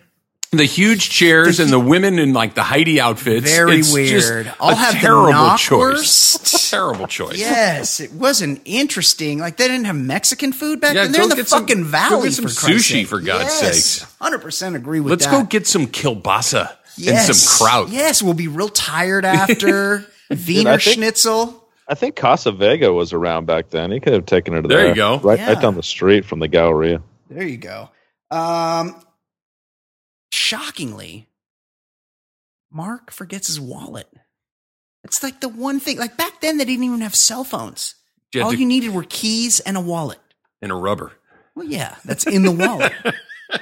Speaker 2: (laughs) the huge chairs and the women in like the Heidi outfits.
Speaker 1: Very
Speaker 2: It's just
Speaker 1: weird. I'll
Speaker 2: a
Speaker 1: have the
Speaker 2: terrible
Speaker 1: knockwurst.
Speaker 2: choice. terrible choice.
Speaker 1: Yes, it wasn't interesting. Like they didn't have Mexican food back then. They're
Speaker 2: go
Speaker 1: in the
Speaker 2: get some-
Speaker 1: fucking
Speaker 2: go
Speaker 1: valley.
Speaker 2: Get some
Speaker 1: for Christ's
Speaker 2: sushi,
Speaker 1: sake.
Speaker 2: for God's
Speaker 1: yes,
Speaker 2: sake.
Speaker 1: Hundred percent agree with
Speaker 2: Let's
Speaker 1: that.
Speaker 2: go get some kielbasa
Speaker 1: yes.
Speaker 2: and some kraut.
Speaker 1: Yes, we'll be
Speaker 2: (laughs)
Speaker 1: real tired after Wiener
Speaker 4: think-
Speaker 1: Schnitzel.
Speaker 4: I think Casa Vega was around back then. He could have taken her to
Speaker 2: There you go.
Speaker 4: Right,
Speaker 1: Yeah.
Speaker 4: right down the street from the Galleria.
Speaker 1: There you go. Um, shockingly, Mark forgets his wallet. It's like the one thing. Like back then, they didn't even have cell phones.
Speaker 2: You had
Speaker 1: All
Speaker 2: to-
Speaker 1: you needed were keys and a wallet.
Speaker 2: and a rubber.
Speaker 1: Well, yeah, that's in the wallet.
Speaker 3: (laughs)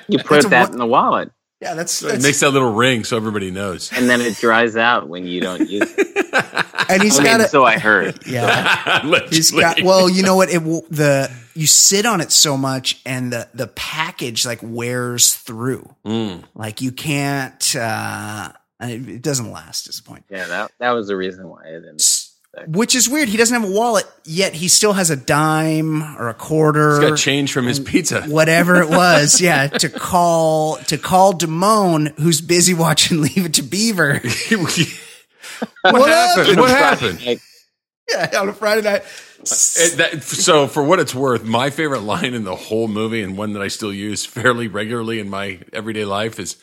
Speaker 3: You
Speaker 1: That's a
Speaker 3: put that
Speaker 1: wa-
Speaker 3: in the wallet,
Speaker 1: Yeah, that's,
Speaker 2: So it
Speaker 1: that's
Speaker 2: makes that little ring so everybody knows.
Speaker 3: and then it
Speaker 2: (laughs)
Speaker 3: dries out when you don't use
Speaker 1: (laughs)
Speaker 3: it.
Speaker 1: and he's
Speaker 3: I
Speaker 1: got
Speaker 3: mean,
Speaker 1: it.
Speaker 3: so I
Speaker 1: (laughs)
Speaker 3: heard.
Speaker 1: Yeah, He's
Speaker 2: Allegedly.
Speaker 1: got well, you
Speaker 2: (laughs)
Speaker 1: know what? It will the you sit on it so much, and the the package like wears through.
Speaker 2: Mm.
Speaker 1: Like you can't. uh It it doesn't last. Is the point?
Speaker 3: Yeah, that that was the reason why I didn't.
Speaker 1: S- Which is weird. He doesn't have a wallet yet. He still has a dime or a quarter.
Speaker 2: He's got change from his pizza.
Speaker 1: Whatever
Speaker 2: (laughs)
Speaker 1: it was, yeah, to call to call Damone, who's busy watching (laughs) Leave It to Beaver.
Speaker 2: what, happened?
Speaker 1: What
Speaker 2: (laughs)
Speaker 1: happened?
Speaker 2: What happened?
Speaker 3: Like,
Speaker 1: yeah, on a Friday night.
Speaker 2: It- that- so, for what it's worth, my favorite line in the whole movie, and one that I still use fairly regularly in my everyday life, is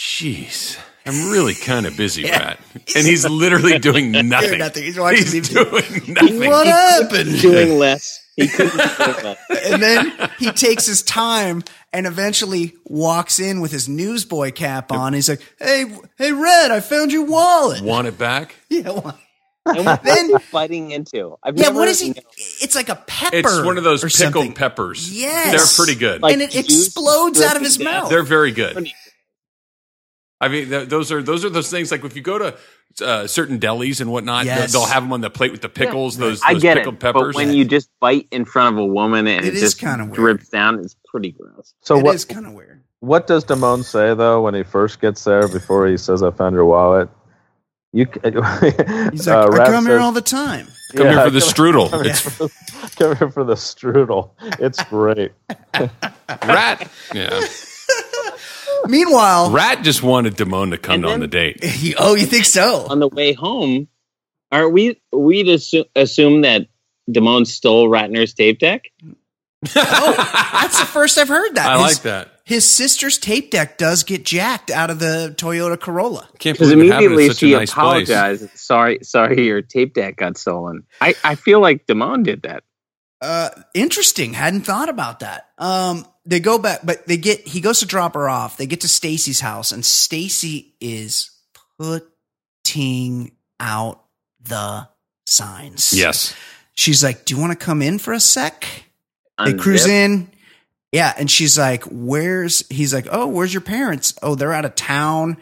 Speaker 2: "Jeez, I'm really kind of busy, Rat." And he's literally doing nothing.
Speaker 1: nothing. He's watching
Speaker 2: He's
Speaker 1: TV.
Speaker 2: doing nothing.
Speaker 1: What happened?
Speaker 3: doing less. He couldn't do less.
Speaker 2: (laughs)
Speaker 1: and then he takes his time and eventually walks in with his newsboy cap on. He's like, "Hey, hey, Red, I found your wallet." (laughs)
Speaker 2: Want it back?
Speaker 1: Yeah, wha-
Speaker 3: And what
Speaker 1: Then-
Speaker 3: then biting into. I've
Speaker 1: yeah.
Speaker 3: never
Speaker 1: What is he?
Speaker 3: known.
Speaker 1: It's like a pepper.
Speaker 2: It's one of those
Speaker 1: or
Speaker 2: pickled
Speaker 1: something.
Speaker 2: peppers.
Speaker 1: Yes.
Speaker 2: they're pretty good.
Speaker 1: and it
Speaker 3: juice
Speaker 1: explodes out of his
Speaker 3: dripping down.
Speaker 1: mouth.
Speaker 2: They're very good. I mean, th- those are those are those things. Like if you go to uh, certain delis and whatnot, they'll-
Speaker 1: Yes.
Speaker 2: they'll, have them on the plate with the pickles. Those,
Speaker 3: I
Speaker 2: those
Speaker 3: get
Speaker 2: pickled
Speaker 3: it,
Speaker 2: peppers.
Speaker 3: but when you just bite in front of a woman and
Speaker 1: It
Speaker 3: it,
Speaker 1: is
Speaker 3: just
Speaker 1: kinda weird.
Speaker 3: drips down, it's pretty gross.
Speaker 4: So
Speaker 1: It
Speaker 4: what?
Speaker 1: is kind of weird.
Speaker 4: What does Damone say though when he first gets there? Before he says, "I found your wallet." You. c- (laughs)
Speaker 1: He's like,
Speaker 4: uh,
Speaker 1: "I
Speaker 4: Rat
Speaker 1: come here
Speaker 4: says,
Speaker 1: all the
Speaker 3: (laughs)
Speaker 1: time."
Speaker 2: come
Speaker 4: yeah,
Speaker 2: here for the strudel. It's
Speaker 4: come, come here for the strudel. It's
Speaker 1: (laughs)
Speaker 4: great.
Speaker 2: rat. Yeah,
Speaker 1: Meanwhile,
Speaker 2: rat just wanted Damone to come
Speaker 3: And
Speaker 2: on
Speaker 3: then-
Speaker 2: the date.
Speaker 1: he, oh, you think so?
Speaker 3: On the way home, are we we'd assu- assume that Damone stole Ratner's tape deck?
Speaker 1: That's the first I've heard that.
Speaker 2: I
Speaker 1: His-
Speaker 2: like that.
Speaker 1: His sister's tape deck does get jacked out of the Toyota Corolla.
Speaker 2: Can't
Speaker 3: Because
Speaker 2: believe it happened
Speaker 3: immediately
Speaker 2: in such a
Speaker 3: she
Speaker 2: nice place.
Speaker 3: apologized. Sorry, sorry, your tape deck got stolen. I, I feel like Damone did that.
Speaker 1: Uh, interesting. Hadn't thought about that. Um, they go back, but they get he goes to drop her off. They get to Stacy's house, and Stacy is putting out the signs.
Speaker 2: Yes,
Speaker 1: she's like, "Do you want to come in for a sec?" They
Speaker 3: Unzip.
Speaker 1: cruise in. Yeah, and she's like, "Where's?" He's like, "Oh, where's your parents? Oh, they're out of town."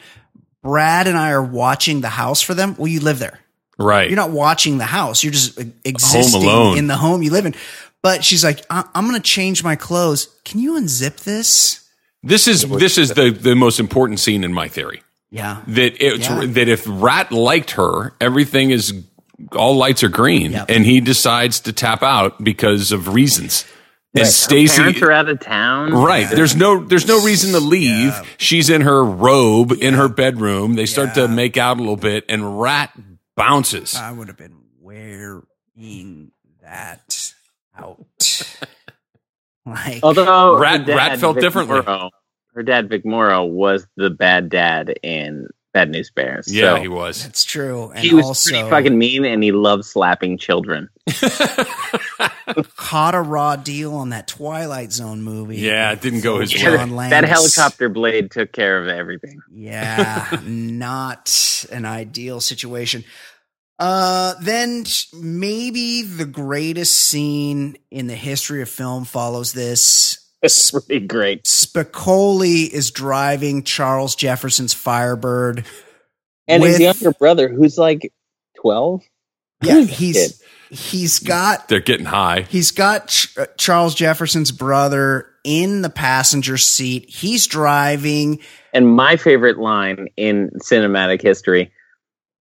Speaker 1: Brad and I are watching the house for them. Well, you live there.
Speaker 2: right.
Speaker 1: You're not watching the house. You're just e- existing
Speaker 2: alone.
Speaker 1: in the home you live in. But she's like, I- I'm going to change my clothes. Can you unzip this?
Speaker 2: this is this is the the most important scene in my theory.
Speaker 1: Yeah.
Speaker 2: that it's
Speaker 1: Yeah.
Speaker 2: that if Rat liked her, everything is all lights are green,
Speaker 3: Yep.
Speaker 2: and he decides to tap out because of reasons. And
Speaker 3: Her
Speaker 2: Stacy,
Speaker 3: parents are out of town.
Speaker 2: Right. There's no there's no reason to leave. She's in her robe in her bedroom. They start to make out a little bit and Rat bounces.
Speaker 1: I (laughs) would have been wearing that out. (laughs) like,
Speaker 3: Although her
Speaker 2: Rat-
Speaker 3: dad,
Speaker 2: Rat felt
Speaker 3: Vic
Speaker 2: differently.
Speaker 3: Morrow- her dad, Vic Morrow, was the bad dad in Bad News Bears.
Speaker 2: Yeah,
Speaker 3: so
Speaker 2: he was.
Speaker 1: it's true. And
Speaker 3: he was
Speaker 1: also,
Speaker 3: pretty fucking mean, and he loved slapping children.
Speaker 1: caught a raw deal on that Twilight Zone movie.
Speaker 2: Yeah, it didn't go his
Speaker 1: Yeah.
Speaker 2: way.
Speaker 1: John Landis.
Speaker 3: That helicopter blade took care of everything.
Speaker 1: Yeah, not an ideal situation. Uh, then maybe the greatest scene in the history of film follows this.
Speaker 3: (laughs) It's pretty great.
Speaker 1: Spicoli is driving Charles Jefferson's Firebird.
Speaker 3: And his
Speaker 1: with-
Speaker 3: younger brother, who's like twelve,
Speaker 1: yeah, he's he's got
Speaker 2: They're getting high.
Speaker 1: He's got Ch- uh, Charles Jefferson's brother in the passenger seat. He's driving.
Speaker 3: and my favorite line in cinematic history: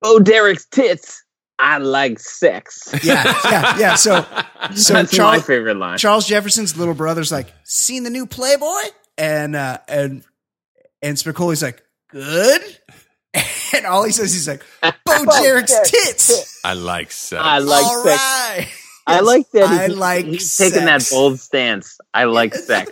Speaker 3: "Oh, Derek's tits, I like sex."
Speaker 1: Yeah, yeah, yeah.
Speaker 3: (laughs)
Speaker 1: So, so
Speaker 3: That's my
Speaker 1: Charles,
Speaker 3: favorite line.
Speaker 1: Charles Jefferson's little brother's like, "Seen the new Playboy?" And uh, and and Spicoli's like, "Good." (laughs) And all he says, he's like,
Speaker 3: (laughs)
Speaker 1: "Bo Derek's tits."
Speaker 2: I like sex.
Speaker 3: I like
Speaker 1: all
Speaker 3: sex.
Speaker 1: right.
Speaker 3: I like that.
Speaker 1: I
Speaker 3: he-
Speaker 1: like
Speaker 3: he's taking
Speaker 1: sex.
Speaker 3: (laughs) that bold stance. I like sex.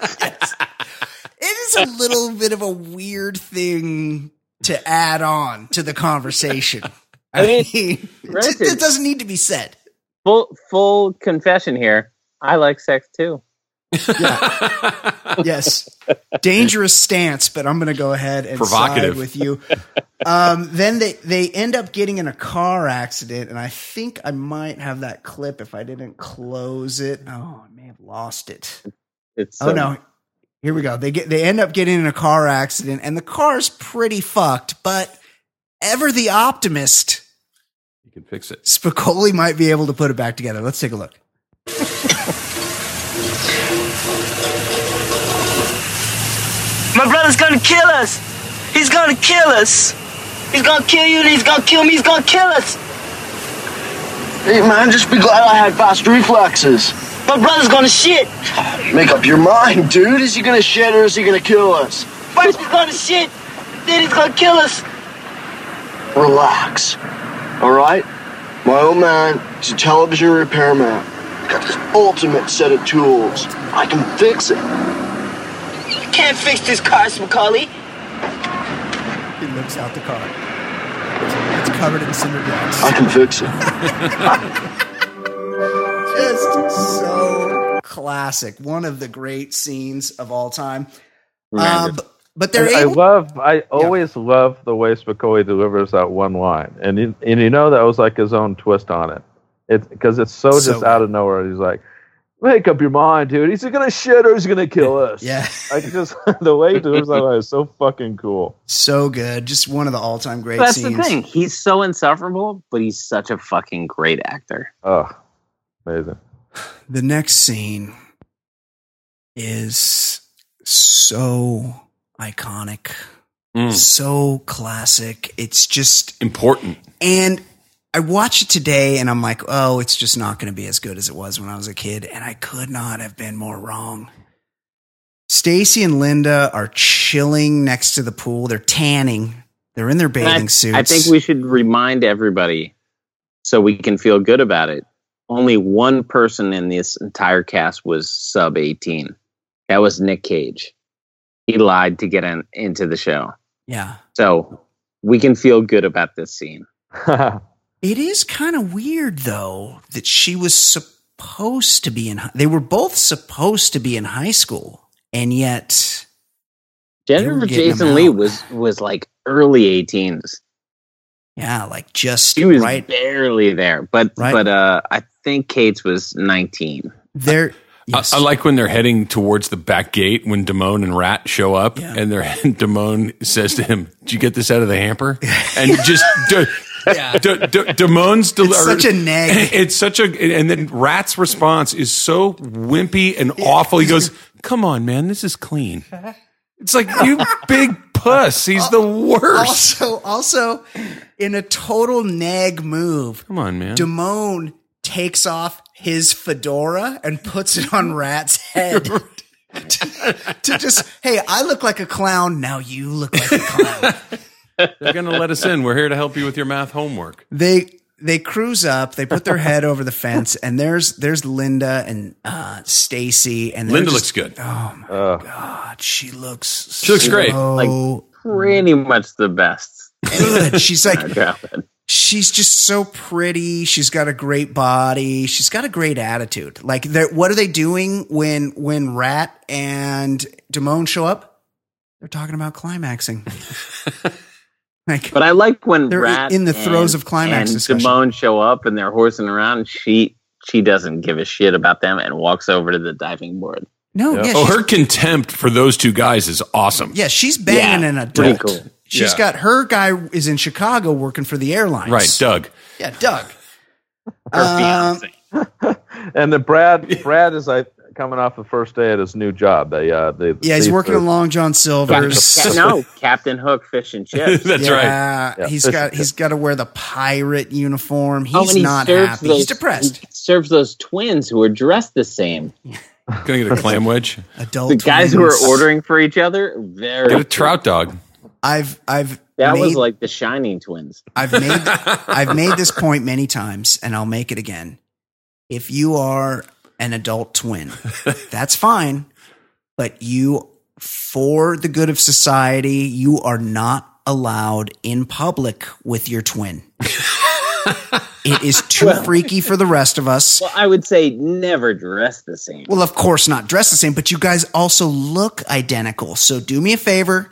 Speaker 1: It is a little bit of a weird thing to add on to the conversation. I
Speaker 3: (laughs) I mean,
Speaker 1: mean, (laughs) it,
Speaker 3: granted-
Speaker 1: it doesn't need to be said.
Speaker 3: Full full confession here. I like sex
Speaker 2: (laughs)
Speaker 3: too.
Speaker 1: yes. Dangerous stance, but I'm going to go ahead and
Speaker 2: Provocative.
Speaker 1: side with you. Um, then they, they end up getting in a car accident, and I think I might have that clip if I didn't close it. Oh, I may have lost it.
Speaker 3: It's
Speaker 2: uh,
Speaker 1: oh no, here we go. They get they end up getting in a car accident, and the car's pretty fucked. But ever the optimist,
Speaker 2: You can fix it.
Speaker 1: Spicoli might be able to put it back together. Let's take a look.
Speaker 10: My brother's gonna kill us. He's gonna kill us. He's gonna kill you. and He's gonna kill me. He's gonna kill us.
Speaker 12: Hey man, just be glad I had fast reflexes.
Speaker 10: My brother's gonna shit.
Speaker 12: Make up your mind, dude. Is he gonna shit or is he gonna kill us?
Speaker 10: First he's gonna Oh, shit. Then he's gonna kill us.
Speaker 12: Relax. Alright? My old man is a television repairman. Got this ultimate set of tools. I can fix it.
Speaker 10: You can't fix this car, Macaulay.
Speaker 1: He looks out the car. It's covered in cinder blocks.
Speaker 12: I can fix it.
Speaker 1: (laughs) just so classic. One of the great scenes of all time. Um,
Speaker 3: Romantic.
Speaker 1: but they're
Speaker 4: And I
Speaker 1: able.
Speaker 4: love. I always love the way Spicoli delivers that one line, and you- and you know that was like his own twist on it. It's because it's so,
Speaker 1: So
Speaker 4: just out of nowhere. He's like, "Make up your mind, dude. He's gonna shit or he's gonna kill us."
Speaker 1: (laughs) yeah,
Speaker 4: Like just (laughs) the way he delivers that line is so fucking cool.
Speaker 1: so good. Just one of the all-time great
Speaker 3: That's
Speaker 1: scenes.
Speaker 3: the thing. He's so insufferable, but he's such a fucking great actor.
Speaker 4: Oh, amazing.
Speaker 1: The next scene is so iconic,
Speaker 2: Mm.
Speaker 1: so classic. It's just
Speaker 2: Important.
Speaker 1: And I watched it today and I'm like, oh, it's just not going to be as good as it was when I was a kid. And I could not have been more wrong. Stacy and Linda are chilling next to the pool. They're tanning. They're in their
Speaker 3: And I-
Speaker 1: bathing suits.
Speaker 3: I think we should remind everybody so we can feel good about it. Only one person in this entire cast was sub 18. That was Nick Cage. He lied to get in, into the show.
Speaker 1: Yeah.
Speaker 3: So we can feel good about this scene.
Speaker 1: (laughs) It is kind of weird though that she was supposed to be in. hi- They were both supposed to be in high school, and yet were
Speaker 3: Jennifer
Speaker 1: getting
Speaker 3: Jason
Speaker 1: him
Speaker 3: Lee
Speaker 1: out.
Speaker 3: was was like early 18s.
Speaker 1: yeah, like just
Speaker 3: She was
Speaker 1: right
Speaker 3: barely there, but
Speaker 1: Right.
Speaker 3: but uh, I think Kate's was 19.
Speaker 1: there.
Speaker 2: I,
Speaker 1: Yes.
Speaker 2: I like when they're heading towards the back gate when Damone and Rat show up,
Speaker 1: Yeah.
Speaker 2: and they're (laughs) Damone says to him, "Did you get this out of the hamper?" And
Speaker 1: (laughs)
Speaker 2: just d-
Speaker 1: Yeah.
Speaker 2: d- d- Damone's del-
Speaker 1: It's such a
Speaker 2: (laughs)
Speaker 1: nag.
Speaker 2: It's such a, and then Rat's response is so wimpy and awful. He goes, "Come on, man, this is clean."
Speaker 13: It's like you big puss. He's the worst.
Speaker 1: Also, also, in a total nag move,
Speaker 13: Come on, man.
Speaker 1: Damone takes off his fedora and puts it on
Speaker 13: (laughs)
Speaker 1: Rat's head. (laughs) to, to just, hey, I look like a clown. Now you look like a
Speaker 13: They're going to let us in. We're here to help you with your math homework.
Speaker 1: they they cruise up they put their head over the fence and there's there's linda and uh stacy and they're
Speaker 2: Linda
Speaker 1: just-
Speaker 2: looks good.
Speaker 1: Oh my god, she looks
Speaker 2: She looks great.
Speaker 1: so
Speaker 3: Like pretty much the best.
Speaker 1: good
Speaker 3: (laughs)
Speaker 1: she's like
Speaker 3: Yeah.
Speaker 1: she's just so pretty she's got a great body she's got a great attitude like they're- what are they doing when when rat and damone show up they're talking about climaxing like
Speaker 3: But I like when
Speaker 1: They're
Speaker 3: Rat
Speaker 1: in the throes
Speaker 3: and-
Speaker 1: of climax
Speaker 3: and
Speaker 1: discussion.
Speaker 3: Simone show up and they're horsing around. and She she doesn't give a shit about them and walks over to the diving board.
Speaker 1: no
Speaker 2: oh,
Speaker 1: yeah, she's-
Speaker 2: her contempt for those two guys is awesome.
Speaker 1: Yeah, she's banging
Speaker 3: Yeah,
Speaker 1: an
Speaker 2: pretty
Speaker 1: adult.
Speaker 2: cool.
Speaker 1: She's
Speaker 2: Yeah.
Speaker 1: got her guy is in Chicago working for the airlines.
Speaker 2: Right, Doug.
Speaker 1: Yeah, Doug. Um,
Speaker 4: (laughs) And then Brad, Brad is like coming off the first day at his new job. They, uh, they
Speaker 1: yeah, he's
Speaker 4: they-
Speaker 1: working on Long John
Speaker 3: Cap-
Speaker 1: Silver's.
Speaker 3: no, Captain Hook fish and chips.
Speaker 1: Yeah, he's got he's got to wear the pirate uniform. He's
Speaker 3: Oh, and he
Speaker 1: not
Speaker 3: serves
Speaker 1: happy.
Speaker 3: those-
Speaker 1: he's
Speaker 3: (laughs)
Speaker 1: depressed.
Speaker 3: He serves those twins who are dressed the same.
Speaker 2: Gonna get a clam wedge.
Speaker 1: Adult
Speaker 3: the guys who are
Speaker 1: twins.
Speaker 3: ordering for each other, very
Speaker 2: Get a trout dog.
Speaker 1: I've I've
Speaker 3: That was
Speaker 1: made-
Speaker 3: like the Shining twins.
Speaker 1: I've made I've made this point many times, and I'll make it again. If you are an adult twin, that's fine, but you, for the good of society, you are not allowed in public with your
Speaker 3: (laughs)
Speaker 1: twin. it is too freaky for the rest of us.
Speaker 3: Well, I would say never dress the same.
Speaker 1: Well, of course, not dressed the same, but you guys also look identical. So do me a favor.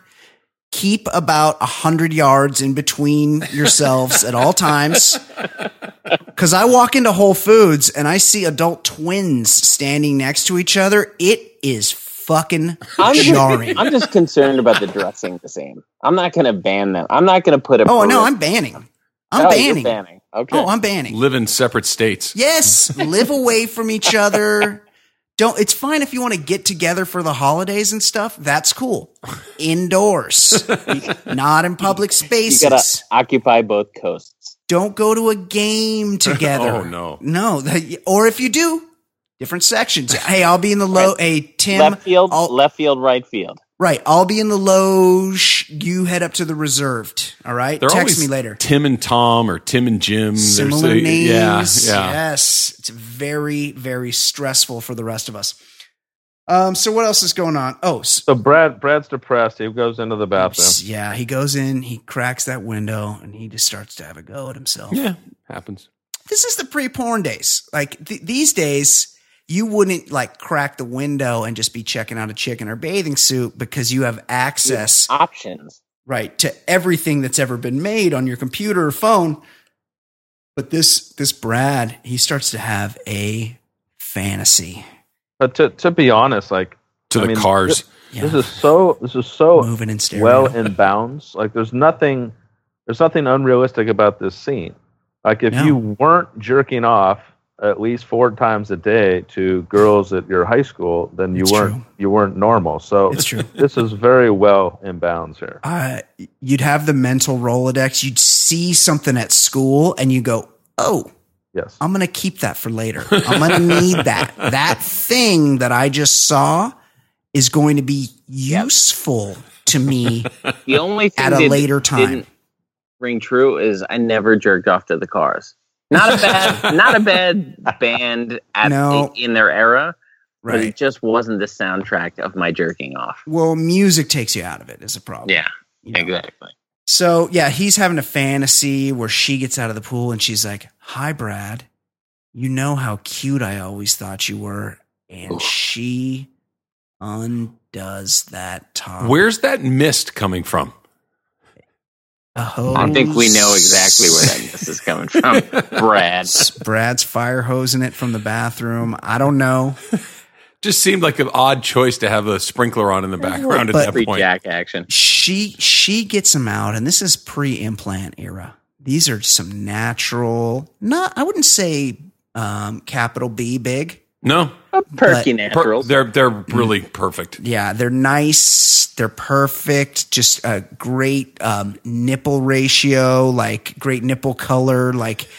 Speaker 1: Keep about a hundred yards in between yourselves at all times.
Speaker 3: (laughs)
Speaker 1: Cause I walk into Whole Foods and I see adult twins standing next to each other. It is fucking
Speaker 3: (laughs) I'm
Speaker 1: jarring.
Speaker 3: just, I'm just concerned about the dressing the same. I'm not going to ban them. I'm not going to put a.
Speaker 1: Oh, no,
Speaker 3: parade-
Speaker 1: I'm banning. I'm
Speaker 3: Oh, you're
Speaker 1: banning.
Speaker 3: banning. Okay.
Speaker 1: Oh, I'm banning.
Speaker 2: Live in separate states.
Speaker 1: Yes, live away from each other. (laughs) Don't. It's fine if you want to get together for the holidays and stuff. That's cool. Indoors,
Speaker 3: (laughs)
Speaker 1: not in public
Speaker 3: you
Speaker 1: spaces.
Speaker 3: got to occupy both coasts.
Speaker 1: Don't go to a
Speaker 3: (laughs)
Speaker 1: game together.
Speaker 2: Oh, no.
Speaker 1: no. that- or if you do, different sections. Hey, I'll be in the low. Hey, Tim.
Speaker 3: left field, left field, right field.
Speaker 1: Right, I'll be in the loge. You head up to the reserved. All right.
Speaker 2: They're
Speaker 1: Text
Speaker 2: always
Speaker 1: me later.
Speaker 2: Tim and Tom or Tim and Jim. They're
Speaker 1: similar
Speaker 2: so-
Speaker 1: names.
Speaker 2: Mm, Yeah, yeah.
Speaker 1: Yes, it's very very stressful for the rest of us. Um, so what else is going on? Oh, s-
Speaker 4: So Brad, Brad's depressed. He goes into the bathroom.
Speaker 1: yeah, he goes in, he cracks that window, and he just starts to have a go at himself.
Speaker 2: Yeah, happens.
Speaker 1: This is the pre-porn days. Like th- these days, you wouldn't like crack the window and just be checking out a chick in her bathing suit because you have access
Speaker 3: Options.
Speaker 1: right to everything that's ever been made on your computer or phone but this this brad he starts to have a fantasy
Speaker 4: But to to be honest, like
Speaker 2: To
Speaker 4: I
Speaker 2: the
Speaker 4: mean,
Speaker 2: cars.
Speaker 4: thi- This, is so this is so
Speaker 1: moving in stereo
Speaker 4: well in bounds. Like there's nothing there's nothing unrealistic about this scene. Like if
Speaker 1: No.
Speaker 4: you weren't jerking off at least four times a day to girls at your high school, then you
Speaker 1: It's
Speaker 4: weren't
Speaker 1: true.
Speaker 4: you weren't normal. So
Speaker 1: It's true.
Speaker 4: (laughs) this is very well in bounds here.
Speaker 1: uh, you'd have the mental rolodex you'd see something at school and you go oh
Speaker 4: Yes.
Speaker 1: i'm gonna keep that for later i'm gonna need that that thing that i just saw is going to be useful to me
Speaker 3: (laughs) The only thing
Speaker 1: At a
Speaker 3: that
Speaker 1: later time.
Speaker 3: didn't ring true is I never jerked off to the cars. Not a
Speaker 1: (laughs)
Speaker 3: bad, not a bad band at
Speaker 1: No.
Speaker 3: in their era, but
Speaker 1: Right.
Speaker 3: it just wasn't the soundtrack of my jerking off.
Speaker 1: well music takes you out of it is a problem
Speaker 3: Yeah, exactly.
Speaker 1: So yeah, he's having a fantasy where she gets out of the pool and she's like, "Hi, Brad. You know how cute I always thought you were," and she undoes that top.
Speaker 2: Where's that mist coming from?
Speaker 1: Oh,
Speaker 3: I think we know exactly where that this is coming from,
Speaker 2: (laughs)
Speaker 3: Brad.
Speaker 1: (laughs) Brad's fire hosing it from the bathroom. I don't know,
Speaker 2: Just seemed like an odd choice to have a sprinkler on in the background at
Speaker 1: But-
Speaker 2: that
Speaker 3: Free
Speaker 2: point.
Speaker 3: Jack action.
Speaker 1: she she gets him out and this is pre-implant era these are some natural not i wouldn't say um capital b big
Speaker 2: No.
Speaker 3: perky
Speaker 1: But-
Speaker 3: naturals.
Speaker 2: they're they're really perfect.
Speaker 1: Yeah, they're nice. They're perfect. Just a great um, nipple ratio, like great nipple color, like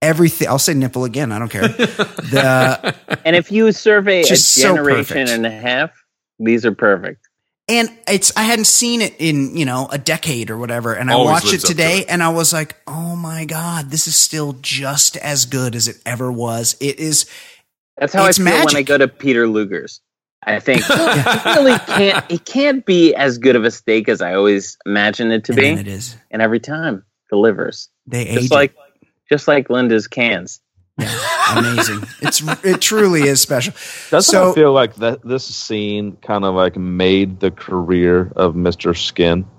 Speaker 1: everything. I'll say nipple again. I don't
Speaker 3: (laughs)
Speaker 1: care. the,
Speaker 3: and if you survey a
Speaker 1: Just so
Speaker 3: generation
Speaker 1: perfect.
Speaker 3: and a half, these are perfect.
Speaker 1: and it's I hadn't seen it in you know a decade or whatever, and I
Speaker 3: Always
Speaker 1: watched it
Speaker 3: lives up to
Speaker 1: today, and I was like, oh my god, this is still just as good as it ever was. It is.
Speaker 3: That's how
Speaker 1: it's
Speaker 3: I feel
Speaker 1: magic.
Speaker 3: when I go to Peter Luger's.
Speaker 1: (laughs)
Speaker 3: I think it really can't. It can't be as good of a steak as I always imagined it to be.
Speaker 1: it is,
Speaker 3: and every time delivers.
Speaker 1: They
Speaker 3: just
Speaker 1: age
Speaker 3: like just like Linda's cans.
Speaker 1: amazing. it's it truly is special.
Speaker 4: Doesn't
Speaker 1: So-
Speaker 4: it feel like that this scene kind of like made the career of Mr. Skin?
Speaker 1: (laughs)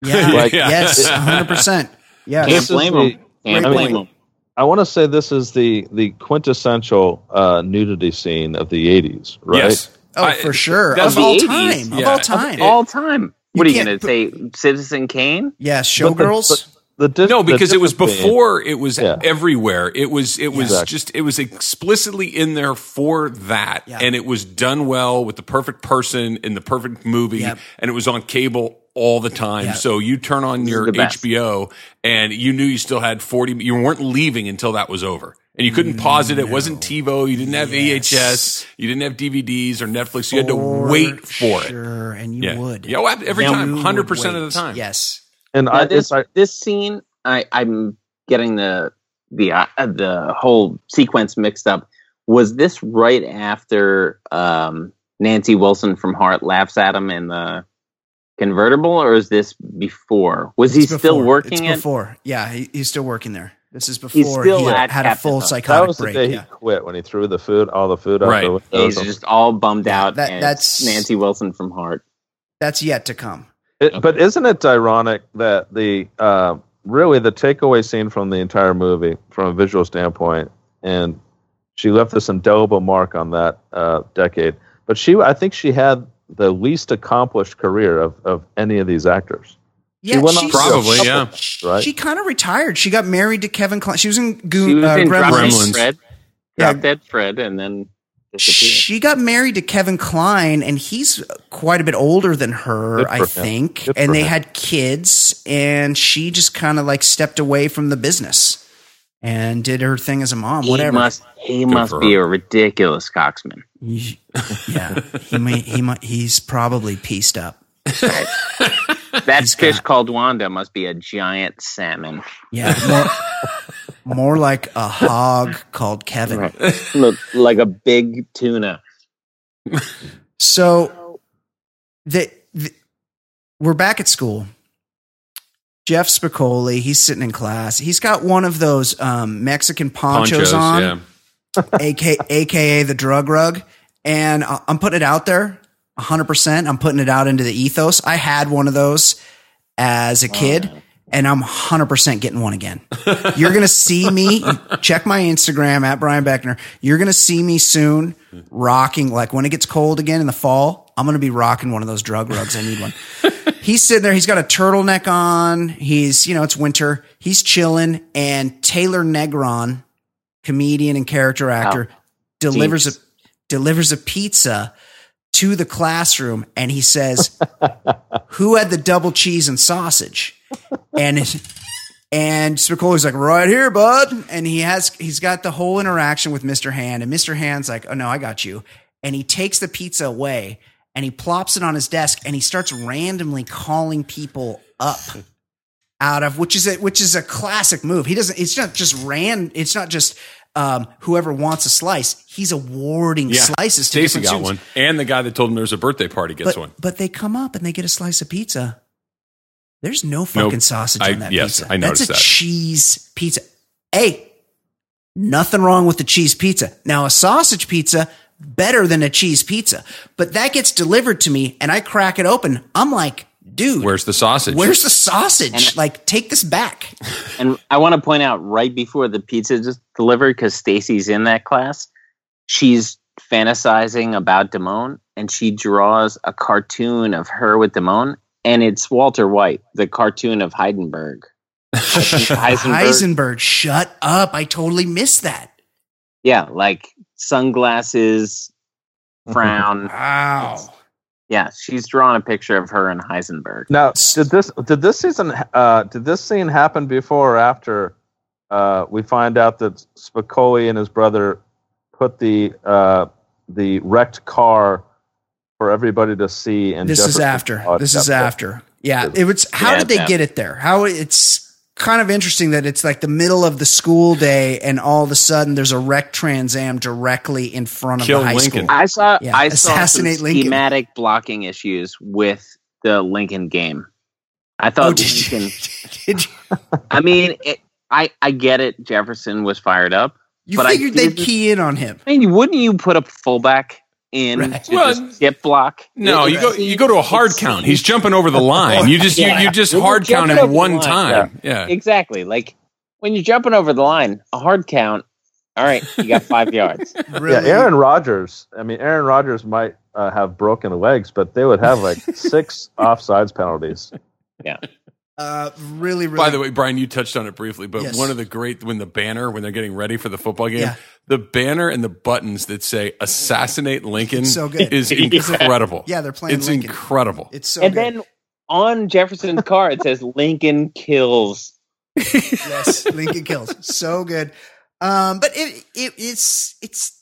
Speaker 1: Yeah.
Speaker 4: Like-
Speaker 1: yes. One hundred percent. Yeah.
Speaker 4: This is the- I mean, I want to say this is the the quintessential uh, nudity scene of the '80s, right?
Speaker 2: Yes.
Speaker 1: Oh, for sure.
Speaker 4: that's
Speaker 1: Of all
Speaker 4: the
Speaker 1: time.
Speaker 4: 80s.
Speaker 1: Of
Speaker 4: Yeah.
Speaker 1: all time.
Speaker 4: Of all
Speaker 3: time. What are you
Speaker 1: can't
Speaker 3: going to say, Citizen Kane?
Speaker 1: Yeah,
Speaker 3: Showgirls?
Speaker 4: The, dis-
Speaker 2: no,
Speaker 4: the
Speaker 2: because it was
Speaker 4: difference being-
Speaker 2: before. It was
Speaker 4: Yeah.
Speaker 2: everywhere. It was it was
Speaker 4: Exactly.
Speaker 2: just it was explicitly in there for that, and it was done well with the perfect person in the perfect movie,
Speaker 13: Yep.
Speaker 2: and it was on cable all the time.
Speaker 13: Yep.
Speaker 2: So you turn on your
Speaker 13: the best.
Speaker 2: HBO, and you knew you still had forty. You weren't leaving until that was over. And you couldn't pause it. It wasn't TiVo. You didn't have VHS. You didn't have DVDs or Netflix. You had to wait for it.
Speaker 1: Sure, and
Speaker 2: you would. Yeah, well, every
Speaker 3: You
Speaker 2: time,
Speaker 3: would
Speaker 2: hundred percent of
Speaker 3: wait.
Speaker 2: the time.
Speaker 1: Yes.
Speaker 4: And
Speaker 3: Now, this this scene, I I'm getting the the uh, the whole sequence mixed up. Was this right after um, Nancy Wilson from Heart laughs at him in the convertible, or is this before? Was he
Speaker 1: It's
Speaker 3: still
Speaker 1: before.
Speaker 3: working
Speaker 1: It's
Speaker 3: at?
Speaker 1: before. Yeah, he, he's still working there. This is before
Speaker 3: He's still
Speaker 1: he
Speaker 3: at
Speaker 1: had a full
Speaker 3: Captain.
Speaker 1: psychotic
Speaker 4: that was the
Speaker 1: break.
Speaker 4: day
Speaker 1: yeah.
Speaker 4: he quit when he threw the food, all the food out
Speaker 3: Right.
Speaker 4: the window.
Speaker 3: He's just all bummed out.
Speaker 1: that-
Speaker 3: and
Speaker 1: that's-
Speaker 3: that's Nancy Wilson from Heart.
Speaker 1: That's yet to come.
Speaker 4: It, But isn't it ironic that the uh, really the takeaway scene from the entire movie, from a visual standpoint, and she left this indelible mark on that uh, decade. But she, I think, she had the least accomplished career of, of any of these actors.
Speaker 1: Yeah,
Speaker 4: went on
Speaker 1: she's-
Speaker 4: to a
Speaker 1: Probably,
Speaker 4: couple,
Speaker 1: yeah.
Speaker 4: Right.
Speaker 1: She kind of retired. She got married to Kevin Klein. She was in Goon
Speaker 3: She was
Speaker 1: uh,
Speaker 3: in Drop Dead
Speaker 1: Gremlins.
Speaker 3: Fred,
Speaker 1: Yeah.
Speaker 3: Drop Dead Fred, and then disappeared.
Speaker 1: She got married to Kevin Klein, and he's quite a bit older than
Speaker 3: Good
Speaker 1: her,
Speaker 3: for
Speaker 1: I
Speaker 3: him.
Speaker 1: think.
Speaker 3: Good
Speaker 1: And
Speaker 3: for
Speaker 1: they
Speaker 3: him.
Speaker 1: had kids, and she just kind of like stepped away from the business and did her thing as a mom. whatever.
Speaker 3: He must, he
Speaker 1: Good
Speaker 3: must
Speaker 1: for
Speaker 3: be
Speaker 1: her.
Speaker 3: a ridiculous coxman. (laughs)
Speaker 1: yeah, he might, he might, he's probably pieced up.
Speaker 3: That fish called Wanda must be a giant salmon.
Speaker 1: Yeah, more, more like a hog called Kevin.
Speaker 3: Look like a big tuna.
Speaker 1: So the, the we're back at school. Jeff Spicoli, he's sitting in class. He's got one of those um, Mexican
Speaker 2: Ponchos,
Speaker 1: ponchos, on,
Speaker 2: yeah.
Speaker 1: AK, aka the drug rug. And I- I'm putting it out there 100%. I'm putting it out into the ethos. I had one of those as a kid, and I'm 100% getting one again. You're going to see me, check my Instagram at Brian Beckner. You're going to see me soon rocking, like when it gets cold again in the fall, I'm going to be rocking one of those drug rugs. I need one. He's sitting there. He's got a turtleneck on. He's, you know, it's winter. He's chilling. And Taylor Negron, comedian and character actor, delivers a delivers a pizza to the classroom, and he says, (laughs) "Who had the double cheese and sausage?" And it, and Spicoli's like, "Right here, bud." And he has he's got the whole interaction with Mister Hand, and Mister Hand's like, "Oh no, I got you." And he takes the pizza away and he plops it on his desk and he starts randomly calling people up out of which is a which is a classic move. He doesn't. It's not just ran. It's not just um, whoever wants a slice. He's awarding slices to
Speaker 2: Stacy
Speaker 1: different
Speaker 2: got
Speaker 1: students.
Speaker 2: one, and the guy that told him there was a birthday party gets
Speaker 1: But,
Speaker 2: one.
Speaker 1: but they come up and they get a slice of pizza. There's no fucking sausage
Speaker 2: I-
Speaker 1: on that
Speaker 2: yes,
Speaker 1: pizza.
Speaker 2: I
Speaker 1: That's a
Speaker 2: noticed that.
Speaker 1: cheese pizza. Hey, nothing wrong with the cheese pizza. Now a sausage pizza better than a cheese pizza, but that gets delivered to me and I crack it open. I'm like, dude,
Speaker 2: Where's the sausage?
Speaker 1: where's the sausage?
Speaker 3: And-
Speaker 1: like, take this back.
Speaker 3: And I want to point out right before the pizza is delivered, because Stacy's in that class, she's fantasizing about Damone, and she draws a cartoon of her with Damone, and it's Walter White, the cartoon of Heidenberg. Heisenberg.
Speaker 1: Heisenberg, shut up. I totally missed that.
Speaker 3: Yeah, like sunglasses, frown.
Speaker 1: wow.
Speaker 3: Yeah, she's drawn a picture of her and Heisenberg.
Speaker 4: Now, did this did this season uh, did this scene happen before or after uh, we find out that Spicoli and his brother put the uh, the wrecked car for everybody to see? And
Speaker 1: This is after. This is after. Yeah, it was. How
Speaker 4: Yeah,
Speaker 1: did they
Speaker 4: that-
Speaker 1: get it there? How it's kind of interesting that it's like the middle of the school day, and all of a sudden there's a wreck Trans Am directly in front of the high school.
Speaker 3: I saw
Speaker 1: Yeah,
Speaker 3: I saw
Speaker 1: assassinate
Speaker 3: some
Speaker 1: Lincoln.
Speaker 3: schematic blocking issues with the Lincoln game.
Speaker 1: Oh,
Speaker 3: I thought Lincoln.
Speaker 1: (laughs)
Speaker 3: I mean, it, I I get it. Jefferson was fired up.
Speaker 1: You
Speaker 3: but I
Speaker 1: figured they'd
Speaker 3: didn't-
Speaker 1: key in on him.
Speaker 3: I mean, wouldn't you put a fullback in to
Speaker 2: Well,
Speaker 3: just get block?
Speaker 2: No, you go you go to a hard count. He's jumping over
Speaker 1: (laughs)
Speaker 2: the line. You just you,
Speaker 3: Yeah.
Speaker 2: you just
Speaker 3: When you're
Speaker 2: hard count
Speaker 3: jumping
Speaker 2: him
Speaker 3: over the
Speaker 2: one
Speaker 3: line,
Speaker 2: time. Yeah.
Speaker 3: exactly. Like when you're jumping over the line, a hard count. All right, you got five (laughs) yards.
Speaker 4: Yeah, Aaron Rodgers. I mean, Aaron Rodgers might uh, have broken legs, but they would
Speaker 1: (laughs)
Speaker 4: have like six offsides penalties.
Speaker 3: Yeah.
Speaker 1: Uh, really, really.
Speaker 2: By the way, Brian, you touched on it briefly, but
Speaker 1: Yes.
Speaker 2: one of the great when the banner when they're getting ready for the football game,
Speaker 1: Yeah.
Speaker 2: the banner and the buttons that say "assassinate Lincoln"
Speaker 1: So good.
Speaker 2: is
Speaker 1: (laughs) Yeah.
Speaker 2: incredible.
Speaker 1: Yeah, they're playing
Speaker 2: It's
Speaker 1: Lincoln.
Speaker 2: incredible.
Speaker 1: It's so
Speaker 3: and
Speaker 1: good.
Speaker 3: then
Speaker 1: (laughs)
Speaker 3: on Jefferson's car, it says Lincoln kills.
Speaker 1: yes, Lincoln Kills. So good. Um, but it, it it's it's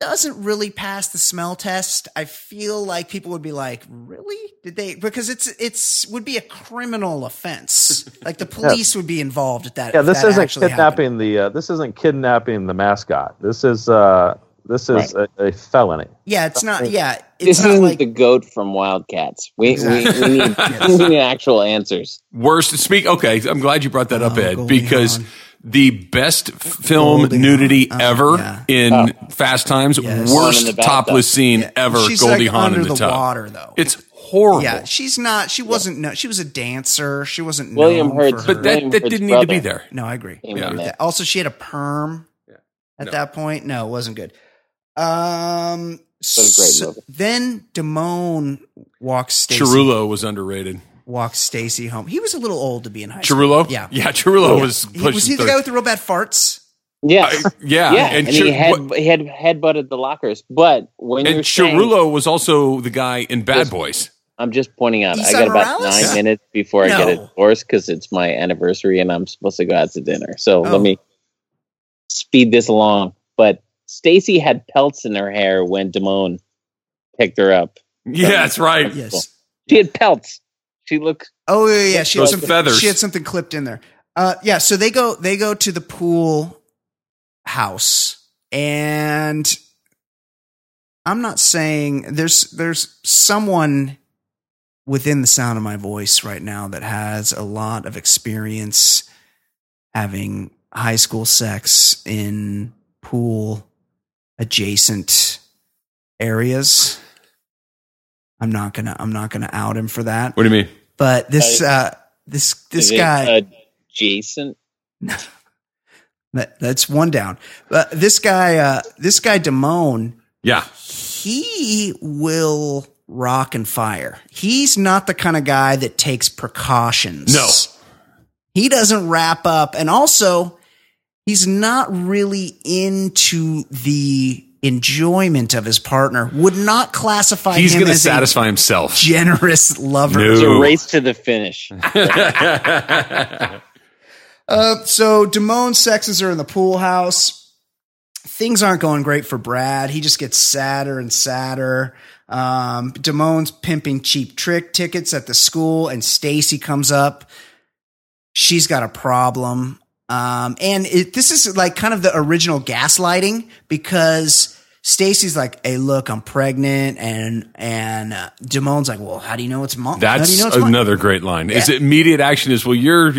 Speaker 1: doesn't really pass the smell test. I feel like people would be like, really? Did they? Because it's it's would be a criminal offense. Like the police would be involved at that.
Speaker 4: Yeah,
Speaker 1: if
Speaker 4: this
Speaker 1: that
Speaker 4: isn't
Speaker 1: actually
Speaker 4: kidnapping
Speaker 1: happened.
Speaker 4: the uh, this isn't kidnapping the mascot. This is uh, this is a, a felony.
Speaker 1: Yeah, it's not. Yeah,
Speaker 3: This
Speaker 1: it's
Speaker 3: isn't
Speaker 1: not like
Speaker 3: the goat from Wildcats. We,
Speaker 1: Exactly.
Speaker 3: we, we,
Speaker 1: (laughs)
Speaker 3: need, we need actual answers.
Speaker 2: Worst speak. Okay, I'm glad you brought that up, Ed, because the best f- film
Speaker 1: Oh, Goldie Oh,
Speaker 2: nudity ever in
Speaker 3: Oh.
Speaker 2: Fast Times,
Speaker 1: One in
Speaker 2: worst
Speaker 1: the
Speaker 2: topless scene ever.
Speaker 1: she's
Speaker 2: Goldie
Speaker 1: like
Speaker 2: Hawn
Speaker 1: under
Speaker 2: in the,
Speaker 1: the
Speaker 2: tub.
Speaker 1: water though.
Speaker 2: It's horrible.
Speaker 1: Yeah, she's not. She wasn't. No, she was a dancer. She wasn't.
Speaker 2: William
Speaker 1: known
Speaker 2: Hurt's-
Speaker 1: for
Speaker 2: But
Speaker 1: her-
Speaker 2: that- William that Hurt's didn't need to be brother there.
Speaker 1: No, I agree.
Speaker 2: Came
Speaker 1: I agree
Speaker 2: in
Speaker 1: with
Speaker 2: there.
Speaker 1: that. Also, she had a perm at
Speaker 2: No.
Speaker 1: that point. No, it wasn't good. Um,
Speaker 2: was a great
Speaker 1: so-
Speaker 2: movie.
Speaker 1: then Damone walks Stacy.
Speaker 2: Chirulo was underrated.
Speaker 1: walks Stacy home. He was a little old to be in high school.
Speaker 2: Chirulo?
Speaker 1: Yeah,
Speaker 2: Yeah, Chirulo was
Speaker 1: He, was
Speaker 2: pushing
Speaker 1: he the
Speaker 2: 30.
Speaker 1: guy with the real bad farts?
Speaker 3: Yes.
Speaker 2: yeah,
Speaker 3: Yeah.
Speaker 2: and
Speaker 3: And,
Speaker 2: Chir-
Speaker 3: he had he had headbutted the lockers. But when
Speaker 2: And
Speaker 3: you're saying-
Speaker 2: Chirulo was also the guy in Bad Boys.
Speaker 3: I'm just pointing out, I
Speaker 2: Isai
Speaker 3: got about
Speaker 2: Morales?
Speaker 3: nine
Speaker 2: Yeah.
Speaker 3: minutes before I
Speaker 2: No.
Speaker 3: get a divorce because it's my anniversary and I'm supposed to go out to dinner. So
Speaker 1: Oh.
Speaker 3: let me speed this along. But Stacy had pelts in her hair when Damone picked her up.
Speaker 2: Yeah, that's right.
Speaker 1: Yes.
Speaker 3: She had pelts. She looked.
Speaker 1: Oh yeah, yeah. She had
Speaker 3: Those
Speaker 1: something,
Speaker 3: feathers.
Speaker 1: She had something clipped in there. Uh, yeah. So they go. They go to the pool house, and I'm not saying there's there's someone within the sound of my voice right now that has a lot of experience having high school sex in pool adjacent areas. I'm not gonna I'm not gonna out him for that.
Speaker 2: What do you mean?
Speaker 1: But this uh this this
Speaker 3: Is it uh,
Speaker 1: guy
Speaker 3: adjacent.
Speaker 1: that, that's one down. But this guy uh this guy Damone,
Speaker 2: Yeah.
Speaker 1: he will rock and fire. He's not the kind of guy that takes precautions.
Speaker 2: No.
Speaker 1: He doesn't wrap up and also he's not really into the enjoyment of his partner. Would not classify
Speaker 2: He's
Speaker 1: him
Speaker 2: going to
Speaker 1: as a
Speaker 2: satisfy himself.
Speaker 1: generous lover.
Speaker 2: No.
Speaker 3: It's a race to the finish.
Speaker 2: (laughs)
Speaker 1: Uh, so Damone sexes her in the pool house. Things aren't going great for Brad. He just gets sadder and sadder. Um, Damone's pimping cheap trick tickets at the school, and Stacy comes up. She's got a problem. Um, and it, this is like kind of the original gaslighting because Stacy's like, "Hey, look, I'm pregnant," and and uh, Damone's like, "Well, how do you know it's mom? how do
Speaker 2: That's
Speaker 1: you know it's mine?"
Speaker 2: another great line. Is immediate action is well, you're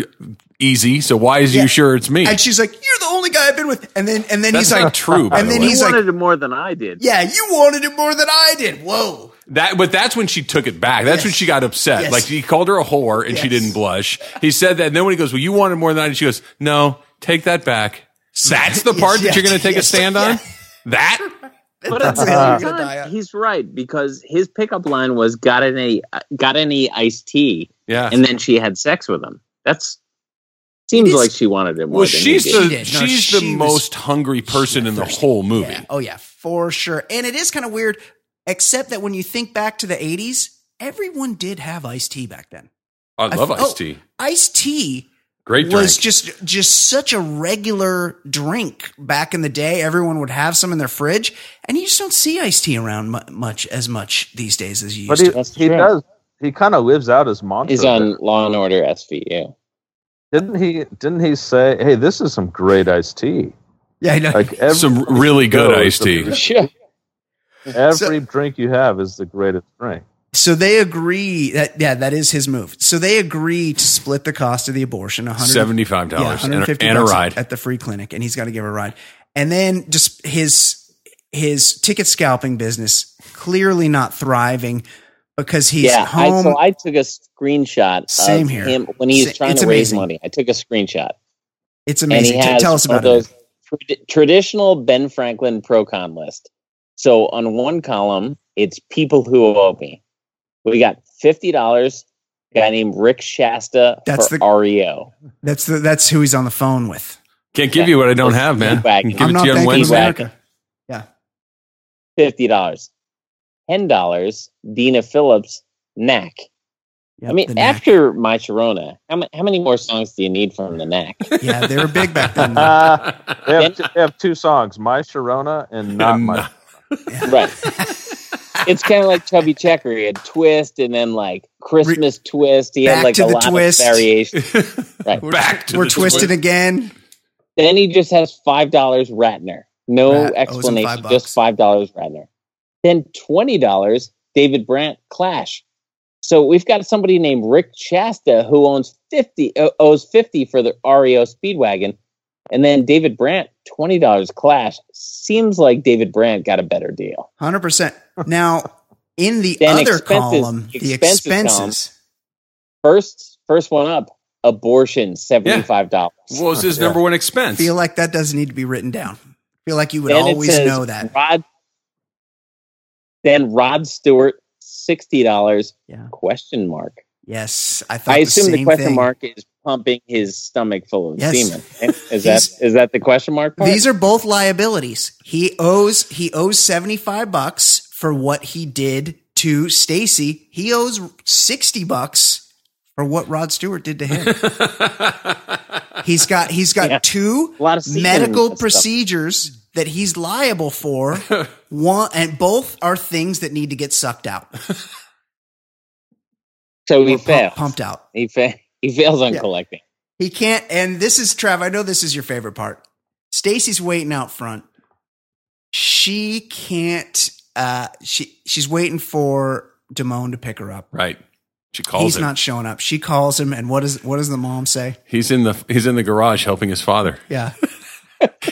Speaker 2: easy, so why is
Speaker 1: Yeah.
Speaker 2: you sure it's me?
Speaker 1: And she's like, "You're the only guy I've been with." And then and then
Speaker 2: That's
Speaker 1: he's like,
Speaker 2: not true, by
Speaker 1: and
Speaker 2: the
Speaker 1: then
Speaker 2: way.
Speaker 1: he's
Speaker 2: You
Speaker 1: like,
Speaker 3: wanted it more than I did.
Speaker 1: Yeah, you wanted it more than I did. Whoa.
Speaker 2: That, but that's when she took it back. That's when she got upset.
Speaker 1: Yes.
Speaker 2: Like he called her a whore, and she
Speaker 1: Yes.
Speaker 2: didn't blush. He said that, and then when he goes, "Well, you wanted more than I," did," she goes, "No, take that back." That's the
Speaker 3: Yes,
Speaker 2: part that you're
Speaker 3: yes,
Speaker 2: going to take a
Speaker 3: yes,
Speaker 2: stand on. That
Speaker 3: But at the
Speaker 2: You're
Speaker 3: same
Speaker 2: gonna
Speaker 3: time, he's right because his pickup line was "Got any? Got any iced tea?"
Speaker 2: Yeah.
Speaker 3: and then she had sex with him. That's Seems like she wanted it more
Speaker 2: Well,
Speaker 3: than
Speaker 2: she's
Speaker 3: he did.
Speaker 2: the
Speaker 1: did. No,
Speaker 2: she's the
Speaker 1: she was-
Speaker 2: most hungry person in the whole movie.
Speaker 1: Yeah. Oh yeah, for sure. And it is kind of weird, except that when you think back to the '80s, everyone did have iced tea back then.
Speaker 2: I love
Speaker 1: f-
Speaker 2: iced
Speaker 1: oh,
Speaker 2: tea.
Speaker 1: Iced tea
Speaker 2: Great drink.
Speaker 1: was just just such a regular drink back in the day. Everyone would have some in their fridge, and you just don't see iced tea around mu- much as much these days as you
Speaker 4: But
Speaker 1: used
Speaker 4: he,
Speaker 1: to.
Speaker 4: he does. He kind of lives out his mantra.
Speaker 1: He's on
Speaker 4: Law and Order SVU. Didn't he? Didn't he say, "Hey, this is some great iced tea."
Speaker 1: Yeah, I know. (laughs)
Speaker 4: Like every,
Speaker 2: Some really good iced tea.
Speaker 4: Every drink you have is the greatest drink.
Speaker 1: So they agree that yeah, that is his move. So they agree to split the cost of the abortion, one hundred
Speaker 2: $75 and a-
Speaker 1: $150
Speaker 2: and a ride.
Speaker 1: at the free clinic, and he's got to give her a ride. And then just his his ticket scalping business clearly not thriving because he's
Speaker 3: yeah, I,
Speaker 1: home.
Speaker 3: so I took a screenshot.
Speaker 1: Same
Speaker 3: of
Speaker 1: here.
Speaker 3: Him when he's
Speaker 1: Sa-
Speaker 3: trying
Speaker 1: it's
Speaker 3: to raise
Speaker 1: amazing.
Speaker 3: money, I took a screenshot.
Speaker 1: it's
Speaker 3: And he
Speaker 1: amazing. T-
Speaker 3: has
Speaker 1: tell us
Speaker 3: one
Speaker 1: about
Speaker 3: of
Speaker 1: it.
Speaker 3: those trad- traditional Ben Franklin pro con list. So on one column, it's people who owe me. We got fifty dollars. Guy named Rick Shasta
Speaker 1: That's
Speaker 3: for E
Speaker 1: the-
Speaker 3: REO.
Speaker 1: That's the, that's who he's on the phone with.
Speaker 2: Can't give you what I don't have, man.
Speaker 3: Wagon.
Speaker 2: Give it to you on Wednesday.
Speaker 1: America. Yeah.
Speaker 3: Fifty dollars. Ten dollars. Dina Phillips. Knack. I mean, after My Sharona, how, ma- how many more songs do you need from the Knack?
Speaker 1: (laughs) Yeah, they were big back then.
Speaker 3: (laughs)
Speaker 4: Uh, they, have, they have two songs, "My Sharona" and "Not My."
Speaker 3: (laughs) right. It's kind of like Chubby Checker. He had Twist and then like Christmas Twist. He had
Speaker 1: Back
Speaker 3: like
Speaker 1: to
Speaker 3: a
Speaker 1: the
Speaker 3: lot
Speaker 1: Twist.
Speaker 2: (laughs)
Speaker 3: of variations. Right.
Speaker 2: Back
Speaker 1: We're twisted again.
Speaker 3: Then he just has five dollars Ratner. No
Speaker 1: Rat- oh, it was in
Speaker 3: explanation.
Speaker 1: five
Speaker 3: just five dollars Ratner. Then twenty dollars David Brandt Clash. So we've got somebody named Rick Shasta who owns fifty uh, owes fifty for the REO Speedwagon, and then David Brandt twenty dollars Clash. Seems like David Brandt got a better deal.
Speaker 1: Hundred percent. Now in the
Speaker 3: Then
Speaker 1: other
Speaker 3: expenses-
Speaker 1: column, the
Speaker 3: expenses column.
Speaker 1: expenses.
Speaker 3: First, first one up, abortion seventy five dollars.
Speaker 2: What was his number one expense?
Speaker 1: Feel like that doesn't need to be written down. Feel like you would
Speaker 3: Then it
Speaker 1: always
Speaker 3: says
Speaker 1: know that.
Speaker 3: Rod, then Rod Stewart, sixty dollars. Question mark.
Speaker 1: Yes, I thought
Speaker 3: I
Speaker 1: the
Speaker 3: assume the,
Speaker 1: same
Speaker 3: question
Speaker 1: thing.
Speaker 3: mark is pumping his stomach full of
Speaker 1: Yes.
Speaker 3: semen.
Speaker 1: (laughs)
Speaker 3: right? Is that
Speaker 1: He's-
Speaker 3: is that the question mark? Part?
Speaker 1: These are both liabilities. He owes he owes 75 bucks for what he did to Stacy. He owes 60 bucks for what Rod Stewart did to him. he's got he's got two
Speaker 3: semen
Speaker 1: medical
Speaker 3: stuff.
Speaker 1: procedures that he's liable for. one and both are things that need to get sucked out.
Speaker 3: so he fails.
Speaker 1: Pumped out.
Speaker 3: He fa- he fails on
Speaker 1: Yeah.
Speaker 3: collecting.
Speaker 1: He can't. And this is Trav. I know this is your favorite part. Stacy's waiting out front. She can't. Uh, she she's waiting for Damone to pick her up.
Speaker 2: Right. She calls
Speaker 1: he's
Speaker 2: him.
Speaker 1: not showing up. She calls him, and what does what does the mom say?
Speaker 2: he's in the he's in the garage helping his father. (laughs)
Speaker 1: Yeah,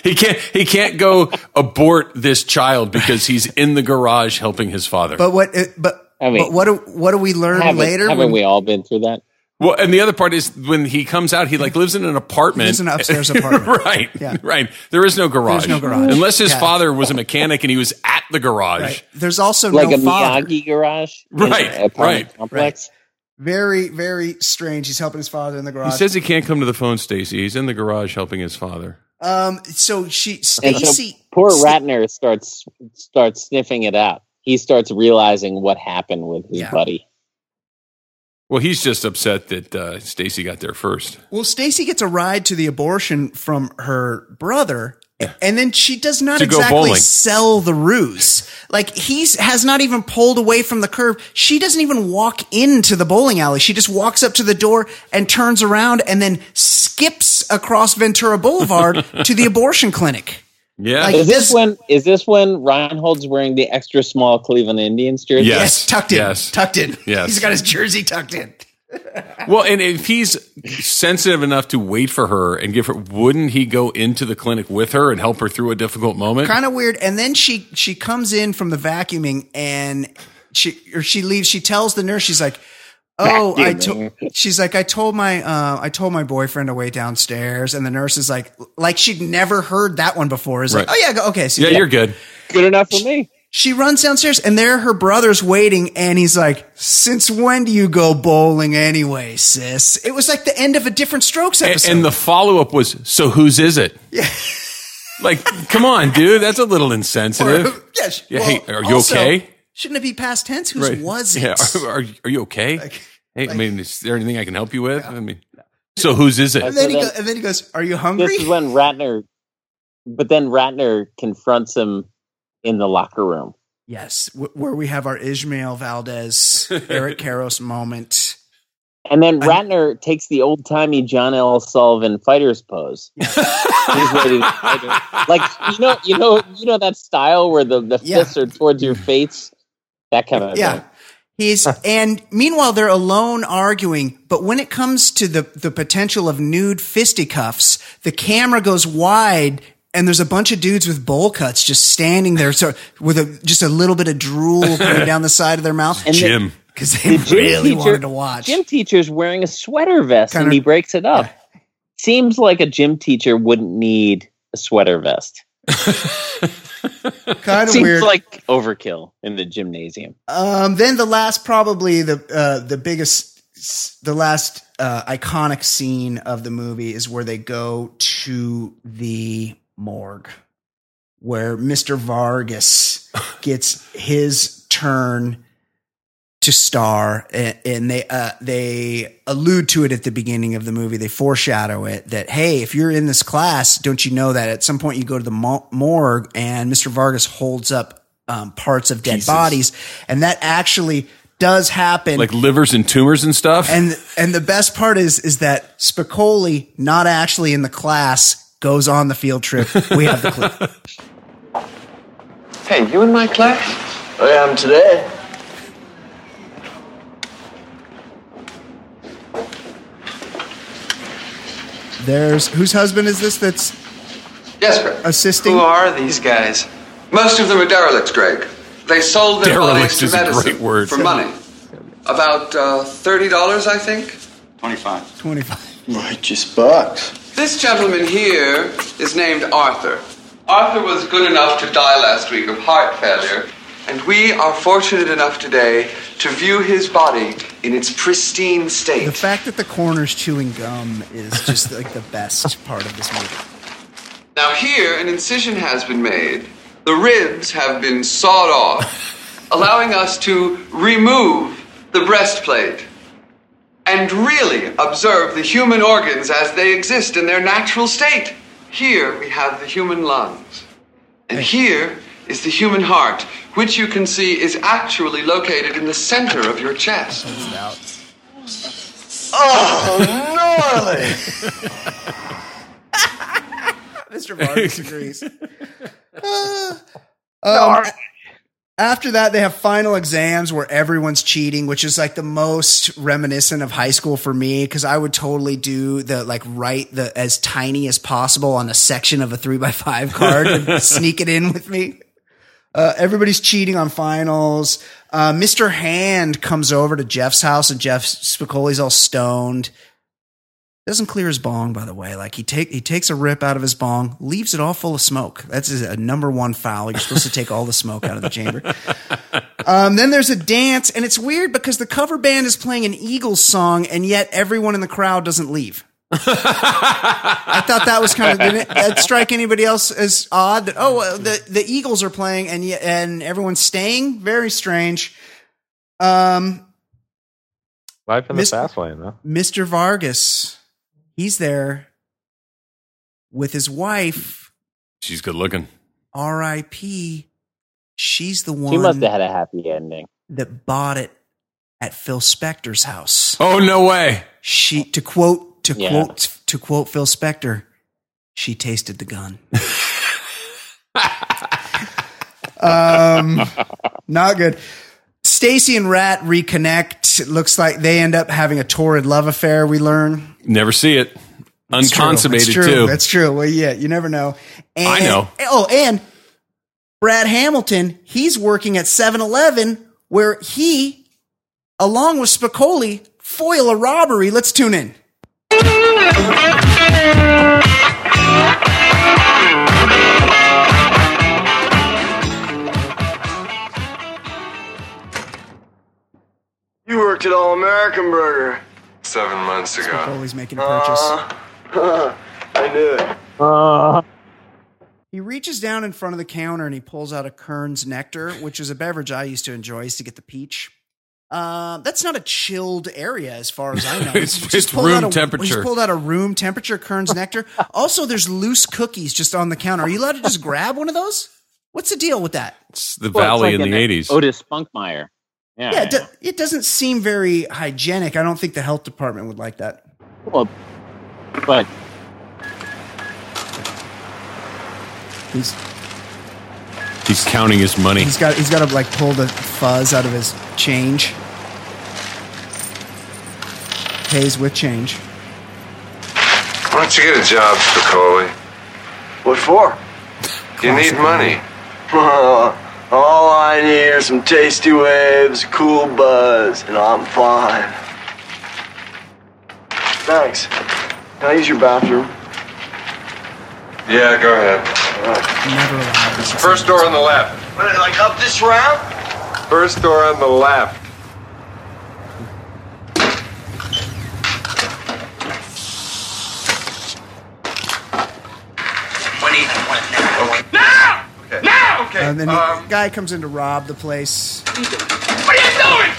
Speaker 2: He can't he can't go abort this child because he's in the garage helping his father.
Speaker 1: but what? uh, But
Speaker 2: I mean,
Speaker 1: but what do what do we learn
Speaker 2: haven't-
Speaker 1: later?
Speaker 2: haven't we
Speaker 3: all been through that?
Speaker 2: Well, and the other part is when he comes out, he like lives in an apartment.
Speaker 1: Lives in an upstairs
Speaker 2: (laughs)
Speaker 1: apartment.
Speaker 2: right.
Speaker 1: Yeah.
Speaker 2: Right. There is no garage.
Speaker 1: There's no garage.
Speaker 2: Unless his
Speaker 1: Yeah.
Speaker 2: father was a mechanic and he was at the garage.
Speaker 1: Right. There's also
Speaker 3: like
Speaker 1: no
Speaker 3: a
Speaker 1: father.
Speaker 3: Miyagi garage, in
Speaker 2: Right,
Speaker 3: an apartment
Speaker 2: right.
Speaker 3: Complex.
Speaker 1: Very very strange. He's helping his father in the
Speaker 2: He
Speaker 1: garage.
Speaker 2: says he can't come to the phone, Stacy. He's in the garage helping his father.
Speaker 1: um. So she
Speaker 3: And so
Speaker 1: Stacy.
Speaker 3: poor Ratner starts starts sniffing it out. He starts realizing what happened with his buddy.
Speaker 2: Well, he's just upset that uh, Stacy got there first.
Speaker 1: Well, Stacy gets a ride to the abortion from her brother, and then she does not
Speaker 2: To go
Speaker 1: exactly
Speaker 2: bowling.
Speaker 1: sell the ruse. Like he's has not even pulled away from the curve. She doesn't even walk into the bowling alley. She just walks up to the door and turns around and then skips across
Speaker 2: (laughs)
Speaker 1: Ventura Boulevard to the abortion clinic.
Speaker 2: Yeah.
Speaker 1: Like,
Speaker 3: is this when is this when Reinhold's wearing the extra small Cleveland Indians jersey?
Speaker 2: Yes. Yes,
Speaker 1: tucked in.
Speaker 2: Yes.
Speaker 1: Tucked in.
Speaker 2: Yes.
Speaker 1: He's got his jersey tucked in.
Speaker 2: Well, and if he's sensitive enough to wait for her and give her, wouldn't he go into the clinic with her and help her through a difficult moment?
Speaker 1: kind of weird. And then she she comes in from the vacuuming and she or she leaves. She tells the nurse she's like, "Oh, I told."
Speaker 2: (laughs)
Speaker 3: Vacuuming.
Speaker 1: She's like, "I told my uh, I told my boyfriend to wait downstairs." And the nurse is like, like she'd never heard that one before. Is
Speaker 2: Right.
Speaker 1: like, "Oh yeah, go- okay, so
Speaker 2: yeah, you're good.
Speaker 3: Good enough for me.
Speaker 1: She runs downstairs and there her brother's waiting and he's like, Since when do you go bowling anyway, sis? It was like the end of a different strokes
Speaker 2: And,
Speaker 1: episode.
Speaker 2: and the follow up was, so whose is it? Yeah. like, come on, dude. That's a little insensitive.
Speaker 1: (laughs) Or- yeah, she-
Speaker 2: Yeah,
Speaker 1: well,
Speaker 2: hey, are you
Speaker 1: also,
Speaker 2: okay?
Speaker 1: Shouldn't it be past tense? Whose
Speaker 2: Right.
Speaker 1: was
Speaker 2: (laughs)
Speaker 1: it?
Speaker 2: Yeah. Are, are, are you okay? hey, I mean, is there anything I can help you with? I mean, so whose is it?
Speaker 1: And then, he go, and then he goes, Are you hungry?
Speaker 3: This is when Ratner, but then Ratner confronts him in the locker room.
Speaker 1: Yes, wh- where we have our Ishmael
Speaker 2: (laughs)
Speaker 1: Valdez, Eric Karros moment.
Speaker 3: And then Ratner takes the old timey John L. Sullivan fighter's
Speaker 1: (laughs)
Speaker 3: pose. He's ready to fight her. like you know, you know, you know that style where the, the fists are towards your face. That kind of
Speaker 1: Yeah.
Speaker 3: thing.
Speaker 1: He's and meanwhile they're alone arguing, but when it comes to the the potential of nude fisticuffs, the camera goes wide and there's a bunch of dudes with bowl cuts just standing there so with a just a little bit
Speaker 2: (laughs)
Speaker 1: of drool coming down the side of their mouth.
Speaker 3: And the- Jim.
Speaker 1: Because they
Speaker 3: The gym
Speaker 1: really
Speaker 3: teacher-
Speaker 1: wanted to watch.
Speaker 3: Gym teacher's wearing a sweater vest and
Speaker 1: Kinda-
Speaker 3: he breaks it up. Seems like a gym teacher wouldn't need a sweater vest.
Speaker 1: Kind
Speaker 3: Seems like overkill in the gymnasium.
Speaker 1: Um, then the last, probably the uh, the biggest, the last uh, iconic scene of the movie is where they go to the morgue, where Mister Vargas gets his turn to star, and, and they uh, they allude to it at the beginning of the movie. They foreshadow it that hey, if you're in this class, don't you know that at some point you go to the mo- morgue and Mister Vargas holds up um, parts of dead
Speaker 2: Pieces.
Speaker 1: bodies, and that actually does happen.
Speaker 2: Like livers and tumors and stuff?
Speaker 1: and and the best part is is that Spicoli, not actually in the class, goes on the field trip. We have the clip.
Speaker 9: Hey, you (laughs) in my class?
Speaker 12: I am today.
Speaker 1: There's whose husband is this? That's
Speaker 14: Yes, Greg.
Speaker 1: Assisting?
Speaker 14: Who are these guys? Most of them are derelicts, Greg. They sold their
Speaker 2: Derelict
Speaker 14: bodies to
Speaker 2: is a
Speaker 14: medicine
Speaker 2: great word.
Speaker 14: for money. About uh, thirty dollars, I think. Twenty-five.
Speaker 1: twenty five.
Speaker 12: Righteous bucks.
Speaker 14: This gentleman here is named Arthur. Arthur was good enough to die last week of heart failure, and we are fortunate enough today to view his body in its pristine state.
Speaker 1: The fact that the coroner's chewing gum is just like the best part of this movie.
Speaker 14: Now, here, an incision has been made. The ribs have been sawed off, allowing us to remove the breastplate and really observe the human organs as they exist in their natural state. Here we have the human lungs. And here is the human heart, which you can see is actually located in the center of your chest.
Speaker 12: Oh,
Speaker 1: (laughs)
Speaker 12: gnarly. (laughs)
Speaker 1: Mr. Vargas
Speaker 12: (laughs)
Speaker 1: agrees. Uh, Um, after that, they have final exams where everyone's cheating, which is like the most reminiscent of high school for me because I would totally do the like write the as tiny as possible on a section of a three by five card and sneak it in with me. Uh, everybody's cheating on finals. Uh, Mr. Hand comes over to Jeff's house and Jeff Spicoli's all stoned. Doesn't clear his bong, by the way. Like he take he takes a rip out of his bong, leaves it all full of smoke. That's a number one foul. You're supposed to take all the smoke out of the chamber. Um, then there's a dance, and it's weird because the cover band is playing an Eagles song, and yet everyone in the crowd doesn't leave. I thought that was kind of didn't that strike anybody else as odd that oh well, the the Eagles are playing and yet and everyone's staying very strange. Um,
Speaker 4: Life in
Speaker 1: Mis-
Speaker 4: the fast lane, though.
Speaker 1: Mr. Vargas, he's there with his wife.
Speaker 2: She's good looking.
Speaker 1: R.I.P. She's the one
Speaker 3: She must have had a happy ending.
Speaker 1: that bought it at Phil Spector's house.
Speaker 2: Oh, no way.
Speaker 1: She to quote to
Speaker 2: Yeah.
Speaker 1: quote to quote Phil Spector, she tasted
Speaker 2: (laughs)
Speaker 1: the gun. um, not good. Stacy and Rat reconnect. It looks like they end up having a torrid love affair. We learn
Speaker 2: Never see it.
Speaker 1: It's true.
Speaker 2: Unconsummated,
Speaker 1: It's true.
Speaker 2: too.
Speaker 1: That's true. Well, yeah, you never know. And,
Speaker 2: I know.
Speaker 1: Oh, and Brad Hamilton, he's working at 7-Eleven where he, along with Spicoli, foil a robbery. Let's tune in.
Speaker 12: rented All American Burger.
Speaker 14: Seven months ago.
Speaker 1: Foley's making a purchase.
Speaker 12: Uh, (laughs) I knew it.
Speaker 2: Uh.
Speaker 1: He reaches down in front of the counter and he pulls out a Kern's Nectar, which is a beverage I used to enjoy. I used to get the peach. Uh, that's not a chilled area as far
Speaker 2: (laughs)
Speaker 1: as I know.
Speaker 2: It's-
Speaker 1: He's
Speaker 2: it's
Speaker 1: pulled
Speaker 2: room
Speaker 1: out a-
Speaker 2: temperature.
Speaker 1: He's pulled out a room temperature
Speaker 2: (laughs)
Speaker 1: Kern's Nectar. also, there's loose cookies just on the counter. Are you allowed to just grab one of those? What's the deal with that?
Speaker 2: the Valley in the eighties.
Speaker 3: Otis Spunkmeyer. Yeah.
Speaker 1: Yeah, it, do- it doesn't seem very hygienic. I don't think the health department would like that.
Speaker 3: Well, but
Speaker 1: he's
Speaker 2: He's counting his money.
Speaker 1: he's got he's got to like pull the fuzz out of his change. Pays with change.
Speaker 14: Why don't you get a job, Spicoli?
Speaker 12: What for?
Speaker 14: You need money.
Speaker 12: (laughs) All I need are some tasty waves, cool buzz, and I'm fine. Thanks. Can I use your bathroom?
Speaker 14: Yeah, go ahead.
Speaker 1: Never allowed.
Speaker 14: First door on the left.
Speaker 12: What, like up this round?
Speaker 14: First door on the left.
Speaker 12: Now! Now!
Speaker 1: Okay. Um, And then the guy comes in to rob the place.
Speaker 12: um, What are you doing?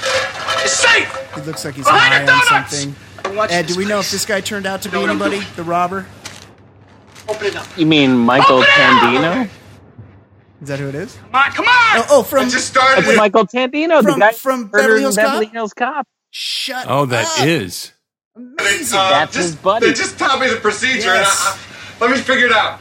Speaker 12: It's safe!
Speaker 1: He looks like he's
Speaker 12: Behind
Speaker 1: high
Speaker 12: the
Speaker 1: on
Speaker 12: donuts!
Speaker 1: something. Ed, do we know if this guy turned out to be
Speaker 12: what I'm
Speaker 1: anybody?
Speaker 12: doing.
Speaker 1: The robber?
Speaker 12: Open it up.
Speaker 3: you mean Michael Tandino?
Speaker 1: Is that who it is?
Speaker 12: Come on, come on!
Speaker 1: Oh, oh, from
Speaker 12: I just started
Speaker 3: That's
Speaker 12: it.
Speaker 3: Michael Tandino,
Speaker 1: From-
Speaker 3: the guy
Speaker 1: from
Speaker 3: who murdered
Speaker 1: Beverly Hills
Speaker 3: in
Speaker 1: Cop?
Speaker 3: Beverly Hills Cop.
Speaker 1: Shut
Speaker 2: Oh, that is.
Speaker 1: Amazing.
Speaker 14: Uh,
Speaker 3: That's his buddy.
Speaker 14: They just taught me the procedure.
Speaker 1: Yes.
Speaker 14: And I, I, let me figure it out.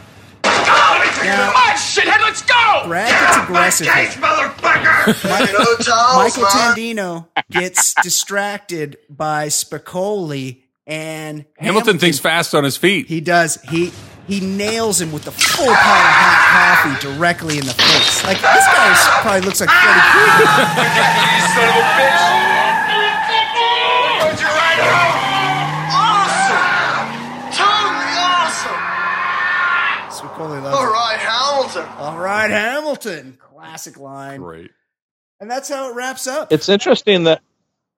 Speaker 12: Oh, let me figure
Speaker 1: Now-
Speaker 12: it out. Come on, shithead, let's go!
Speaker 1: Brad gets aggressive
Speaker 12: Case,
Speaker 1: here. (laughs)
Speaker 12: motherfucker!
Speaker 1: Michael-
Speaker 12: You know, Charles,
Speaker 1: Michael
Speaker 12: man.
Speaker 1: Tandino
Speaker 12: (laughs)
Speaker 1: gets distracted by Spicoli and
Speaker 2: Hamilton thinks fast on his feet.
Speaker 1: He does. He he nails him with the full power of hot coffee directly in the face. Like this guy is, probably looks like Freddy Krueger.
Speaker 14: You son of a bitch!
Speaker 12: Put your right arm. Awesome!
Speaker 1: Spicoli
Speaker 12: Totally awesome!
Speaker 1: loves
Speaker 12: All
Speaker 1: it.
Speaker 12: right, Hamilton.
Speaker 1: All right, Hamilton. Classic line.
Speaker 2: Great.
Speaker 1: And that's how it wraps up.
Speaker 4: It's interesting that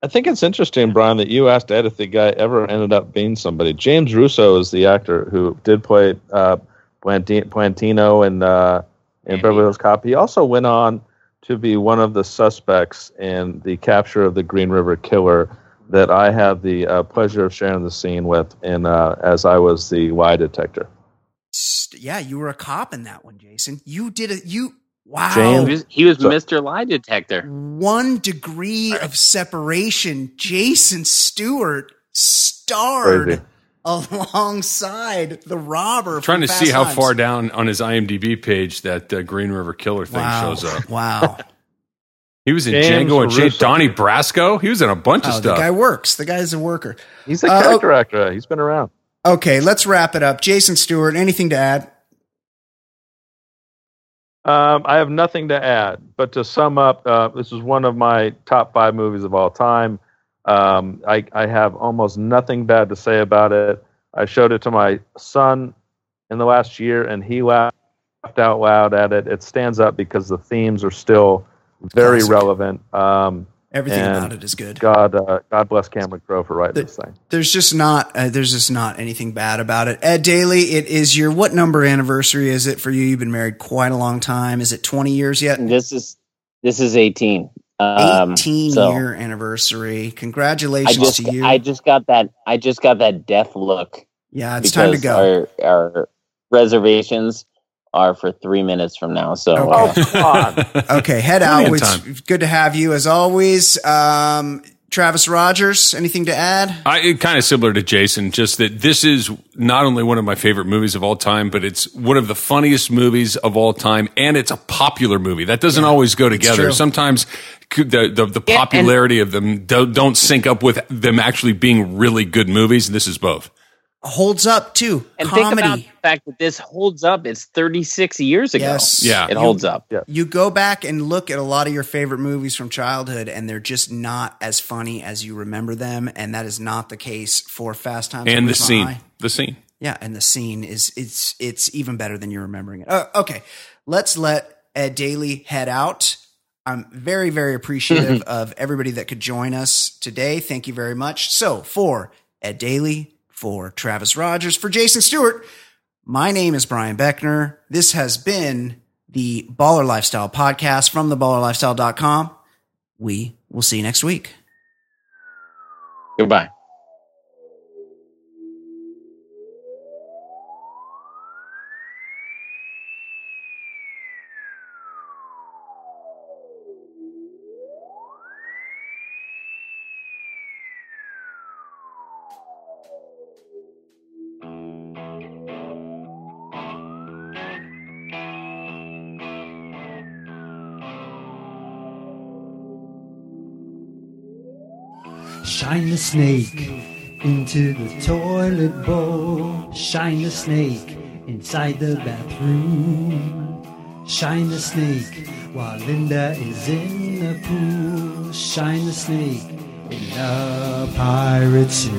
Speaker 4: I think it's interesting, Brian, that you asked Ed if the guy ever ended up being somebody. James Russo is the actor who did play uh, Puenti- Puentino in uh, in Beverly Hills Cop. He also went on to be one of the suspects in the capture of the Green River Killer that I had the uh, pleasure of sharing the scene with, in, uh, as I was the lie detector.
Speaker 1: St- yeah, you were a cop in that one, Jason. You did a you wow.
Speaker 3: He was, he was
Speaker 4: So-
Speaker 3: Mr. Lie Detector.
Speaker 1: One degree of separation. Jason Stewart starred
Speaker 4: Crazy.
Speaker 1: alongside the robber. from
Speaker 2: Trying to
Speaker 1: Fast
Speaker 2: see how
Speaker 1: Times.
Speaker 2: far down on his IMDb page that uh, Green River Killer thing
Speaker 1: wow.
Speaker 2: shows up. (laughs)
Speaker 1: Wow.
Speaker 2: He was in
Speaker 4: James
Speaker 2: Django and Jane,
Speaker 4: Russo.
Speaker 2: Donnie Brasco. He was in a bunch of
Speaker 1: oh, the
Speaker 2: stuff.
Speaker 1: guy works. The guy's a worker.
Speaker 4: He's a
Speaker 1: Uh,
Speaker 4: character actor. He's been around.
Speaker 1: Okay, let's wrap it up. Jason Stewart, anything to add?
Speaker 4: Um, I have nothing to add, but to sum up, uh, this is one of my top five movies of all time. Um, I, I have almost nothing bad to say about it. I showed it to my son in the last year, and he laughed out loud at it. It stands up because the themes are still very
Speaker 1: Classic.
Speaker 4: relevant. Um,
Speaker 1: Everything
Speaker 4: And
Speaker 1: about it is good.
Speaker 4: God, uh, God bless Cameron Crowe for writing this thing.
Speaker 1: There's just not uh, there's just not anything bad about it. Ed Daly, it is your what number anniversary is it for you? You've been married quite a long time. Is it 20 years yet?
Speaker 3: This is this is eighteen. Um,
Speaker 1: 18
Speaker 3: so
Speaker 1: year anniversary.
Speaker 3: I
Speaker 1: Congratulations
Speaker 3: just
Speaker 1: to you.
Speaker 3: I just got that I just got that death look.
Speaker 1: yeah, it's time to
Speaker 3: because
Speaker 1: go.
Speaker 3: Our, our reservations are for three minutes from now. So uh,
Speaker 2: (laughs)
Speaker 1: Okay. okay, head
Speaker 2: Plenty
Speaker 1: out.
Speaker 2: of
Speaker 1: It's
Speaker 2: time.
Speaker 1: good to have you as always. Um, Travis Rogers, anything to add?
Speaker 2: I it kind of similar to Jason, just that this is not only one of my favorite movies of all time, but it's one of the funniest movies of all time, and it's a popular movie. That doesn't always go together.
Speaker 1: true.
Speaker 2: Sometimes c- the the, the popularity of them don't, don't sync up with them actually being really good movies, and this is both.
Speaker 1: Holds up too.
Speaker 3: and think about
Speaker 1: Comedy.
Speaker 3: the fact that this holds up. It's thirty six years ago.
Speaker 1: Yes.
Speaker 2: Yeah.
Speaker 3: it holds up.
Speaker 1: You go back and look at a lot of your favorite movies from childhood, and they're just not as funny as you remember them, and that is not the case for Fast Times. at
Speaker 2: And the
Speaker 1: Ridgemont
Speaker 2: scene,
Speaker 1: High.
Speaker 2: the scene.
Speaker 1: Yeah, and the scene is it's Uh, it's even better than you're remembering it. Oh, okay, let's let Ed Daly head out. I'm very, very appreciative of everybody that could join us today. Thank you very much. So for Ed Daly, for Travis Rogers, for Jason Stewart, my name is Brian Beckner. This has been the Baller Lifestyle podcast from theballerlifestyle.com. We will see you next week.
Speaker 3: Goodbye.
Speaker 15: Shine the snake into the toilet bowl. Shine the snake inside the bathroom. Shine the snake while Linda is in the pool. Shine the snake in the pirate suit.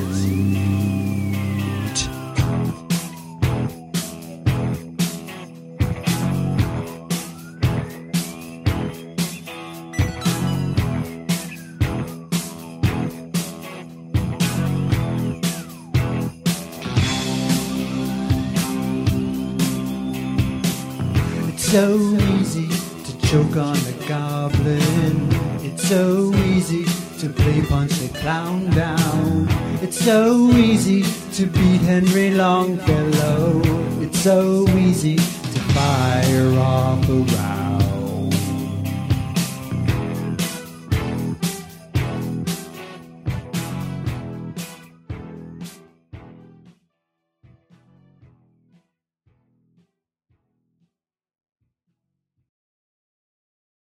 Speaker 15: It's so easy to choke on the goblin. It's so easy to play punch the clown down. It's so easy to beat Henry Longfellow. It's so easy to fire off a round.